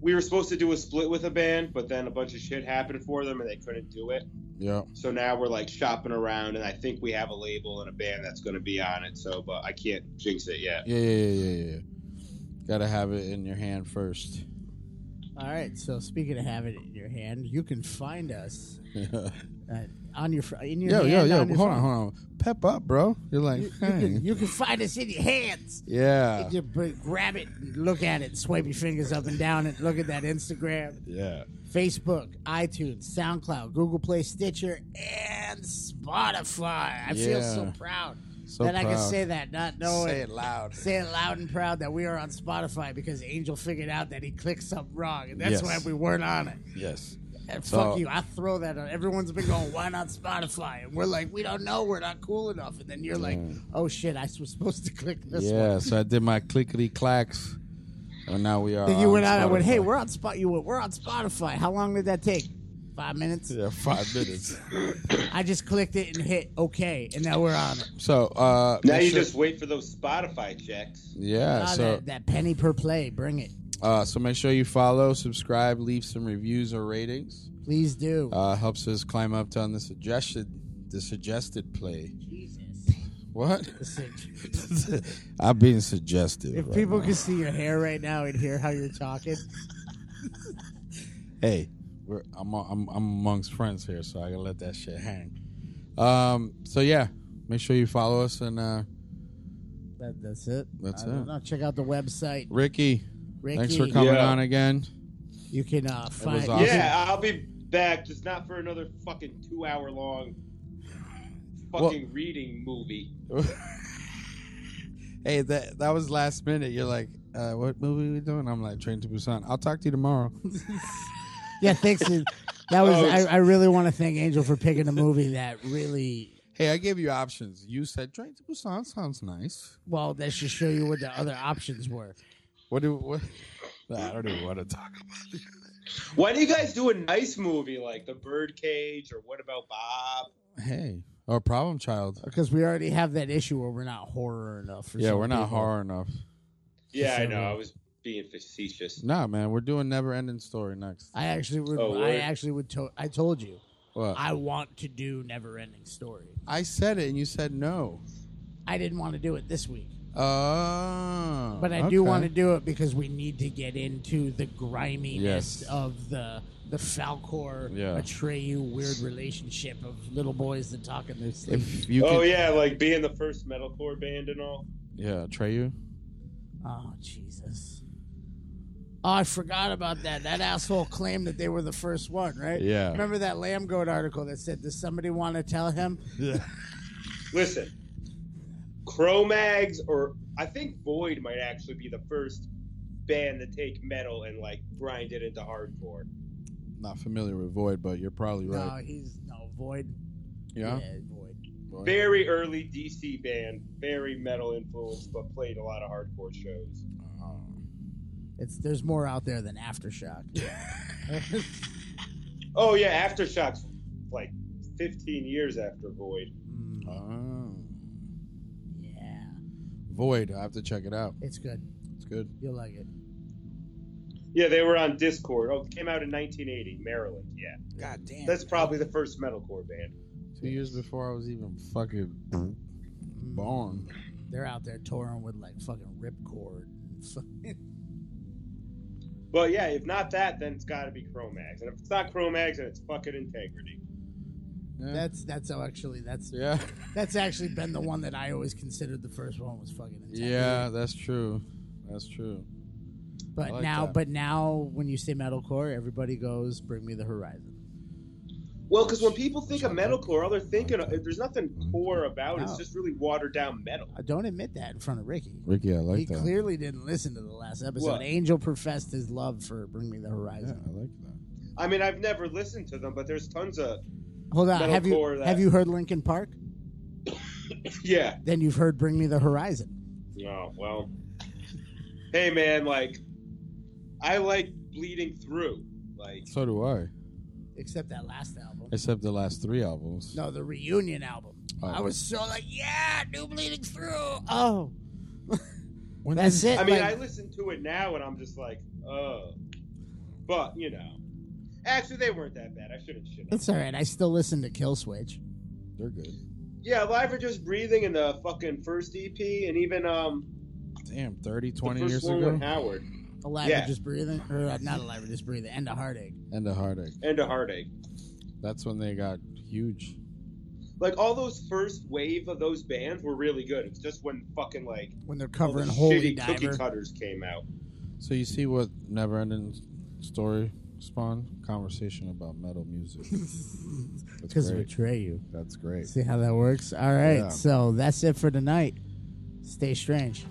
Speaker 8: We were supposed to do a split with a band, but then a bunch of shit happened for them, and they couldn't do it.
Speaker 6: Yeah.
Speaker 8: So now we're like shopping around, and I think we have a label and a band that's going to be on it. So, but I can't jinx it yet.
Speaker 6: Yeah, yeah, yeah, yeah, yeah. Gotta have it in your hand first.
Speaker 7: All right. So speaking of having it in your hand, you can find us uh, on your fr- in your
Speaker 6: yo,
Speaker 7: hand.
Speaker 6: yo, yo,
Speaker 7: on your
Speaker 6: hold on,
Speaker 7: phone.
Speaker 6: hold on. Pep up, bro. You're like,
Speaker 7: You, you
Speaker 6: hey.
Speaker 7: can, you can find us in your hands.
Speaker 6: yeah.
Speaker 7: You br- grab it, and look at it, swipe your fingers up and down, and look at that Instagram.
Speaker 6: Yeah.
Speaker 7: Facebook, iTunes, SoundCloud, Google Play, Stitcher, and Spotify. I feel so
Speaker 6: Yeah.
Speaker 7: proud
Speaker 6: So
Speaker 7: that I can
Speaker 6: proud.
Speaker 7: say that, not knowing. Say it.
Speaker 6: loud.
Speaker 7: loud and proud that we are on Spotify because Angel figured out that he clicked something wrong, and that's
Speaker 6: Yes.
Speaker 7: why we weren't on it.
Speaker 6: Yes.
Speaker 7: And
Speaker 6: So-
Speaker 7: fuck you, I throw that on. Everyone's been going, why not Spotify? And we're like, we don't know, we're not cool enough. And then you're like, oh shit, I was supposed to click this one.
Speaker 6: Mm. Yeah, so I did my clickety clacks. And now we are.
Speaker 7: Then you
Speaker 6: on
Speaker 7: went out. I went,
Speaker 6: Spotify.
Speaker 7: "Hey, we're on spot. You went, we're on Spotify. How long did that take? Five minutes.
Speaker 6: Yeah, five minutes.
Speaker 7: I just clicked it and hit OK, and now we're on it.
Speaker 6: So, uh.
Speaker 8: Now
Speaker 6: make
Speaker 8: you
Speaker 6: sure-
Speaker 8: just wait for those Spotify checks.
Speaker 6: Yeah,
Speaker 7: Ah,
Speaker 6: so.
Speaker 7: that, that penny per play, bring it,
Speaker 6: Uh, so make sure you follow, subscribe, leave some reviews or ratings.
Speaker 7: please do.
Speaker 6: Uh, helps us climb up to on the suggested, the suggested play.
Speaker 7: Jesus.
Speaker 6: What?
Speaker 7: Listen,
Speaker 6: I'm being suggestive.
Speaker 7: if
Speaker 6: right
Speaker 7: people
Speaker 6: now.
Speaker 7: could see your hair right now and hear how you're talking,
Speaker 6: hey, we're, I'm, I'm I'm amongst friends here, so I gotta let that shit hang. Um, so yeah, make sure you follow us and uh,
Speaker 7: that, that's it.
Speaker 6: That's
Speaker 7: I don't
Speaker 6: it.
Speaker 7: know. Check out the website,
Speaker 6: Ricky,
Speaker 7: Ricky.
Speaker 6: thanks for coming
Speaker 8: Yeah.
Speaker 6: on again.
Speaker 7: You can uh, find.
Speaker 6: was awesome.
Speaker 8: Yeah, I'll be back, just not for another fucking two hour long fucking reading movie.
Speaker 6: hey, that that was last minute. You're like, uh, what movie we doing? I'm like, Train to Busan. I'll talk to you tomorrow.
Speaker 7: Yeah, thanks. That was.
Speaker 6: Oh,
Speaker 7: I, I really want to thank Angel for picking a movie that really
Speaker 6: hey, I gave you options. You said Train to Busan sounds nice.
Speaker 7: Well, that should show you what the other options were.
Speaker 6: What do what? I don't even want to talk about it.
Speaker 8: Why do you guys do a nice movie like The Birdcage or What About Bob?
Speaker 6: Hey, or Problem Child.
Speaker 7: Because we already have that issue where we're not horror enough. For
Speaker 6: Yeah,
Speaker 7: some
Speaker 6: we're not
Speaker 7: people.
Speaker 6: hard enough.
Speaker 8: Yeah, I
Speaker 7: December.
Speaker 8: know. I was being facetious.
Speaker 6: Nah, man, we're doing Never Ending Story next.
Speaker 7: I actually would.
Speaker 8: Oh,
Speaker 7: I
Speaker 8: word.
Speaker 7: actually would. To- I told you.
Speaker 6: What?
Speaker 7: I want to do Never Ending Story.
Speaker 6: I said it and you said no.
Speaker 7: I didn't want to do it this week,
Speaker 6: Oh.
Speaker 7: but I do want to do it because we need to get into the griminess
Speaker 6: Yes.
Speaker 7: of the the Falcor
Speaker 6: Yeah.
Speaker 7: Atreyu weird relationship of little boys that talk in their sleep.
Speaker 6: If you
Speaker 8: oh,
Speaker 6: could,
Speaker 8: yeah, like being the first metalcore band and all.
Speaker 6: yeah, Treyu.
Speaker 7: Oh Jesus! Oh, I forgot about that. That asshole claimed that they were the first one, right?
Speaker 6: Yeah.
Speaker 7: Remember that Lamb Goat article that said, "Does somebody want to tell him?"
Speaker 8: Listen, Cro-Mags or I think Void might actually be the first band to take metal and like grind it into hardcore.
Speaker 6: Not familiar with Void, but you're probably
Speaker 7: No,
Speaker 6: right.
Speaker 7: he's no void.
Speaker 6: yeah.
Speaker 7: void.
Speaker 6: Void.
Speaker 8: Very early DC band, very metal influenced, but played a lot of hardcore shows.
Speaker 7: It's there's more out there than aftershock.
Speaker 8: Oh yeah, Aftershocks like 15 years after Void.
Speaker 7: Mm,
Speaker 6: Oh.
Speaker 7: yeah,
Speaker 6: Void. I have to check it out.
Speaker 7: it's good.
Speaker 6: It's good.
Speaker 7: You'll like it.
Speaker 8: Yeah, they were on Discord. Oh, it came out in 1980, Maryland. Yeah,
Speaker 6: God damn.
Speaker 8: that's probably the first metalcore band.
Speaker 6: Two years before I was even fucking born.
Speaker 7: They're out there touring with like fucking ripcord.
Speaker 8: Well, yeah, if not that, then it's got to be Chromags. And if it's not Chromags, then it's fucking Integrity.
Speaker 6: Yeah.
Speaker 7: Mm. That's that's how actually that's
Speaker 6: Yeah.
Speaker 7: that's actually been the one that I always considered the first one was fucking. Integrity.
Speaker 6: Yeah, that's true. That's true.
Speaker 7: But
Speaker 6: I like
Speaker 7: now,
Speaker 6: that.
Speaker 7: but now, when you say metalcore, everybody goes, "Bring me the horizon."
Speaker 8: Well, because when people think of metalcore, all they're thinking of, there's nothing core about it. It's
Speaker 7: Mm-hmm. No.
Speaker 8: just really watered down metal.
Speaker 7: I don't admit that in front of Ricky.
Speaker 6: Ricky, I like
Speaker 7: he
Speaker 6: that.
Speaker 7: clearly didn't listen to the last episode.
Speaker 8: What?
Speaker 7: Angel professed his love for "Bring Me the
Speaker 6: yeah,
Speaker 7: Horizon."
Speaker 6: I like that.
Speaker 8: I mean, I've never listened to them, but there's tons of
Speaker 7: Hold on, have you
Speaker 8: Metalcore that-
Speaker 7: have you heard Linkin Park?
Speaker 8: yeah.
Speaker 7: Then you've heard "Bring Me the Horizon."
Speaker 8: Oh well. Hey man, like I like bleeding through. Like
Speaker 6: So do I.
Speaker 7: Except that last album.
Speaker 6: Except the last three albums.
Speaker 7: No, the reunion album.
Speaker 6: Oh.
Speaker 7: I was so like, yeah, new bleeding through. Oh,
Speaker 6: When
Speaker 7: that's
Speaker 6: did-
Speaker 7: it.
Speaker 8: I mean, I
Speaker 7: like-
Speaker 8: listen to it now and I'm just like, oh. But you know, actually they weren't that bad. I shouldn't shit. on
Speaker 7: it's all right. I still listen to Kill Switch.
Speaker 6: They're good.
Speaker 8: them. Yeah, Live or Just Breathing in the fucking first EP, and even um
Speaker 6: Damn, 30,
Speaker 8: the
Speaker 6: 20
Speaker 8: first
Speaker 6: years
Speaker 8: one
Speaker 6: ago.
Speaker 8: with Howard
Speaker 7: Alive
Speaker 8: Yeah.
Speaker 7: or just breathing, or uh, not alive or just breathing, and a heartache.
Speaker 6: And the heartache.
Speaker 8: and a Heartache.
Speaker 6: That's when they got huge.
Speaker 8: Like all those first wave of those bands were really good. It's just when fucking like
Speaker 7: When they're
Speaker 8: all the
Speaker 7: covering Holy
Speaker 8: shitty
Speaker 7: Diver.
Speaker 8: cookie cutters came out.
Speaker 6: So you see what never ending story spawned? Conversation about metal music. That's
Speaker 7: Because
Speaker 6: great.
Speaker 7: betray you.
Speaker 6: That's great.
Speaker 7: See how that works? All right.
Speaker 6: Yeah.
Speaker 7: So that's it for tonight. Stay strange.